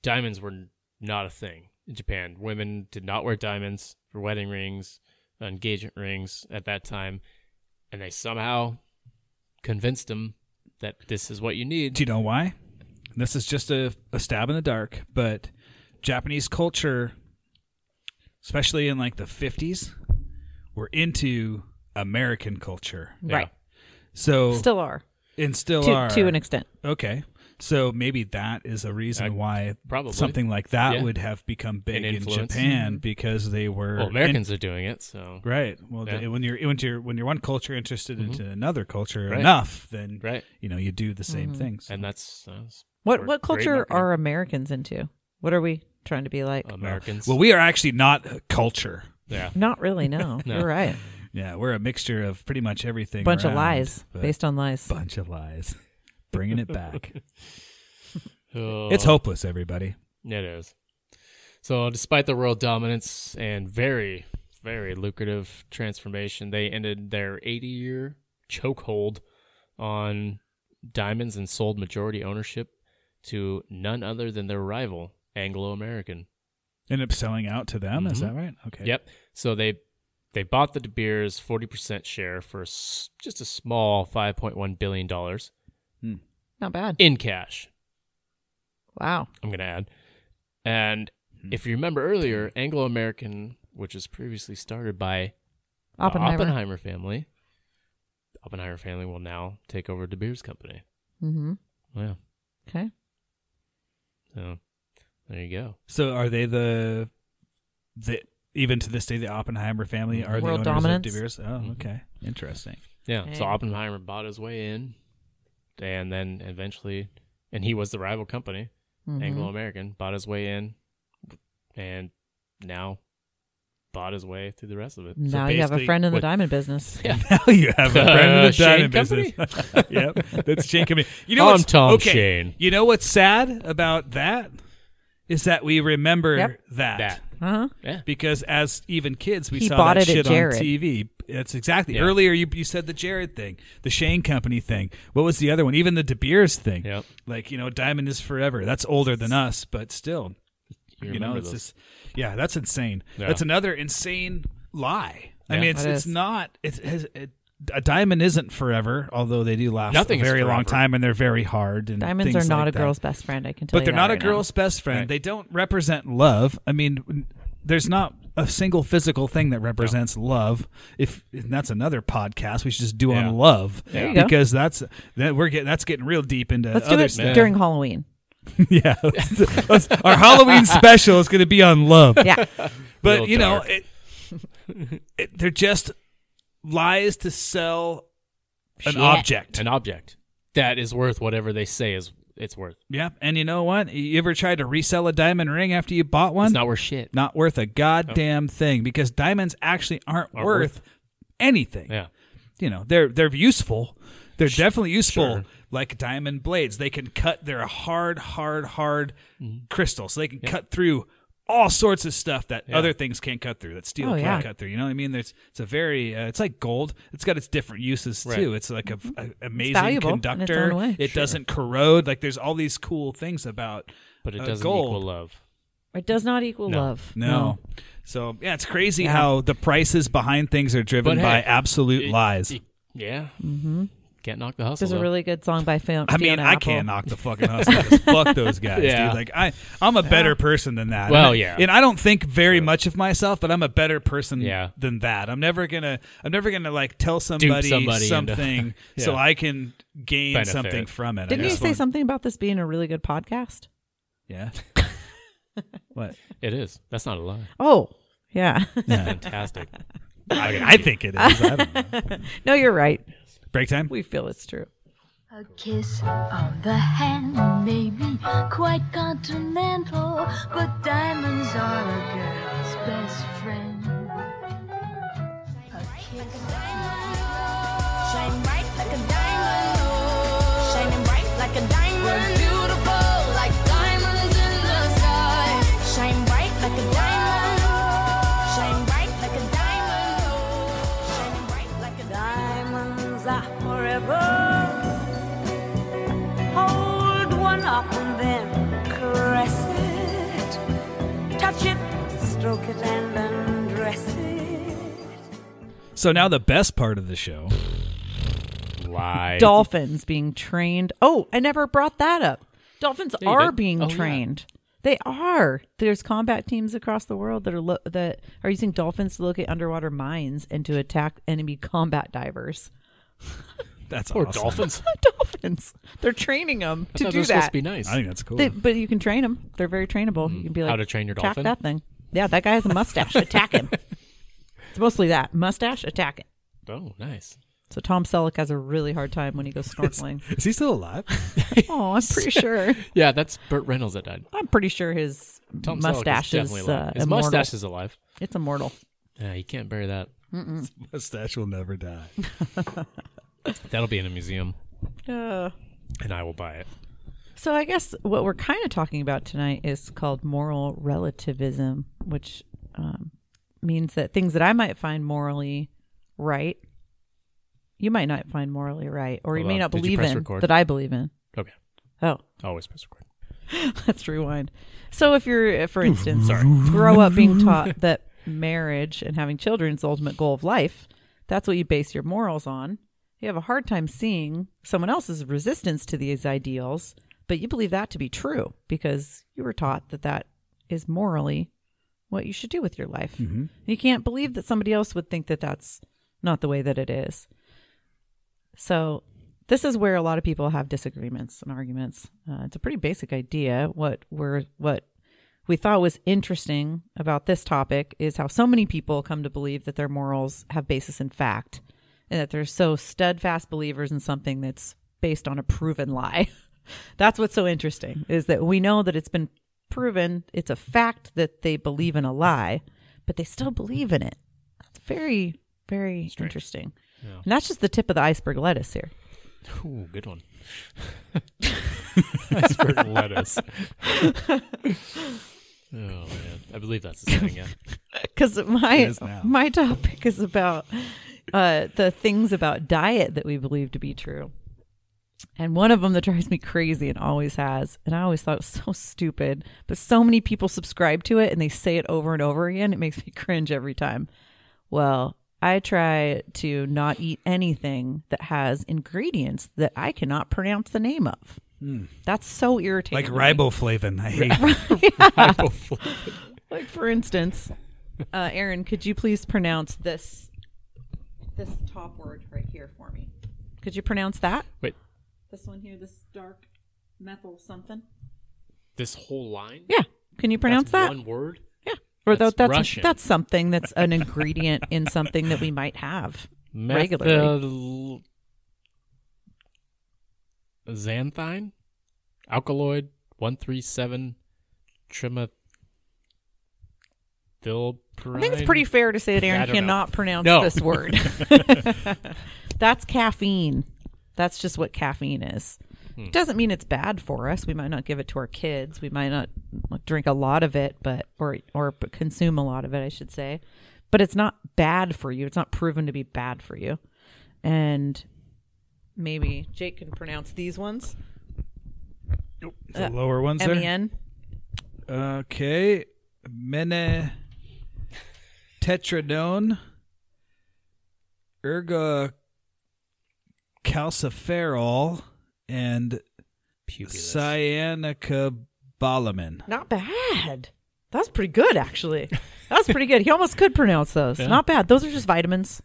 Speaker 3: diamonds were not a thing in Japan. Women did not wear diamonds for wedding rings, engagement rings at that time, and they somehow convinced them that this is what you need.
Speaker 1: Do you know why? This is just a, a stab in the dark, but Japanese culture, especially in like the 50s, were into American culture.
Speaker 2: Right.
Speaker 1: So,
Speaker 2: Still are.
Speaker 1: and still
Speaker 2: To,
Speaker 1: are.
Speaker 2: to an e- extent.
Speaker 1: okay. So maybe that is a reason
Speaker 3: I-
Speaker 1: why
Speaker 3: probably.
Speaker 1: something like that
Speaker 3: Yeah.
Speaker 1: would have become big in
Speaker 3: influence.
Speaker 1: Japan
Speaker 2: Mm-hmm.
Speaker 1: because they were
Speaker 3: Well, Americans are doing it, so
Speaker 1: in- right. Well,
Speaker 3: Yeah. Mm-hmm.
Speaker 1: the- when you're when you're when you're one culture interested into another culture
Speaker 3: Right.
Speaker 1: enough, then
Speaker 3: Right.
Speaker 1: you know you do the same
Speaker 2: Mm-hmm.
Speaker 1: things.
Speaker 3: and that's, that's
Speaker 2: What
Speaker 3: Or
Speaker 2: what
Speaker 3: great
Speaker 2: culture
Speaker 3: marketing.
Speaker 2: are Americans into? What are we trying to be like?
Speaker 1: Uh,
Speaker 3: Americans.
Speaker 1: Well, we are actually not a culture.
Speaker 3: yeah,
Speaker 2: Not
Speaker 1: (laughs)
Speaker 2: really, no.
Speaker 3: No.
Speaker 2: You're right.
Speaker 1: Yeah, we're a mixture of pretty much everything.
Speaker 2: Bunch of
Speaker 1: around,
Speaker 2: lies
Speaker 1: but-
Speaker 2: based on lies.
Speaker 1: bunch of lies. Bringing it back.
Speaker 3: (laughs) Oh.
Speaker 1: it's hopeless, everybody.
Speaker 3: It is. So, despite the world dominance and very, very lucrative transformation, they ended their 80 year chokehold on diamonds and sold majority ownership to none other than their rival, Anglo American.
Speaker 1: End up selling out to them. Is
Speaker 3: Mhm.
Speaker 1: that right? Okay.
Speaker 3: Yep. So they they bought the De Beers 40% share for s- just a small 5.1 billion dollars
Speaker 2: Not bad.
Speaker 3: in cash.
Speaker 2: Wow.
Speaker 3: I'm going to add. And if you remember earlier, Anglo American, which was previously started by the
Speaker 2: Oppenheimer.
Speaker 3: Oppenheimer family, Oppenheimer family will now take over De Beers Company.
Speaker 2: Mm-hmm.
Speaker 3: Yeah.
Speaker 2: Okay.
Speaker 3: So there you go.
Speaker 1: So are they the the even to this day the Oppenheimer family are
Speaker 2: World
Speaker 1: the owners
Speaker 2: dominance.
Speaker 1: of De Beers? Oh,
Speaker 3: Mm-hmm.
Speaker 1: okay. Interesting.
Speaker 3: (laughs) Yeah.
Speaker 2: Okay.
Speaker 3: So Oppenheimer bought his way in and then eventually, and he was the rival company, Anglo American, bought his way in and now bought his way through the rest of it. So
Speaker 2: Now you have a
Speaker 3: basically
Speaker 2: friend in the
Speaker 3: what-
Speaker 1: (laughs)
Speaker 2: diamond business.
Speaker 1: now you have a friend in
Speaker 3: Uh,
Speaker 1: the diamond
Speaker 3: Shane
Speaker 1: business. (laughs) yep, that's Shane Company. You know
Speaker 3: I'm
Speaker 1: what's
Speaker 3: Tom
Speaker 1: okay,
Speaker 3: Shane.
Speaker 1: You know what's sad about that is that we remember
Speaker 2: Yep.
Speaker 1: that.
Speaker 3: That.
Speaker 2: Uh-huh.
Speaker 3: Yeah.
Speaker 1: because as even kids we
Speaker 2: He
Speaker 1: saw
Speaker 2: bought
Speaker 1: that
Speaker 2: it at
Speaker 1: shit on
Speaker 2: Jared.
Speaker 1: TV. That's exactly
Speaker 3: Yeah.
Speaker 1: earlier you you said the Jared thing, the Shane Company thing. What was the other one? Even the De Beers thing.
Speaker 3: Yep.
Speaker 1: Like you know, Diamond is Forever. That's older than us, but still, you, know,
Speaker 3: remember
Speaker 1: it's
Speaker 3: those.
Speaker 1: just yeah, that's insane.
Speaker 3: Yeah.
Speaker 1: That's another insane lie. I
Speaker 3: Yeah.
Speaker 1: mean, it's
Speaker 2: That
Speaker 1: it's
Speaker 2: is.
Speaker 1: not it's. it's it, a diamond isn't forever, although they do last
Speaker 3: Nothing
Speaker 1: a
Speaker 3: is
Speaker 1: very long
Speaker 3: forever.
Speaker 1: time, and they're very hard. And
Speaker 2: Diamonds
Speaker 1: things
Speaker 2: are not
Speaker 1: like
Speaker 2: a
Speaker 1: that
Speaker 2: girl's best friend, I can tell
Speaker 1: but
Speaker 2: you.
Speaker 1: they're
Speaker 2: that
Speaker 1: not
Speaker 2: right
Speaker 1: a
Speaker 2: now.
Speaker 1: girl's best friend.
Speaker 3: Right.
Speaker 1: They don't represent love. I mean, n- there's not a single physical thing that represents love. If and that's another podcast we should just do
Speaker 3: Yeah.
Speaker 1: on love
Speaker 3: There
Speaker 2: you go.
Speaker 1: because that's that we're getting that's getting real deep into
Speaker 2: Let's do
Speaker 1: other
Speaker 2: it
Speaker 1: stuff.
Speaker 2: during Halloween.
Speaker 1: (laughs) yeah. Our Halloween special is going to be on
Speaker 2: (laughs)
Speaker 1: love. (laughs)
Speaker 2: Yeah.
Speaker 1: but
Speaker 3: Real
Speaker 1: you know,
Speaker 3: dark.
Speaker 1: it, it, they're just lies to sell an
Speaker 2: Shit.
Speaker 1: object.
Speaker 3: An object that is worth whatever they say is it's worth.
Speaker 1: yeah, and you know what? You ever tried to resell a diamond ring after you bought one?
Speaker 3: It's not worth shit.
Speaker 1: Not worth a goddamn thing because diamonds actually aren't,
Speaker 3: Aren't
Speaker 1: worth,
Speaker 3: worth-
Speaker 1: anything.
Speaker 3: Yeah.
Speaker 1: You know, they're they're useful. They're definitely useful,
Speaker 3: sure.
Speaker 1: like diamond blades. They can cut. They're a hard, hard, hard
Speaker 3: Mm-hmm.
Speaker 1: crystal, so they can cut through all sorts of stuff that other things can't cut through. That steel
Speaker 2: Oh,
Speaker 1: can't
Speaker 2: yeah.
Speaker 1: cut through. You know what I mean? There's it's a very uh, it's like gold. It's got its different uses
Speaker 3: Right.
Speaker 1: too. It's like a, a- amazing
Speaker 2: Mm-hmm. valuable in its
Speaker 1: conductor.
Speaker 2: own way.
Speaker 1: It doesn't corrode. Like there's all these cool things about
Speaker 3: But it
Speaker 1: uh,
Speaker 3: doesn't
Speaker 1: gold.
Speaker 3: equal love.
Speaker 2: It does not equal
Speaker 3: No.
Speaker 2: love.
Speaker 1: No. So yeah, it's crazy
Speaker 2: Yeah.
Speaker 1: how the prices behind things are driven
Speaker 3: But hey,
Speaker 1: by absolute
Speaker 3: it-
Speaker 1: lies.
Speaker 3: it- yeah. Mm-hmm. Can't knock the hustle.
Speaker 2: There's a
Speaker 3: though.
Speaker 2: really good song by Fiona.
Speaker 1: I mean,
Speaker 2: Fiona
Speaker 1: I
Speaker 2: Apple.
Speaker 1: can't knock the fucking
Speaker 3: (laughs)
Speaker 1: hustlers. Fuck those guys,
Speaker 3: Yeah.
Speaker 1: dude. Like I, I'm a better person than that.
Speaker 3: Well,
Speaker 1: And I-
Speaker 3: yeah.
Speaker 1: and I don't think very much of myself, but I'm a better person
Speaker 3: Yeah.
Speaker 1: than that. I'm never gonna, I'm never gonna like tell somebody,
Speaker 3: somebody into-
Speaker 1: something so
Speaker 3: (laughs) Yeah.
Speaker 1: I can gain
Speaker 3: Benefit.
Speaker 1: something from it. I
Speaker 2: Didn't you
Speaker 1: just
Speaker 2: say
Speaker 1: want-
Speaker 2: something about this being a really good podcast?
Speaker 1: Yeah.
Speaker 2: (laughs)
Speaker 1: what?
Speaker 3: It is. That's not a lie.
Speaker 2: Oh, yeah. (laughs)
Speaker 3: Fantastic.
Speaker 1: I, mean, I think it is. I don't know.
Speaker 2: no, you're right.
Speaker 1: Break time.
Speaker 2: (laughs) We feel it's true.
Speaker 7: A kiss on the hand may be quite continental, but diamonds are a girl's best friend. A kiss.
Speaker 8: Shine bright like a diamond, oh. Shining bright like a diamond. We're beautiful like diamonds in the sky. Shine bright like a diamond. Shine bright like a diamond, oh. Shining bright like a diamonds are forever. Hold one up and then caress it. Touch it, stroke it and undress it.
Speaker 1: So now the best part of the show.
Speaker 3: lie.
Speaker 2: Dolphins being trained. Oh, I never brought that up. Dolphins
Speaker 3: Yeah, you
Speaker 2: are
Speaker 3: did.
Speaker 2: being
Speaker 3: Oh, yeah.
Speaker 2: trained. They are. There's combat teams across the world that are lo- that are using dolphins to locate underwater mines and to attack enemy combat divers. (laughs)
Speaker 1: That's
Speaker 3: Poor
Speaker 1: awesome.
Speaker 3: dolphins.
Speaker 2: dolphins. They're training them
Speaker 3: I
Speaker 2: to
Speaker 3: thought
Speaker 2: do
Speaker 3: they're supposed
Speaker 2: that.
Speaker 3: to be nice.
Speaker 1: I think that's cool.
Speaker 2: They- but you can train them. They're very trainable. You can be like
Speaker 3: Mm. How to train your
Speaker 2: attack
Speaker 3: dolphin?
Speaker 2: that thing. Yeah, that guy has a mustache. attack
Speaker 3: (laughs)
Speaker 2: him. It's mostly that mustache. Attack it.
Speaker 3: Oh, nice.
Speaker 2: So Tom Selleck has a really hard time when he
Speaker 3: (laughs)
Speaker 2: goes snorkeling.
Speaker 1: is he still alive? (laughs)
Speaker 2: oh, I'm pretty sure.
Speaker 3: Yeah, that's Burt Reynolds that died.
Speaker 2: I'm pretty sure his
Speaker 3: Tom Selleck
Speaker 2: mustache
Speaker 3: is
Speaker 2: is,
Speaker 3: definitely alive.
Speaker 2: uh,
Speaker 3: His
Speaker 2: immortal.
Speaker 3: mustache is alive.
Speaker 2: It's immortal.
Speaker 3: Yeah, you can't bury that.
Speaker 1: Mustache will never die.
Speaker 2: (laughs)
Speaker 3: That'll be in a museum,
Speaker 2: Uh,
Speaker 3: and I will buy it.
Speaker 2: so I guess what we're kind of talking about tonight is called moral relativism, which um, means that things that I might find morally right, you might not find morally right, or you
Speaker 3: Hold
Speaker 2: may
Speaker 3: on.
Speaker 2: not
Speaker 3: Did you
Speaker 2: believe
Speaker 3: press
Speaker 2: in
Speaker 3: record?
Speaker 2: that I believe in.
Speaker 3: Okay,
Speaker 2: Oh,
Speaker 3: always press record.
Speaker 2: (laughs) Let's rewind. So, if you're, for instance, grow up being taught that marriage and having children is the ultimate goal of life, that's what you base your morals on. You have a hard time seeing someone else's resistance to these ideals, but you believe that to be true because you were taught that that is morally what you should do with your life. You can't believe that somebody else would think that that's not the way that it is. So, this is where a lot of people have disagreements and arguments. Uh, it's a pretty basic idea. What we're what we thought was interesting about this topic is how so many people come to believe that their morals have basis in fact, and that they're so steadfast believers in something that's based on a proven lie. (laughs) that's what's so interesting is that we know that it's been proven. It's a fact that they believe in a lie, but they still believe in it. That's very very interesting. And that's just the tip of the iceberg lettuce here.
Speaker 3: Ooh, good one. (laughs) Iceberg lettuce. oh man, I believe that's the saying. Yeah,
Speaker 2: because my
Speaker 1: is now.
Speaker 2: my topic is about uh, the things about diet that we believe to be true, and one of them that drives me crazy and always has, and I always thought it was so stupid, but so many people subscribe to it and they say it over and over again. It makes me (laughs) cringe every time. Well, I try to not eat anything that has ingredients that I cannot pronounce the name of. That's so
Speaker 1: Hmm. Like
Speaker 2: irritating.
Speaker 1: riboflavin. I hate it.
Speaker 2: Like for instance, uh, Aaron, could you please pronounce this this top word right here for me? Could you pronounce that?
Speaker 3: wait,
Speaker 2: This one here, this dark methyl something.
Speaker 3: This whole line?
Speaker 2: Yeah. Can you pronounce
Speaker 3: That's
Speaker 2: that?
Speaker 3: One word?
Speaker 2: Yeah. Or that's
Speaker 3: That's
Speaker 2: that's,
Speaker 3: Russian.
Speaker 2: that's something that's an ingredient in something that we might have regularly.
Speaker 3: Methyl... Xanthine? Alkaloid 137 trimethylpyrine?
Speaker 2: I think it's pretty fair to say that
Speaker 3: I
Speaker 2: Aaron
Speaker 3: don't know.
Speaker 2: cannot pronounce
Speaker 3: No.
Speaker 2: this
Speaker 3: (laughs)
Speaker 2: word. that's caffeine. That's just what caffeine is.
Speaker 3: Hmm.
Speaker 2: Doesn't mean it's bad for us. We might not give it to our kids. We might not drink a lot of it, but or or consume a lot of it, I should say. But it's not bad for you. It's not proven to be bad for you. And maybe Jake can pronounce these ones. (laughs)
Speaker 1: The lower ones
Speaker 2: M E
Speaker 1: there.
Speaker 2: N.
Speaker 1: Okay. Mene tetradone erga calciferol and cyanocobalamin.
Speaker 2: Not bad. That was pretty good, actually. That was pretty good. He almost could pronounce those. Not bad. Those are just
Speaker 3: (laughs)
Speaker 2: vitamins.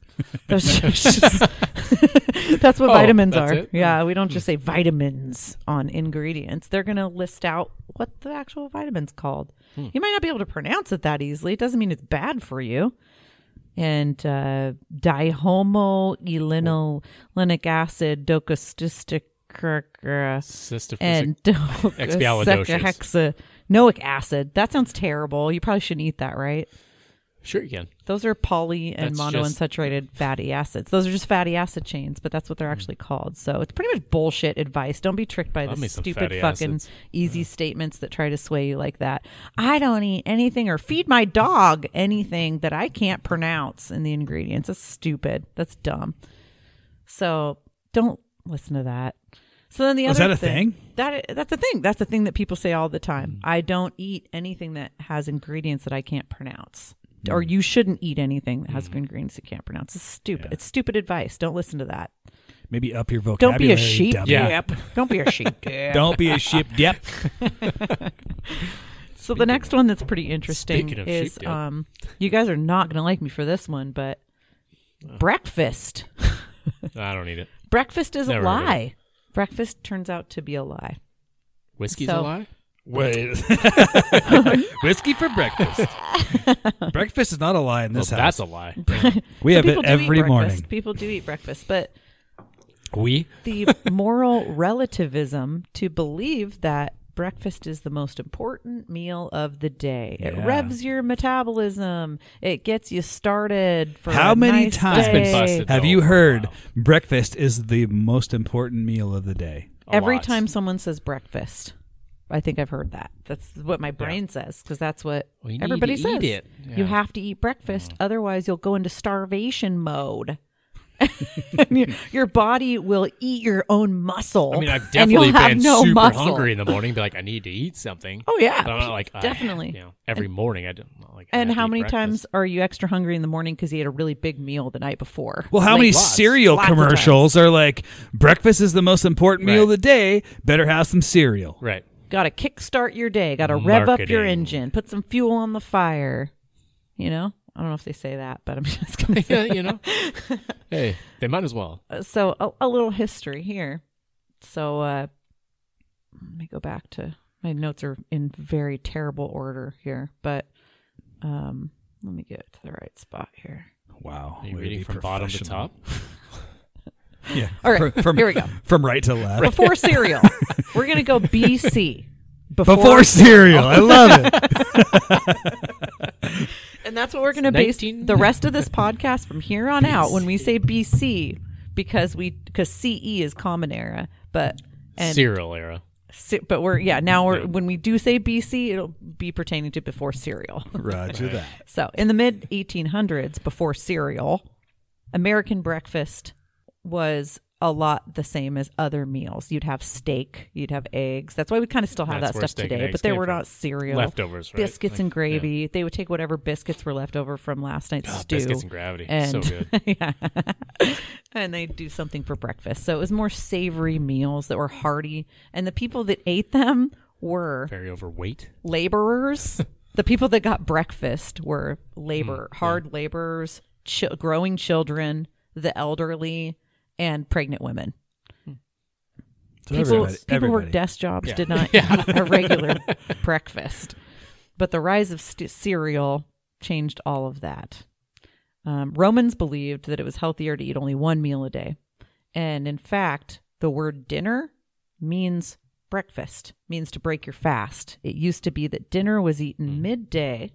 Speaker 2: Those are just- (laughs) that's what
Speaker 3: Oh,
Speaker 2: vitamins
Speaker 3: that's
Speaker 2: are.
Speaker 3: it? Mm.
Speaker 2: Yeah, we don't just say vitamins on ingredients. They're going to list out what the actual vitamin's called.
Speaker 3: Hmm.
Speaker 2: You might not be able to pronounce it that easily. It doesn't mean it's bad for you. And uh, dihomoelinolenic acid, uh, docostistic
Speaker 3: Cystophysic.
Speaker 2: and (laughs) hexanoic acid. That sounds terrible. You probably shouldn't eat that, right?
Speaker 3: sure you can.
Speaker 2: Those are poly and
Speaker 3: That's
Speaker 2: monounsaturated fatty acids. Those are just fatty acid chains, but that's what
Speaker 3: Mm.
Speaker 2: they're actually called. So it's pretty much bullshit advice. Don't be tricked by
Speaker 3: Love
Speaker 2: the
Speaker 3: me some
Speaker 2: stupid
Speaker 3: fatty
Speaker 2: fucking
Speaker 3: acids.
Speaker 2: easy statements that try to sway you like that. I don't eat anything or feed my dog anything that I can't pronounce in the ingredients. That's stupid. That's dumb. So don't listen to that. So then the
Speaker 1: Was
Speaker 2: other
Speaker 1: that a thing?
Speaker 2: that that's a thing. That's a thing that people say all the
Speaker 3: Mm.
Speaker 2: time. I don't eat anything that has ingredients that I can't pronounce. Or
Speaker 3: Mm.
Speaker 2: you shouldn't eat anything that has ingredients you can't pronounce. It's stupid. It's stupid advice. Don't listen to that.
Speaker 1: Maybe up your
Speaker 2: Don't
Speaker 1: vocabulary.
Speaker 2: be a sheep.
Speaker 1: dummy.
Speaker 3: Yeah. (laughs)
Speaker 2: Yep. Don't be a sheep. Yep.
Speaker 1: Don't be a (laughs) sheep. Yep.
Speaker 2: So the next one that's pretty interesting
Speaker 3: speaking of
Speaker 2: is
Speaker 3: sheepdip.
Speaker 2: um, you guys are not going to like me for this one, but breakfast.
Speaker 3: I don't need it.
Speaker 2: breakfast is
Speaker 3: Never
Speaker 2: a
Speaker 3: heard of it.
Speaker 2: lie. Breakfast turns out to be a lie.
Speaker 3: Whiskey's a
Speaker 2: So-
Speaker 3: lie?
Speaker 1: Wait.
Speaker 3: (laughs)
Speaker 1: Whiskey for
Speaker 2: (laughs)
Speaker 1: breakfast. breakfast is not a lie in
Speaker 3: Well,
Speaker 1: this house.
Speaker 3: that's a lie.
Speaker 1: we
Speaker 2: So
Speaker 1: have it
Speaker 2: people do eat
Speaker 1: every
Speaker 2: breakfast.
Speaker 1: morning.
Speaker 2: People do eat breakfast, but
Speaker 3: We?
Speaker 2: the moral relativism to believe that breakfast is the most important meal of the day. It
Speaker 1: Yeah.
Speaker 2: revs your metabolism. It gets you started for
Speaker 1: How
Speaker 2: a
Speaker 1: many
Speaker 2: nice
Speaker 1: times
Speaker 3: That's been
Speaker 2: day.
Speaker 3: busted.
Speaker 1: Have
Speaker 3: No,
Speaker 1: you
Speaker 3: for a
Speaker 1: heard
Speaker 3: while.
Speaker 1: breakfast is the most important meal of the day?
Speaker 3: A
Speaker 2: Every
Speaker 3: lot.
Speaker 2: time someone says breakfast, I think I've heard that. That's what my brain says because that's what
Speaker 3: Well, you need
Speaker 2: everybody
Speaker 3: to
Speaker 2: says.
Speaker 3: eat it.
Speaker 2: You
Speaker 3: Yeah.
Speaker 2: have to eat breakfast, otherwise you'll go into starvation
Speaker 3: (laughs)
Speaker 2: mode. (laughs) And your, your body will eat your own muscle.
Speaker 3: I mean, I've
Speaker 2: (laughs) and you'll
Speaker 3: definitely
Speaker 2: have
Speaker 3: been
Speaker 2: no
Speaker 3: super
Speaker 2: muscle.
Speaker 3: hungry in the morning. Be like, I need to eat something.
Speaker 2: Oh, yeah.
Speaker 3: But I'm not like I-
Speaker 2: Definitely.
Speaker 3: you know, every morning I don't I'm not like. I
Speaker 2: And
Speaker 3: have to
Speaker 2: how
Speaker 3: eat
Speaker 2: many
Speaker 3: breakfast.
Speaker 2: times are you extra hungry in the morning because you ate a really big meal the night before?
Speaker 1: Well, how
Speaker 2: Like,
Speaker 1: many
Speaker 3: lots.
Speaker 1: cereal
Speaker 2: Lots of
Speaker 1: commercials are like breakfast is the most important meal of
Speaker 3: Right.
Speaker 1: the day? Better have some cereal.
Speaker 3: Right.
Speaker 2: Got to kickstart your day. Got to rev up your
Speaker 3: Marketing.
Speaker 2: engine. Put some fuel on the fire. You know, I don't know if they say that, but I'm (laughs) just
Speaker 3: (laughs)
Speaker 2: gonna say.
Speaker 3: Yeah,
Speaker 1: (laughs)
Speaker 3: you know. hey, they might as well.
Speaker 2: so a, a little history here. So uh, let me go back to my notes are in very terrible order here, but um, let me get to the right spot here.
Speaker 1: Wow.
Speaker 3: Are you
Speaker 1: way to
Speaker 3: reading
Speaker 1: be
Speaker 3: from bottom to
Speaker 1: professional.
Speaker 3: top?
Speaker 1: Yeah.
Speaker 2: All right,
Speaker 1: Fr- From,
Speaker 2: here we go.
Speaker 1: (laughs) From right to left.
Speaker 2: Before cereal, we're gonna go BC.
Speaker 1: Before, cereal. I love
Speaker 2: (laughs)
Speaker 1: it.
Speaker 2: And that's what we're going to base
Speaker 3: 19
Speaker 2: the rest of this podcast from here on out when we say BC because we because CE is common era, but and
Speaker 3: Cereal era.
Speaker 2: ce- but we're yeah, now we're when we do say BC, it'll be pertaining to before cereal.
Speaker 1: Roger that.
Speaker 2: So, in the mid 1800s before cereal, American breakfast was a lot the same as other meals. You'd have steak, you'd have eggs. That's why we kind of still have
Speaker 3: That's
Speaker 2: that
Speaker 3: where
Speaker 2: stuff
Speaker 3: steak and
Speaker 2: today,
Speaker 3: eggs
Speaker 2: but they
Speaker 3: came
Speaker 2: were
Speaker 3: from.
Speaker 2: not cereal.
Speaker 3: Leftovers, right?
Speaker 2: Biscuits
Speaker 3: Like,
Speaker 2: and gravy. They would take whatever biscuits were left over from last night's stew.
Speaker 3: Oh, biscuits and gravity. So
Speaker 2: (laughs)
Speaker 3: good.
Speaker 2: yeah. and they'd do something for breakfast. So it was more savory meals that were hearty. And the people that ate them were
Speaker 3: Very overweight.
Speaker 2: laborers. (laughs) the people that got breakfast were labor, hard laborers, ch- growing children, the elderly, and pregnant women.
Speaker 1: So
Speaker 2: people,
Speaker 1: everybody,
Speaker 2: people who
Speaker 1: everybody.
Speaker 2: work desk jobs
Speaker 3: Yeah.
Speaker 2: did not
Speaker 3: Yeah.
Speaker 2: eat a
Speaker 3: (laughs)
Speaker 2: regular breakfast. But the rise of st- cereal changed all of that. Um, Romans believed that it was healthier to eat only one meal a day. And in fact, the word dinner means breakfast, means to break your fast. It used to be that dinner was eaten
Speaker 3: Mm.
Speaker 2: midday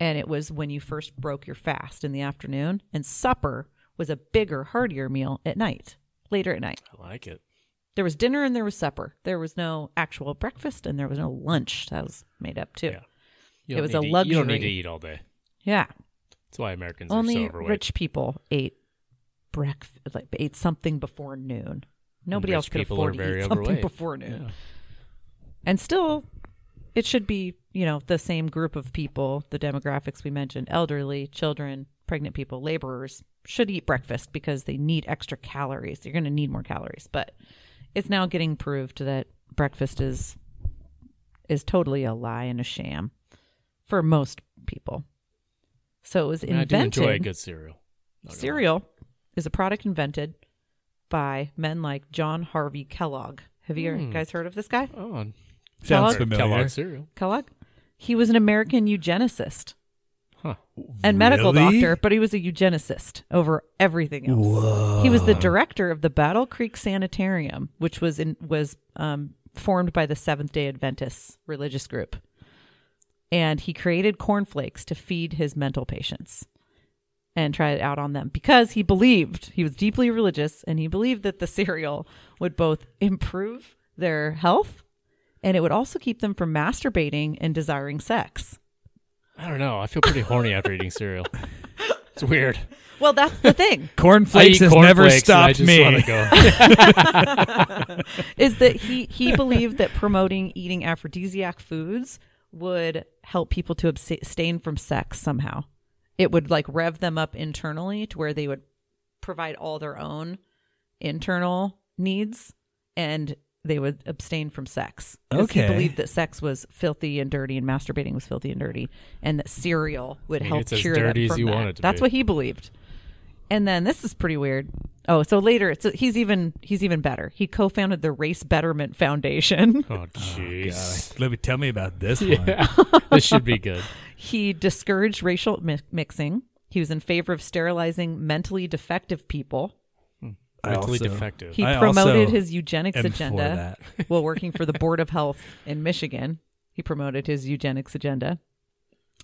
Speaker 2: and it was when you first broke your fast in the afternoon, and supper was a bigger, heartier meal at night, later at night
Speaker 3: I like it.
Speaker 2: there was dinner and there was supper. There was no actual breakfast and there was no lunch. That was made up too.
Speaker 3: Yeah.
Speaker 2: Yeah.
Speaker 3: You
Speaker 2: It
Speaker 3: don't
Speaker 2: was
Speaker 3: need
Speaker 2: a
Speaker 3: to eat- You don't need to
Speaker 2: luxury.
Speaker 3: eat all day. That's why Americans are
Speaker 2: Only
Speaker 3: so overweight.
Speaker 2: rich people ate breakfast, like ate something before noon. Nobody
Speaker 3: Rich
Speaker 2: else could
Speaker 3: people
Speaker 2: afford
Speaker 3: are
Speaker 2: to
Speaker 3: very
Speaker 2: eat something
Speaker 3: overweight.
Speaker 2: before noon.
Speaker 3: Yeah.
Speaker 2: And still, it should be, you know, the same group of people, the demographics we mentioned elderly, children, pregnant people, laborers should eat breakfast because they need extra calories. You're going to need more calories. But it's now getting proved that breakfast is is totally a lie and a sham for most people. So it was
Speaker 3: And I
Speaker 2: invented
Speaker 3: do enjoy a good cereal. Not gonna lie.
Speaker 2: Cereal is a product invented by men like John Harvey Kellogg. Have you
Speaker 3: Hmm.
Speaker 2: guys heard of this guy?
Speaker 3: Oh, and
Speaker 1: Sounds
Speaker 2: Kellogg-
Speaker 1: familiar.
Speaker 3: Kellogg cereal.
Speaker 2: Kellogg? He was an American eugenicist
Speaker 3: Huh.
Speaker 2: and medical
Speaker 1: Really?
Speaker 2: doctor, but he was a eugenicist over everything else. He was the director of the Battle Creek Sanitarium, which was in was um, formed by the Seventh Day Adventists religious group, and he created cornflakes to feed his mental patients and try it out on them because he believed he was deeply religious and he believed that the (laughs) cereal would both improve their health and it would also keep them from masturbating and desiring sex.
Speaker 3: I don't know. I feel pretty horny after eating
Speaker 1: (laughs)
Speaker 3: cereal. It's weird.
Speaker 2: Well, that's the thing.
Speaker 1: Cornflakes
Speaker 3: I eat
Speaker 1: has never
Speaker 3: cornflakes and
Speaker 1: stopped
Speaker 3: I
Speaker 1: me. (laughs)
Speaker 3: just wanna go. "Oh,
Speaker 2: is that he he believed that promoting eating aphrodisiac foods would help people to abstain from sex somehow. It would like rev them up internally to where they would provide all their own internal needs and they would abstain from sex. 'Cause
Speaker 1: Okay.
Speaker 2: He believed that sex was filthy and dirty and masturbating was filthy and dirty and that cereal would
Speaker 3: I mean,
Speaker 2: help
Speaker 3: it's as
Speaker 2: cure
Speaker 3: dirty
Speaker 2: them
Speaker 3: as
Speaker 2: from
Speaker 3: you
Speaker 2: that.
Speaker 3: want it to
Speaker 2: That's
Speaker 3: be.
Speaker 2: what he believed. And then this is pretty weird. Oh, so later, so he's even he's even better. He co-founded the Race Betterment Foundation. (laughs)
Speaker 3: Oh,
Speaker 1: (laughs)
Speaker 3: jeez.
Speaker 1: Let me tell me about
Speaker 3: (laughs)
Speaker 1: this one.
Speaker 3: this should be good.
Speaker 2: he discouraged racial mi- mixing. He was in favor of sterilizing mentally defective people.
Speaker 1: I
Speaker 3: Mentally
Speaker 1: also-
Speaker 3: defective.
Speaker 2: He
Speaker 1: I
Speaker 2: promoted
Speaker 1: also
Speaker 2: his eugenics
Speaker 1: am for
Speaker 2: agenda while working for the Board of Health in Michigan. He promoted his eugenics agenda.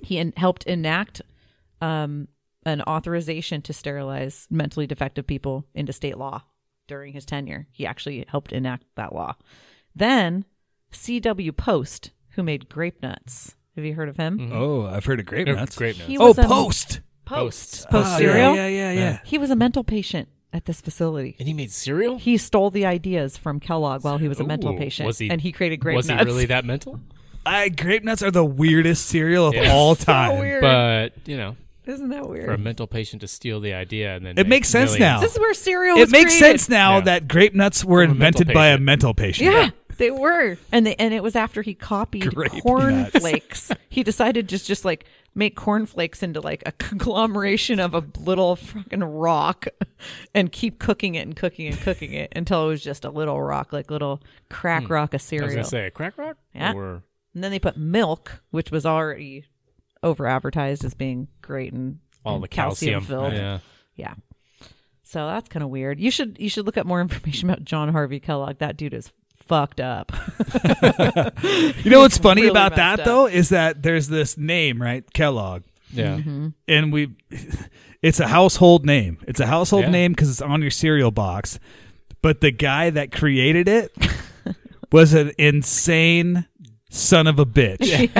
Speaker 2: He en- helped enact um, an authorization to sterilize mentally defective people into state law during his tenure. He actually helped enact that law. Then C.W. Post, who made grape nuts. Have you heard of him?
Speaker 1: (laughs)
Speaker 3: Mm-hmm.
Speaker 1: Oh, I've heard of grape
Speaker 3: No,
Speaker 1: nuts.
Speaker 3: Grape nuts.
Speaker 2: He
Speaker 1: Oh,
Speaker 2: was a-
Speaker 1: Post.
Speaker 3: Post. Ah,
Speaker 2: Post. Post,
Speaker 1: Oh,
Speaker 2: cereal.
Speaker 1: Yeah, yeah, yeah. yeah.
Speaker 2: He was a mental patient at this facility.
Speaker 3: And he made cereal?
Speaker 2: He stole the ideas from Kellogg while he was a mental
Speaker 3: Ooh.
Speaker 2: patient,
Speaker 3: Was he-
Speaker 2: and he created grape
Speaker 3: was
Speaker 2: nuts. (laughs)
Speaker 3: he really that mental?
Speaker 1: I, grape nuts are the weirdest cereal of
Speaker 3: Yeah.
Speaker 1: all
Speaker 3: So
Speaker 1: time.
Speaker 2: weird.
Speaker 3: But, you know,
Speaker 2: Isn't that
Speaker 3: for a
Speaker 2: weird?
Speaker 3: mental patient to steal the idea and then
Speaker 1: It
Speaker 3: make
Speaker 1: makes sense
Speaker 3: millions.
Speaker 1: now.
Speaker 2: This is where cereal.
Speaker 1: It
Speaker 2: was
Speaker 1: makes
Speaker 2: created.
Speaker 1: sense now
Speaker 3: Yeah.
Speaker 1: that grape nuts were
Speaker 3: From a mental
Speaker 1: invented by a
Speaker 3: patient.
Speaker 1: mental patient.
Speaker 2: Yeah, they were, and they, and it was after he copied
Speaker 1: Grape nuts.
Speaker 2: cornflakes. he decided just just like make cornflakes into like a conglomeration of a little fucking rock, and keep cooking it and cooking and cooking it until it was just a little rock, like little crack rock of
Speaker 3: I was
Speaker 2: cereal.
Speaker 3: going to say, crack rock?
Speaker 2: Yeah.
Speaker 3: Or
Speaker 2: And then they put milk, which was already over advertised as being great and
Speaker 3: all
Speaker 2: and
Speaker 3: the calcium.
Speaker 2: filled. Yeah.
Speaker 3: Yeah.
Speaker 2: So that's kind of weird. You should you should look up more (laughs) information about John Harvey Kellogg. That dude is fucked up.
Speaker 1: You know what's funny
Speaker 2: really
Speaker 1: about
Speaker 2: messed
Speaker 1: that
Speaker 2: up.
Speaker 1: though is that there's this name, right? Kellogg.
Speaker 3: Yeah.
Speaker 2: Mm-hmm.
Speaker 1: and we (laughs) it's a household name it's a household
Speaker 3: Yeah.
Speaker 1: name because it's on your cereal box but the guy that created it (laughs) was an insane son of a bitch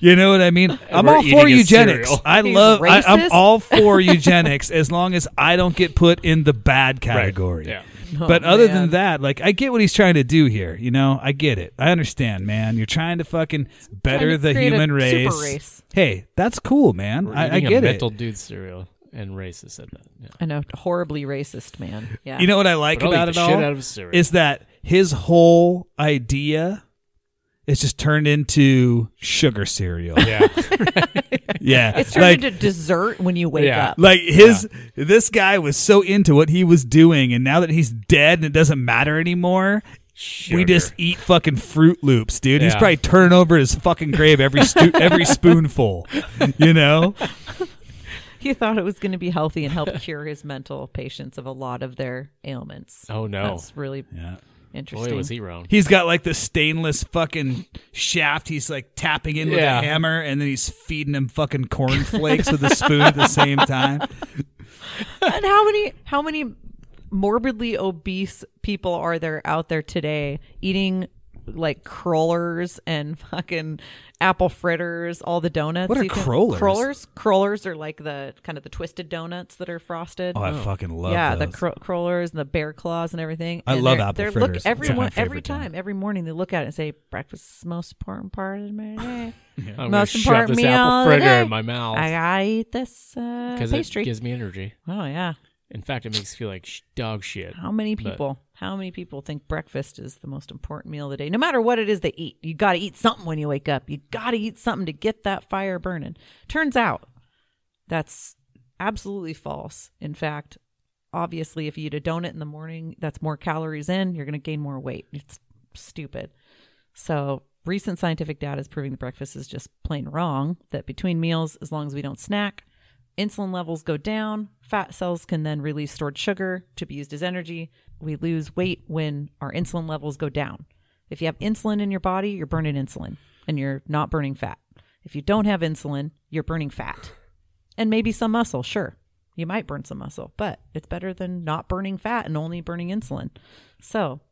Speaker 1: (laughs) you know what i mean i'm
Speaker 3: We're
Speaker 1: all
Speaker 3: eating
Speaker 1: for
Speaker 3: his
Speaker 1: eugenics
Speaker 3: cereal.
Speaker 1: i
Speaker 2: He's
Speaker 1: love I, i'm
Speaker 2: racist?
Speaker 1: all
Speaker 2: (laughs)
Speaker 1: for eugenics as long as i don't get put in the bad category
Speaker 3: Yeah.
Speaker 1: but other than
Speaker 2: Oh, man.
Speaker 1: that, like I get what he's trying to do here. You know, I get it. I understand, man. You're trying to fucking better
Speaker 2: to
Speaker 1: the
Speaker 2: create a
Speaker 1: human
Speaker 2: super
Speaker 1: race.
Speaker 2: race.
Speaker 1: Hey, that's cool, man.
Speaker 3: We're
Speaker 1: I, I
Speaker 3: eating
Speaker 1: get
Speaker 3: a
Speaker 1: it.
Speaker 3: mental dude cereal and racist at that. Yeah.
Speaker 2: I know, horribly racist man. Yeah.
Speaker 1: You know what I like
Speaker 3: But I'll eat
Speaker 1: about
Speaker 3: the
Speaker 1: it
Speaker 3: shit
Speaker 1: all
Speaker 3: out of a cereal.
Speaker 1: is that his whole idea is just turned into sugar
Speaker 3: (laughs)
Speaker 1: cereal.
Speaker 3: Yeah.
Speaker 1: yeah,
Speaker 2: it's turned
Speaker 1: like,
Speaker 2: into dessert when you wake
Speaker 3: Yeah.
Speaker 2: up.
Speaker 1: Like his this guy was so into what he was doing and now that he's dead and it doesn't matter anymore, We just
Speaker 3: Sugar.
Speaker 1: eat fucking Fruit Loops, dude. He's
Speaker 3: Yeah.
Speaker 1: probably turning over his fucking grave every stu-
Speaker 3: (laughs)
Speaker 1: every spoonful. You know,
Speaker 2: He thought it was going to be healthy and
Speaker 3: (laughs)
Speaker 2: help cure his mental patients of a lot of their ailments.
Speaker 3: Oh, no.
Speaker 2: That's really
Speaker 1: yeah.
Speaker 2: interesting.
Speaker 3: Boy, was he wrong.
Speaker 1: he's got like the stainless fucking shaft. He's like tapping in
Speaker 3: Yeah.
Speaker 1: with a hammer, and then he's feeding him fucking cornflakes with a spoon at the same time.
Speaker 2: and how many how many morbidly obese people are there out there today eating like crawlers and fucking apple fritters, all the donuts.
Speaker 1: What are
Speaker 2: you can-
Speaker 1: crawlers?
Speaker 2: Crawlers, crawlers are like the kind of the twisted donuts that are frosted.
Speaker 1: Oh, I fucking love.
Speaker 2: yeah,
Speaker 1: those.
Speaker 2: the cro- crawlers and the bear claws and everything.
Speaker 1: I
Speaker 2: And
Speaker 1: love
Speaker 2: they're-
Speaker 1: apple
Speaker 2: they're
Speaker 1: fritters.
Speaker 2: Look, every
Speaker 1: It's my
Speaker 2: one- every
Speaker 1: favorite dinner.
Speaker 2: time, every morning, they look at it and say, "Breakfast is the most important part of my
Speaker 1: (sighs)
Speaker 2: day.
Speaker 3: I'm gonna
Speaker 2: most
Speaker 3: shove
Speaker 2: important
Speaker 3: this
Speaker 2: meal
Speaker 3: apple
Speaker 2: of the
Speaker 3: fritter
Speaker 2: day.
Speaker 3: in my mouth
Speaker 2: I gotta eat this uh,
Speaker 3: because
Speaker 2: pastry."
Speaker 3: it gives me energy.
Speaker 2: oh yeah.
Speaker 3: In fact, it makes me feel like sh- dog shit.
Speaker 2: How many
Speaker 3: But-
Speaker 2: people? how many people think breakfast is the most important meal of the day? No matter what it is they eat, you got to eat something when you wake up. You got to eat something to get that fire burning. Turns out that's absolutely false. In fact, obviously, if you eat a donut in the morning, that's more calories in. You're going to gain more weight. It's stupid. So, recent scientific data is proving that breakfast is just plain wrong. That between meals, as long as we don't snack, insulin levels go down. Fat cells can then release stored sugar to be used as energy. We lose weight when our insulin levels go down. If you have insulin in your body, you're burning insulin and you're not burning fat. If you don't have insulin, you're burning fat and maybe some muscle, sure. You might burn some muscle, but it's better than not burning fat and only burning insulin. So,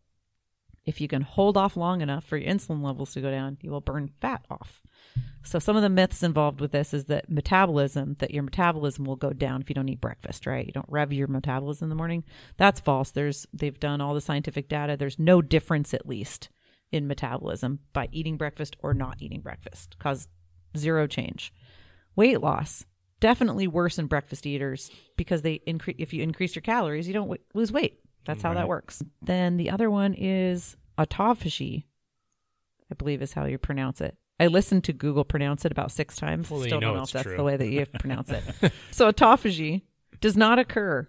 Speaker 2: if you can hold off long enough for your insulin levels to go down, you will burn fat off. So some of the myths involved with this is that metabolism, that your metabolism will go down if you don't eat breakfast, right? You don't rev your metabolism in the morning. That's false. There's they've done all the scientific data. There's no difference at least in metabolism by eating breakfast or not eating breakfast. Cause zero change. Weight loss definitely worse in breakfast eaters because they increase if you increase your calories, you don't w- lose weight. That's how that works. Then the other one is autophagy, I believe is how you pronounce it. I listened to Google pronounce it about six times.
Speaker 3: Well, you
Speaker 2: Still
Speaker 3: know
Speaker 2: don't know
Speaker 3: it's
Speaker 2: if that's
Speaker 3: true.
Speaker 2: the way that
Speaker 3: (laughs)
Speaker 2: you pronounce it. so autophagy does not occur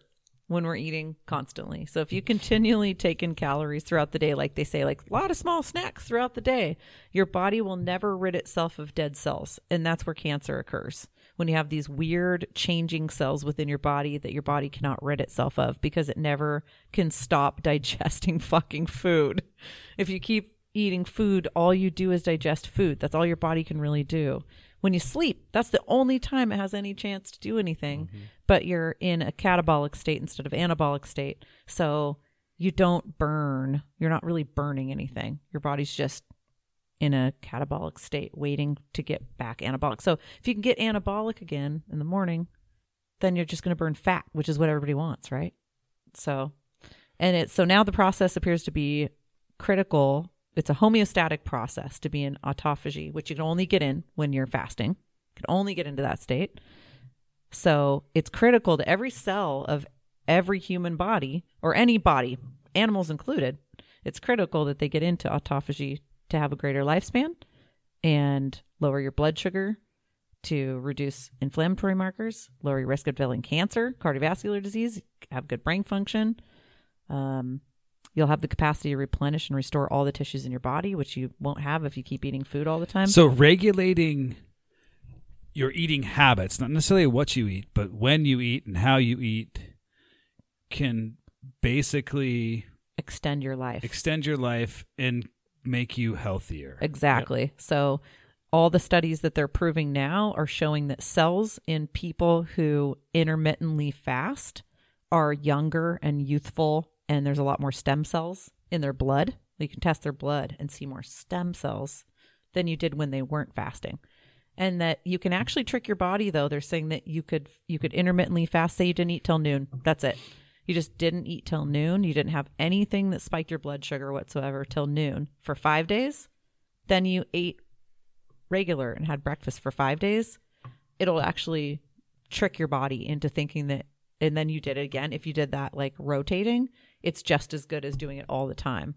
Speaker 2: when we're eating constantly. So if you continually take in calories throughout the day, like they say, like a lot of small snacks throughout the day, your body will never rid itself of dead cells. And that's where cancer occurs. When you have these weird changing cells within your body that your body cannot rid itself of because it never can stop (laughs) digesting fucking food. If you keep eating food, all you do is digest food. That's all your body can really do. When you sleep, that's the only time it has any chance to do anything. But you're in a catabolic state instead of anabolic state. So you don't burn. You're not really burning anything. Your body's just in a catabolic state waiting to get back anabolic. So if you can get anabolic again in the morning, then you're just going to burn fat, which is what everybody wants, right? So and it so now the process appears to be critical. It's a homeostatic process to be in autophagy, which you can only get in when you're fasting. You can only get into that state. So it's critical to every cell of every human body or any body, animals included. It's critical that they get into autophagy to have a greater lifespan and lower your blood sugar, to reduce inflammatory markers, lower your risk of developing cancer, cardiovascular disease, have good brain function. Um, you'll have the capacity to replenish and restore all the tissues in your body, which you won't have if you keep eating food all the time.
Speaker 1: So regulating your eating habits, not necessarily what you eat, but when you eat and how you eat, can basically
Speaker 2: extend your life.
Speaker 1: extend your life and make you healthier.
Speaker 2: Exactly. So, all the studies that they're proving now are showing that cells in people who intermittently fast are younger and youthful, and there's a lot more stem cells in their blood. You can test their blood and see more stem cells than you did when they weren't fasting. And that you can actually trick your body though. They're saying that you could you could intermittently fast, say you didn't eat till noon. That's it. You just didn't eat till noon. You didn't have anything that spiked your blood sugar whatsoever till noon for five days then you ate regular and had breakfast for five days, it'll actually trick your body into thinking that. And then you did it again. If you did that like rotating, it's just as good as doing it all the time.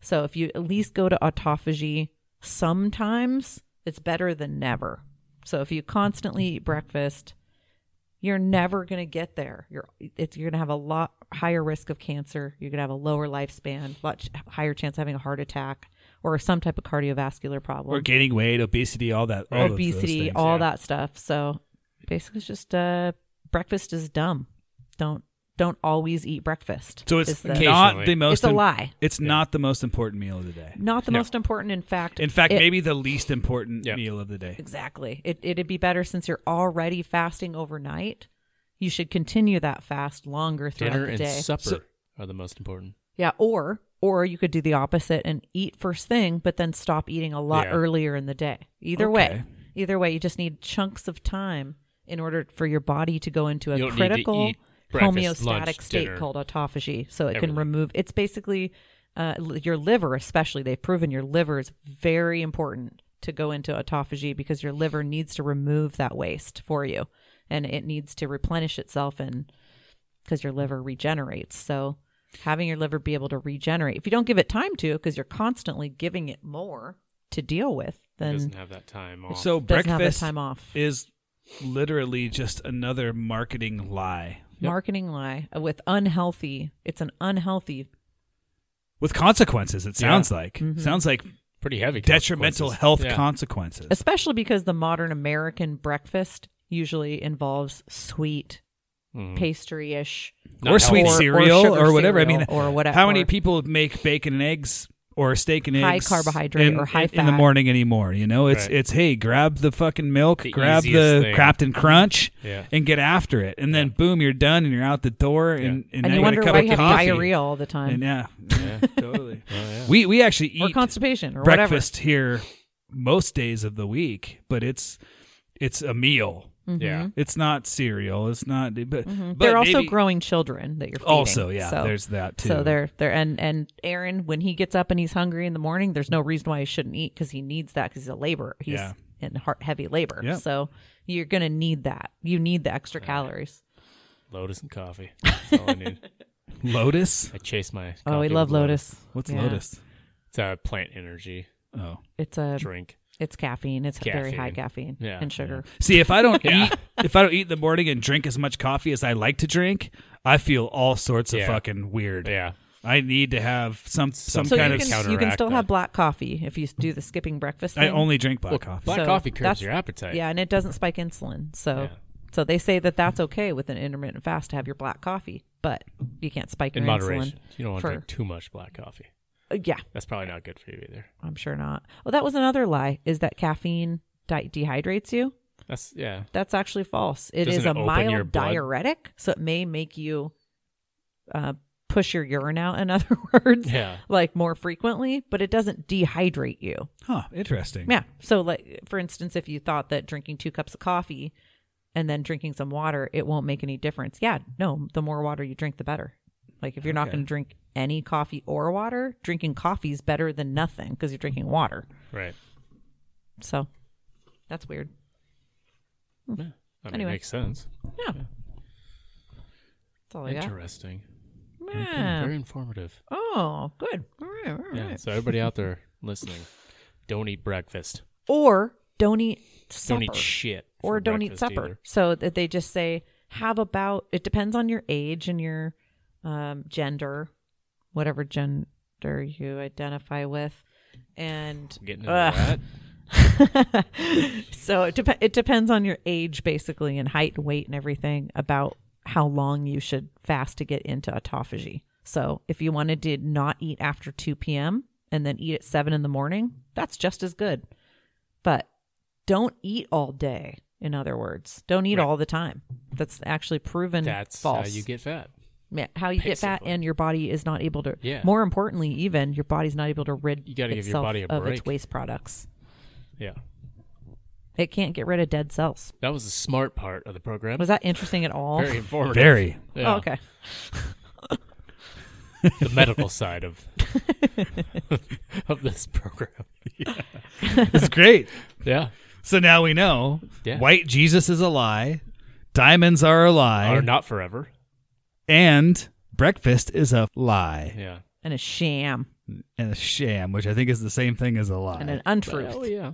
Speaker 2: So if you at least go to autophagy sometimes, it's better than never. So if you constantly eat breakfast, you're never going to get there. You're it's, you're going to have a lot higher risk of cancer. You could have a lower lifespan, much higher chance of having a heart attack or some type of cardiovascular problem,
Speaker 1: We're gaining weight, obesity, all that. All of those
Speaker 2: obesity,
Speaker 1: things,
Speaker 2: all
Speaker 1: yeah.
Speaker 2: that stuff. So basically, it's just uh, breakfast is dumb. Don't don't always eat breakfast.
Speaker 1: So it's
Speaker 2: is the-
Speaker 1: not
Speaker 3: Occasionally.
Speaker 1: the most.
Speaker 2: It's a lie.
Speaker 1: It's not the most important meal of the day.
Speaker 2: not the most important. In fact,
Speaker 1: In fact,
Speaker 2: it-
Speaker 1: maybe the least important
Speaker 3: Yeah.
Speaker 1: meal of the day.
Speaker 2: Exactly. It, it'd be better since you're already fasting overnight. You should continue that fast longer throughout
Speaker 3: Dinner
Speaker 2: the
Speaker 3: and
Speaker 2: day.
Speaker 3: supper
Speaker 1: So-
Speaker 3: are the most important.
Speaker 2: yeah, or or you could do the opposite and eat first thing, but then stop eating a lot
Speaker 3: Yeah.
Speaker 2: earlier in the day. Either
Speaker 1: Okay.
Speaker 2: way, either way, you just need chunks of time in order for your body to go into a
Speaker 3: You don't need to
Speaker 2: critical
Speaker 3: eat breakfast,
Speaker 2: homeostatic
Speaker 3: lunch,
Speaker 2: state
Speaker 3: dinner.
Speaker 2: called autophagy, so it
Speaker 3: Everything.
Speaker 2: can remove. It's basically uh, l- your liver, especially. They've proven your liver is very important to go into autophagy because your liver needs to remove that waste for you, and it needs to replenish itself and because your liver regenerates. So having your liver be able to regenerate, if you don't give it time to, because you're constantly giving it more to deal with,
Speaker 3: It
Speaker 2: then
Speaker 3: doesn't have that time off.
Speaker 1: So
Speaker 2: Doesn't have the
Speaker 1: breakfast
Speaker 2: time off.
Speaker 1: is literally just another marketing lie
Speaker 2: marketing lie uh, with unhealthy. It's an unhealthy.
Speaker 1: with consequences. It sounds like
Speaker 2: Mm-hmm.
Speaker 1: sounds like
Speaker 3: pretty heavy
Speaker 1: detrimental
Speaker 3: consequences.
Speaker 1: health
Speaker 3: Yeah.
Speaker 1: consequences.
Speaker 2: especially because the modern American breakfast usually involves sweet pastry-ish
Speaker 3: Mm-hmm. Not
Speaker 1: or Hmm. sweet
Speaker 3: healthy.
Speaker 2: or- or
Speaker 1: cereal
Speaker 2: sugar
Speaker 1: or, whatever. I
Speaker 2: cereal
Speaker 1: mean,
Speaker 2: or whatever-
Speaker 1: How many
Speaker 2: or-
Speaker 1: people make bacon and eggs or steak and
Speaker 2: High
Speaker 1: eggs,
Speaker 2: carbohydrate
Speaker 1: in,
Speaker 2: or high
Speaker 1: in, in the
Speaker 2: fat.
Speaker 1: morning anymore? You know, it's
Speaker 3: Right.
Speaker 1: it's hey, grab the fucking milk,
Speaker 3: The
Speaker 1: grab
Speaker 3: easiest
Speaker 1: the
Speaker 3: thing.
Speaker 1: Captain Crunch,
Speaker 3: Yeah.
Speaker 1: and get after it, and then boom, you're done and you're out the door, and, and, now
Speaker 2: and you
Speaker 1: got a
Speaker 2: wonder
Speaker 1: cup
Speaker 2: why
Speaker 1: of
Speaker 2: you have
Speaker 1: coffee.
Speaker 2: diarrhea all the time
Speaker 1: And
Speaker 3: (laughs)
Speaker 1: yeah, yeah, totally. (laughs)
Speaker 3: Oh,
Speaker 1: We we actually eat
Speaker 2: or constipation or
Speaker 1: breakfast here most days of the week, but it's it's a meal.
Speaker 3: Yeah.
Speaker 1: It's not cereal. It's not. But,
Speaker 2: whatever.
Speaker 1: but
Speaker 2: Mm-hmm. They're also
Speaker 1: maybe-
Speaker 2: growing children that you're feeding.
Speaker 1: Also, yeah,
Speaker 2: so.
Speaker 1: there's that too.
Speaker 2: So they're they're and and Aaron when he gets up and he's hungry in the morning, there's no reason why he shouldn't eat because he needs that because he's a laborer. He's
Speaker 1: Yeah.
Speaker 2: in heart heavy labor,
Speaker 1: Yep.
Speaker 2: so you're gonna need that. You need the extra calories. Mm-hmm.
Speaker 3: Lotus
Speaker 2: (laughs)
Speaker 3: and coffee. That's all I need.
Speaker 1: Lotus.
Speaker 3: I chase my.
Speaker 2: oh, we
Speaker 3: coffee
Speaker 2: love
Speaker 3: with
Speaker 2: Lotus.
Speaker 1: What's
Speaker 2: Yeah.
Speaker 1: Lotus?
Speaker 3: It's a plant energy
Speaker 1: Oh,
Speaker 2: It's a
Speaker 3: drink.
Speaker 2: it's caffeine. It's very high
Speaker 3: Caffeine.
Speaker 2: caffeine
Speaker 3: Yeah,
Speaker 2: and sugar.
Speaker 1: see if I don't
Speaker 3: (laughs) Yeah.
Speaker 1: eat if I don't eat in the morning and drink as much coffee as I like to drink, I feel all sorts of
Speaker 3: Yeah.
Speaker 1: fucking weird.
Speaker 3: Yeah.
Speaker 1: I need to have some some
Speaker 2: So
Speaker 1: kind
Speaker 2: you
Speaker 1: of.
Speaker 2: can you can
Speaker 3: counteract
Speaker 2: still have
Speaker 3: that.
Speaker 2: black coffee if you do the skipping breakfast.
Speaker 1: I
Speaker 2: thing.
Speaker 1: only drink black
Speaker 3: Well,
Speaker 1: coffee.
Speaker 3: black
Speaker 2: So
Speaker 3: coffee curbs
Speaker 2: that's-
Speaker 3: your appetite.
Speaker 2: Yeah, and it doesn't spike insulin. So
Speaker 3: Yeah.
Speaker 2: so they say that that's okay with an intermittent fast to have your black coffee, but you can't spike
Speaker 3: In
Speaker 2: your
Speaker 3: moderation.
Speaker 2: insulin.
Speaker 3: You don't want
Speaker 2: for-
Speaker 3: to drink too much black coffee.
Speaker 2: Uh, yeah,
Speaker 3: That's probably not good for you either.
Speaker 2: I'm sure not. Well, that was another lie is that caffeine di- dehydrates you.
Speaker 3: That's yeah.
Speaker 2: That's actually false. It is
Speaker 3: Doesn't it
Speaker 2: a
Speaker 3: open your
Speaker 2: mild
Speaker 3: blood?
Speaker 2: diuretic, so it may make you uh, push your urine out, in (laughs) other words,
Speaker 3: Yeah.
Speaker 2: like more frequently, but it doesn't dehydrate you.
Speaker 1: Huh?
Speaker 3: Mm.
Speaker 1: Interesting.
Speaker 2: Yeah. So, like for instance, if you thought that drinking two cups of coffee and then drinking some water, it won't make any difference. Yeah, no. The more water you drink, the better. Like if you're not
Speaker 1: Okay.
Speaker 2: going to drink any coffee or water, drinking coffee is better than nothing because you're drinking water.
Speaker 3: Right.
Speaker 2: So that's weird.
Speaker 3: I mean,
Speaker 2: Anyway.
Speaker 3: makes sense.
Speaker 2: Yeah. That's all I got.
Speaker 3: Interesting.
Speaker 2: Oh,
Speaker 3: Hmm,
Speaker 2: Yeah.
Speaker 3: Very informative.
Speaker 2: Oh, good. All right, all right.
Speaker 3: Yeah. So everybody out there listening, don't eat breakfast.
Speaker 2: Or don't eat supper.
Speaker 3: Don't eat shit.
Speaker 2: or
Speaker 3: for
Speaker 2: don't eat
Speaker 3: breakfast
Speaker 2: supper.
Speaker 3: either.
Speaker 2: So that they just say have about. It depends on your age and your um, gender, whatever gender you identify with, and
Speaker 3: Getting into
Speaker 2: Ugh. (laughs)
Speaker 3: that.
Speaker 2: so it, dep- it depends on your age basically and height and weight and everything about how long you should fast to get into autophagy so if you wanted to not eat after 2 p.m and then eat at 7 in the morning that's just as good but don't eat all day in other words don't eat all the time that's actually proven
Speaker 3: That's
Speaker 2: false
Speaker 3: how you get fat.
Speaker 2: Yeah, how you get fat
Speaker 3: basically.
Speaker 2: and your body is not able to
Speaker 3: Yeah.
Speaker 2: more importantly even your body's not able to rid
Speaker 3: You gotta give your
Speaker 2: itself
Speaker 3: body a
Speaker 2: of its
Speaker 3: break.
Speaker 2: waste products
Speaker 3: Yeah.
Speaker 2: it can't get rid of dead cells
Speaker 3: That was the smart part of the program.
Speaker 2: Was that interesting at all?
Speaker 3: very informative?
Speaker 1: Very.
Speaker 3: Yeah.
Speaker 2: Oh, okay.
Speaker 3: The medical side of
Speaker 2: (laughs)
Speaker 3: (laughs) of this program.
Speaker 1: (laughs) It's great.
Speaker 3: Yeah.
Speaker 1: So now we know
Speaker 3: (laughs) Yeah.
Speaker 1: white Jesus is a lie, diamonds are a lie,
Speaker 3: Or not forever.
Speaker 1: and breakfast is a lie
Speaker 3: Yeah.
Speaker 2: And a sham
Speaker 1: and a sham, which I think is the same thing as a lie.
Speaker 2: and an untruth.
Speaker 3: Oh yeah.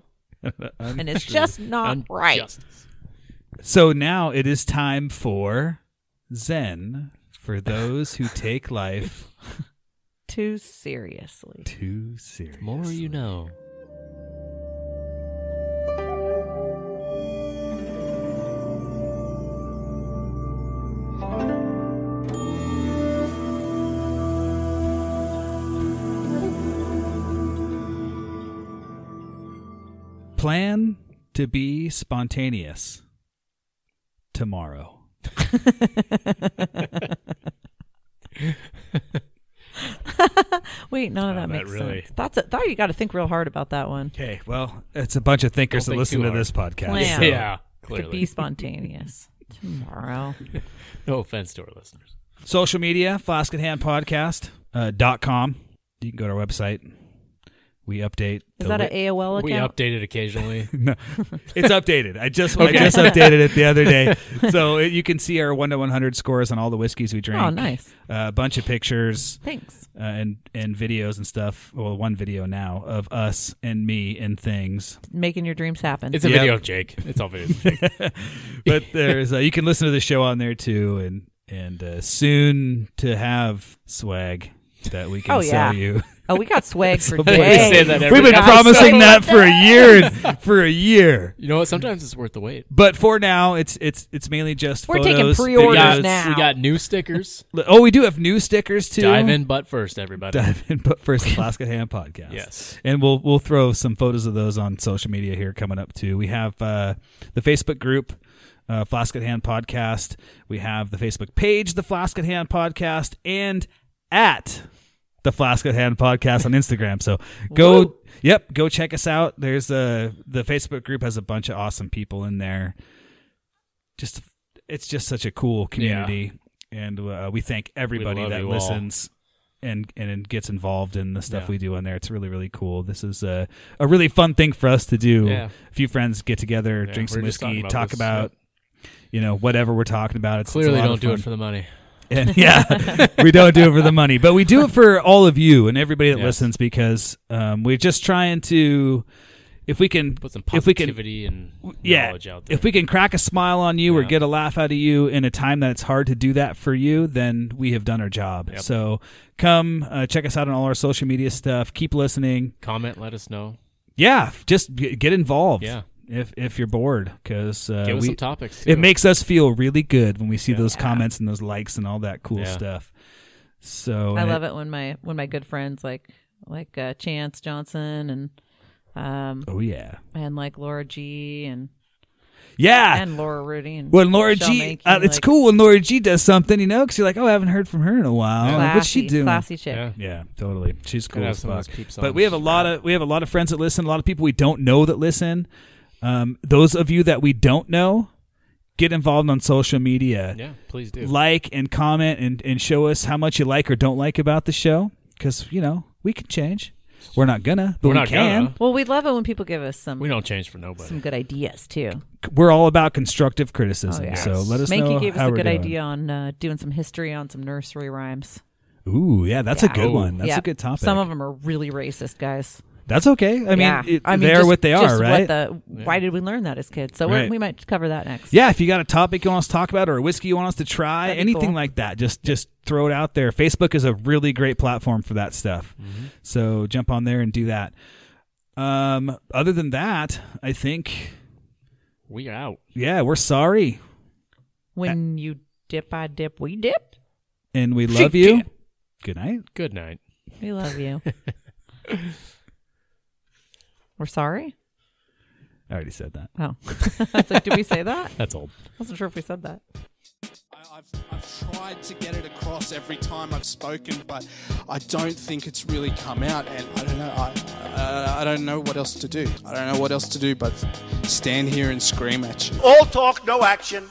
Speaker 2: And it's just not right.
Speaker 3: Injustice.
Speaker 1: so now it is time for Zen for those who take life
Speaker 2: Too seriously.
Speaker 1: too seriously.
Speaker 3: More you know.
Speaker 1: Plan to be spontaneous tomorrow.
Speaker 2: Wait, none of
Speaker 3: Oh,
Speaker 2: that
Speaker 3: that
Speaker 2: makes
Speaker 3: really-
Speaker 2: sense. That's a, that you got to think real hard about that one.
Speaker 1: Okay, well, it's a bunch of thinkers
Speaker 3: Don't
Speaker 1: that
Speaker 3: think
Speaker 1: listen
Speaker 3: too
Speaker 1: to
Speaker 3: hard.
Speaker 1: this podcast.
Speaker 2: Plan.
Speaker 1: so-
Speaker 3: (laughs) Yeah,
Speaker 2: To be
Speaker 3: clearly.
Speaker 2: spontaneous tomorrow.
Speaker 3: No offense to our listeners.
Speaker 1: Social media, Podcast uh, dot com. You can go to our website. We update.
Speaker 2: Is
Speaker 1: the
Speaker 2: that
Speaker 1: li-
Speaker 2: an (laughs) AOL account?
Speaker 3: We update it (laughs) occasionally.
Speaker 1: No, it's updated. I just I just updated it the other
Speaker 3: (laughs)
Speaker 1: day, so it, you can see our one to one hundred scores on all the whiskeys we drink.
Speaker 2: Oh, nice.
Speaker 1: Uh, a bunch of pictures
Speaker 2: Thanks.
Speaker 1: uh, and and videos and stuff. Well, one video now of us and me and things.
Speaker 2: Making your dreams happen.
Speaker 3: It's a
Speaker 1: Yep.
Speaker 3: video of Jake. It's all video. of Jake.
Speaker 1: (laughs) But there's uh, you can listen to the show on there too, and and uh, soon to have swag that we can
Speaker 2: Oh, yeah.
Speaker 1: sell
Speaker 2: (laughs)
Speaker 1: you.
Speaker 2: oh, we
Speaker 3: (laughs)
Speaker 2: got swag for
Speaker 1: Somebody
Speaker 2: days.
Speaker 3: say that every
Speaker 1: We've been
Speaker 3: time.
Speaker 1: promising that for a year and-
Speaker 2: (laughs)
Speaker 1: for a year.
Speaker 3: (laughs) You know what? Sometimes it's worth the wait.
Speaker 1: But for now, it's it's it's mainly just
Speaker 2: We're
Speaker 1: photos,
Speaker 2: taking pre-orders
Speaker 1: videos.
Speaker 2: now.
Speaker 3: We got
Speaker 2: (laughs)
Speaker 3: new stickers.
Speaker 1: Oh, we do have new stickers too.
Speaker 3: Dive in butt first, everybody.
Speaker 1: dive
Speaker 3: (laughs)
Speaker 1: in. But first, Alaska Ham podcast.
Speaker 3: Yes.
Speaker 1: and we'll we'll throw some photos of those on social media here coming up too. We have uh, the Facebook group. Uh, Flask at Hand podcast. We have the Facebook page, the Flask at Hand podcast, and at the Flask at Hand podcast on Instagram.
Speaker 3: (laughs)
Speaker 1: So go, yep, go check us out. There's uh the Facebook group has a bunch of awesome people in there. Just it's just such a cool community, and uh, we thank everybody
Speaker 3: love
Speaker 1: that
Speaker 3: you all.
Speaker 1: listens and and gets involved in the stuff
Speaker 3: Yeah.
Speaker 1: we do on there. It's really really cool. This is a a really fun thing for us to do.
Speaker 3: Yeah.
Speaker 1: A few friends get together,
Speaker 3: Yeah,
Speaker 1: drink
Speaker 3: we
Speaker 1: some
Speaker 3: were just
Speaker 1: whiskey,
Speaker 3: talking about
Speaker 1: talk
Speaker 3: this,
Speaker 1: about you know whatever we're talking about. It's it's a
Speaker 3: Clearly,
Speaker 1: lot
Speaker 3: don't
Speaker 1: of
Speaker 3: do
Speaker 1: fun.
Speaker 3: it for the money.
Speaker 1: (laughs) And
Speaker 3: (laughs)
Speaker 1: yeah, we don't do it for the money, but we do it for all of you and everybody that
Speaker 3: Yes.
Speaker 1: listens because um, we're just trying to. If we can,
Speaker 3: Put some
Speaker 1: if we can,
Speaker 3: positivity and
Speaker 1: yeah,
Speaker 3: knowledge out there.
Speaker 1: if we can crack a smile on you or
Speaker 3: Yeah.
Speaker 1: get a laugh out of you in a time that it's hard to do that for you, then we have done our job.
Speaker 3: Yep.
Speaker 1: So come uh, check us out on all our social media stuff. Keep listening.
Speaker 3: Comment, let us know.
Speaker 1: Yeah, just g- get involved.
Speaker 3: Yeah.
Speaker 1: If if you're bored, because uh,
Speaker 3: Give us
Speaker 1: we-
Speaker 3: some topics.
Speaker 1: it
Speaker 3: too.
Speaker 1: makes us feel really good when we see those
Speaker 2: Yeah.
Speaker 1: comments and those likes and all that cool
Speaker 3: Yeah.
Speaker 1: stuff. So
Speaker 2: I love it when my when my good friends like like uh, Chance Johnson and um
Speaker 1: Oh yeah,
Speaker 2: and like Laura G and
Speaker 1: (laughs) yeah.
Speaker 2: and Laura Rudy and
Speaker 1: when Laura
Speaker 2: Michelle
Speaker 1: G,
Speaker 2: Mankey,
Speaker 1: uh, it's
Speaker 2: like,
Speaker 1: cool when Laura G does something, you know, because you're like, oh, I haven't heard from her in a while. Like,
Speaker 2: Classy,
Speaker 1: What's she doing?
Speaker 2: Classy chick.
Speaker 3: Yeah.
Speaker 1: Yeah, totally. She's cool
Speaker 3: Gotta have
Speaker 1: as
Speaker 3: some of
Speaker 1: fuck.
Speaker 3: those peeps
Speaker 1: But
Speaker 3: on.
Speaker 1: we have a lot of we have a lot of friends that listen. A lot of people we don't know that listen. Um, those of you that we don't know, get involved on social media.
Speaker 3: Yeah, please do.
Speaker 1: Like and comment and, and show us how much you like or don't like about the show because you know we can change. We're not gonna, but
Speaker 3: We're
Speaker 1: we
Speaker 3: not
Speaker 1: can.
Speaker 3: gonna.
Speaker 2: Well, we love it when people give us some
Speaker 3: We don't change for nobody.
Speaker 2: some good ideas too.
Speaker 1: We're all about constructive criticism.
Speaker 2: Oh, yeah.
Speaker 1: So let us know
Speaker 2: Mankey gave
Speaker 1: how
Speaker 2: us a
Speaker 1: we're
Speaker 2: good
Speaker 1: doing.
Speaker 2: idea on uh, doing some history on some nursery rhymes.
Speaker 1: Ooh, yeah, that's a
Speaker 2: Yeah.
Speaker 1: good
Speaker 3: Ooh.
Speaker 1: one. That's
Speaker 2: Yeah.
Speaker 1: a good topic.
Speaker 2: Some of them are really racist, guys.
Speaker 1: That's okay. I mean,
Speaker 2: yeah.
Speaker 1: it,
Speaker 2: I mean,
Speaker 1: they're
Speaker 2: just-
Speaker 1: what they are,
Speaker 2: just
Speaker 1: right?
Speaker 2: What the, Why did we learn that as kids? So
Speaker 1: Right.
Speaker 2: we, we might cover that next.
Speaker 1: yeah, if you got a topic you want us to talk about or a whiskey you want us to try,
Speaker 2: That'd be
Speaker 1: anything
Speaker 2: cool.
Speaker 1: like that, just just throw it out there. Facebook is a really great platform for that stuff.
Speaker 2: Mm-hmm.
Speaker 1: So jump on there and do that. Um, other than that, I think
Speaker 3: we are out.
Speaker 1: yeah, we're sorry
Speaker 2: When you dip, I dip. We dip.
Speaker 1: and we love you. Good night.
Speaker 3: Good night.
Speaker 2: We
Speaker 1: (laughs)
Speaker 2: love you. We're sorry.
Speaker 1: I already said that.
Speaker 2: Oh, (laughs) It's like, did we say that? I
Speaker 3: That's old.
Speaker 2: wasn't sure if we said that.
Speaker 9: I- I've, I've tried to get it across every time I've spoken, but I don't think it's really come out. And I don't know. I, uh, I don't know what else to do. I don't know what else to do but stand here and scream at you.
Speaker 10: All talk, no action.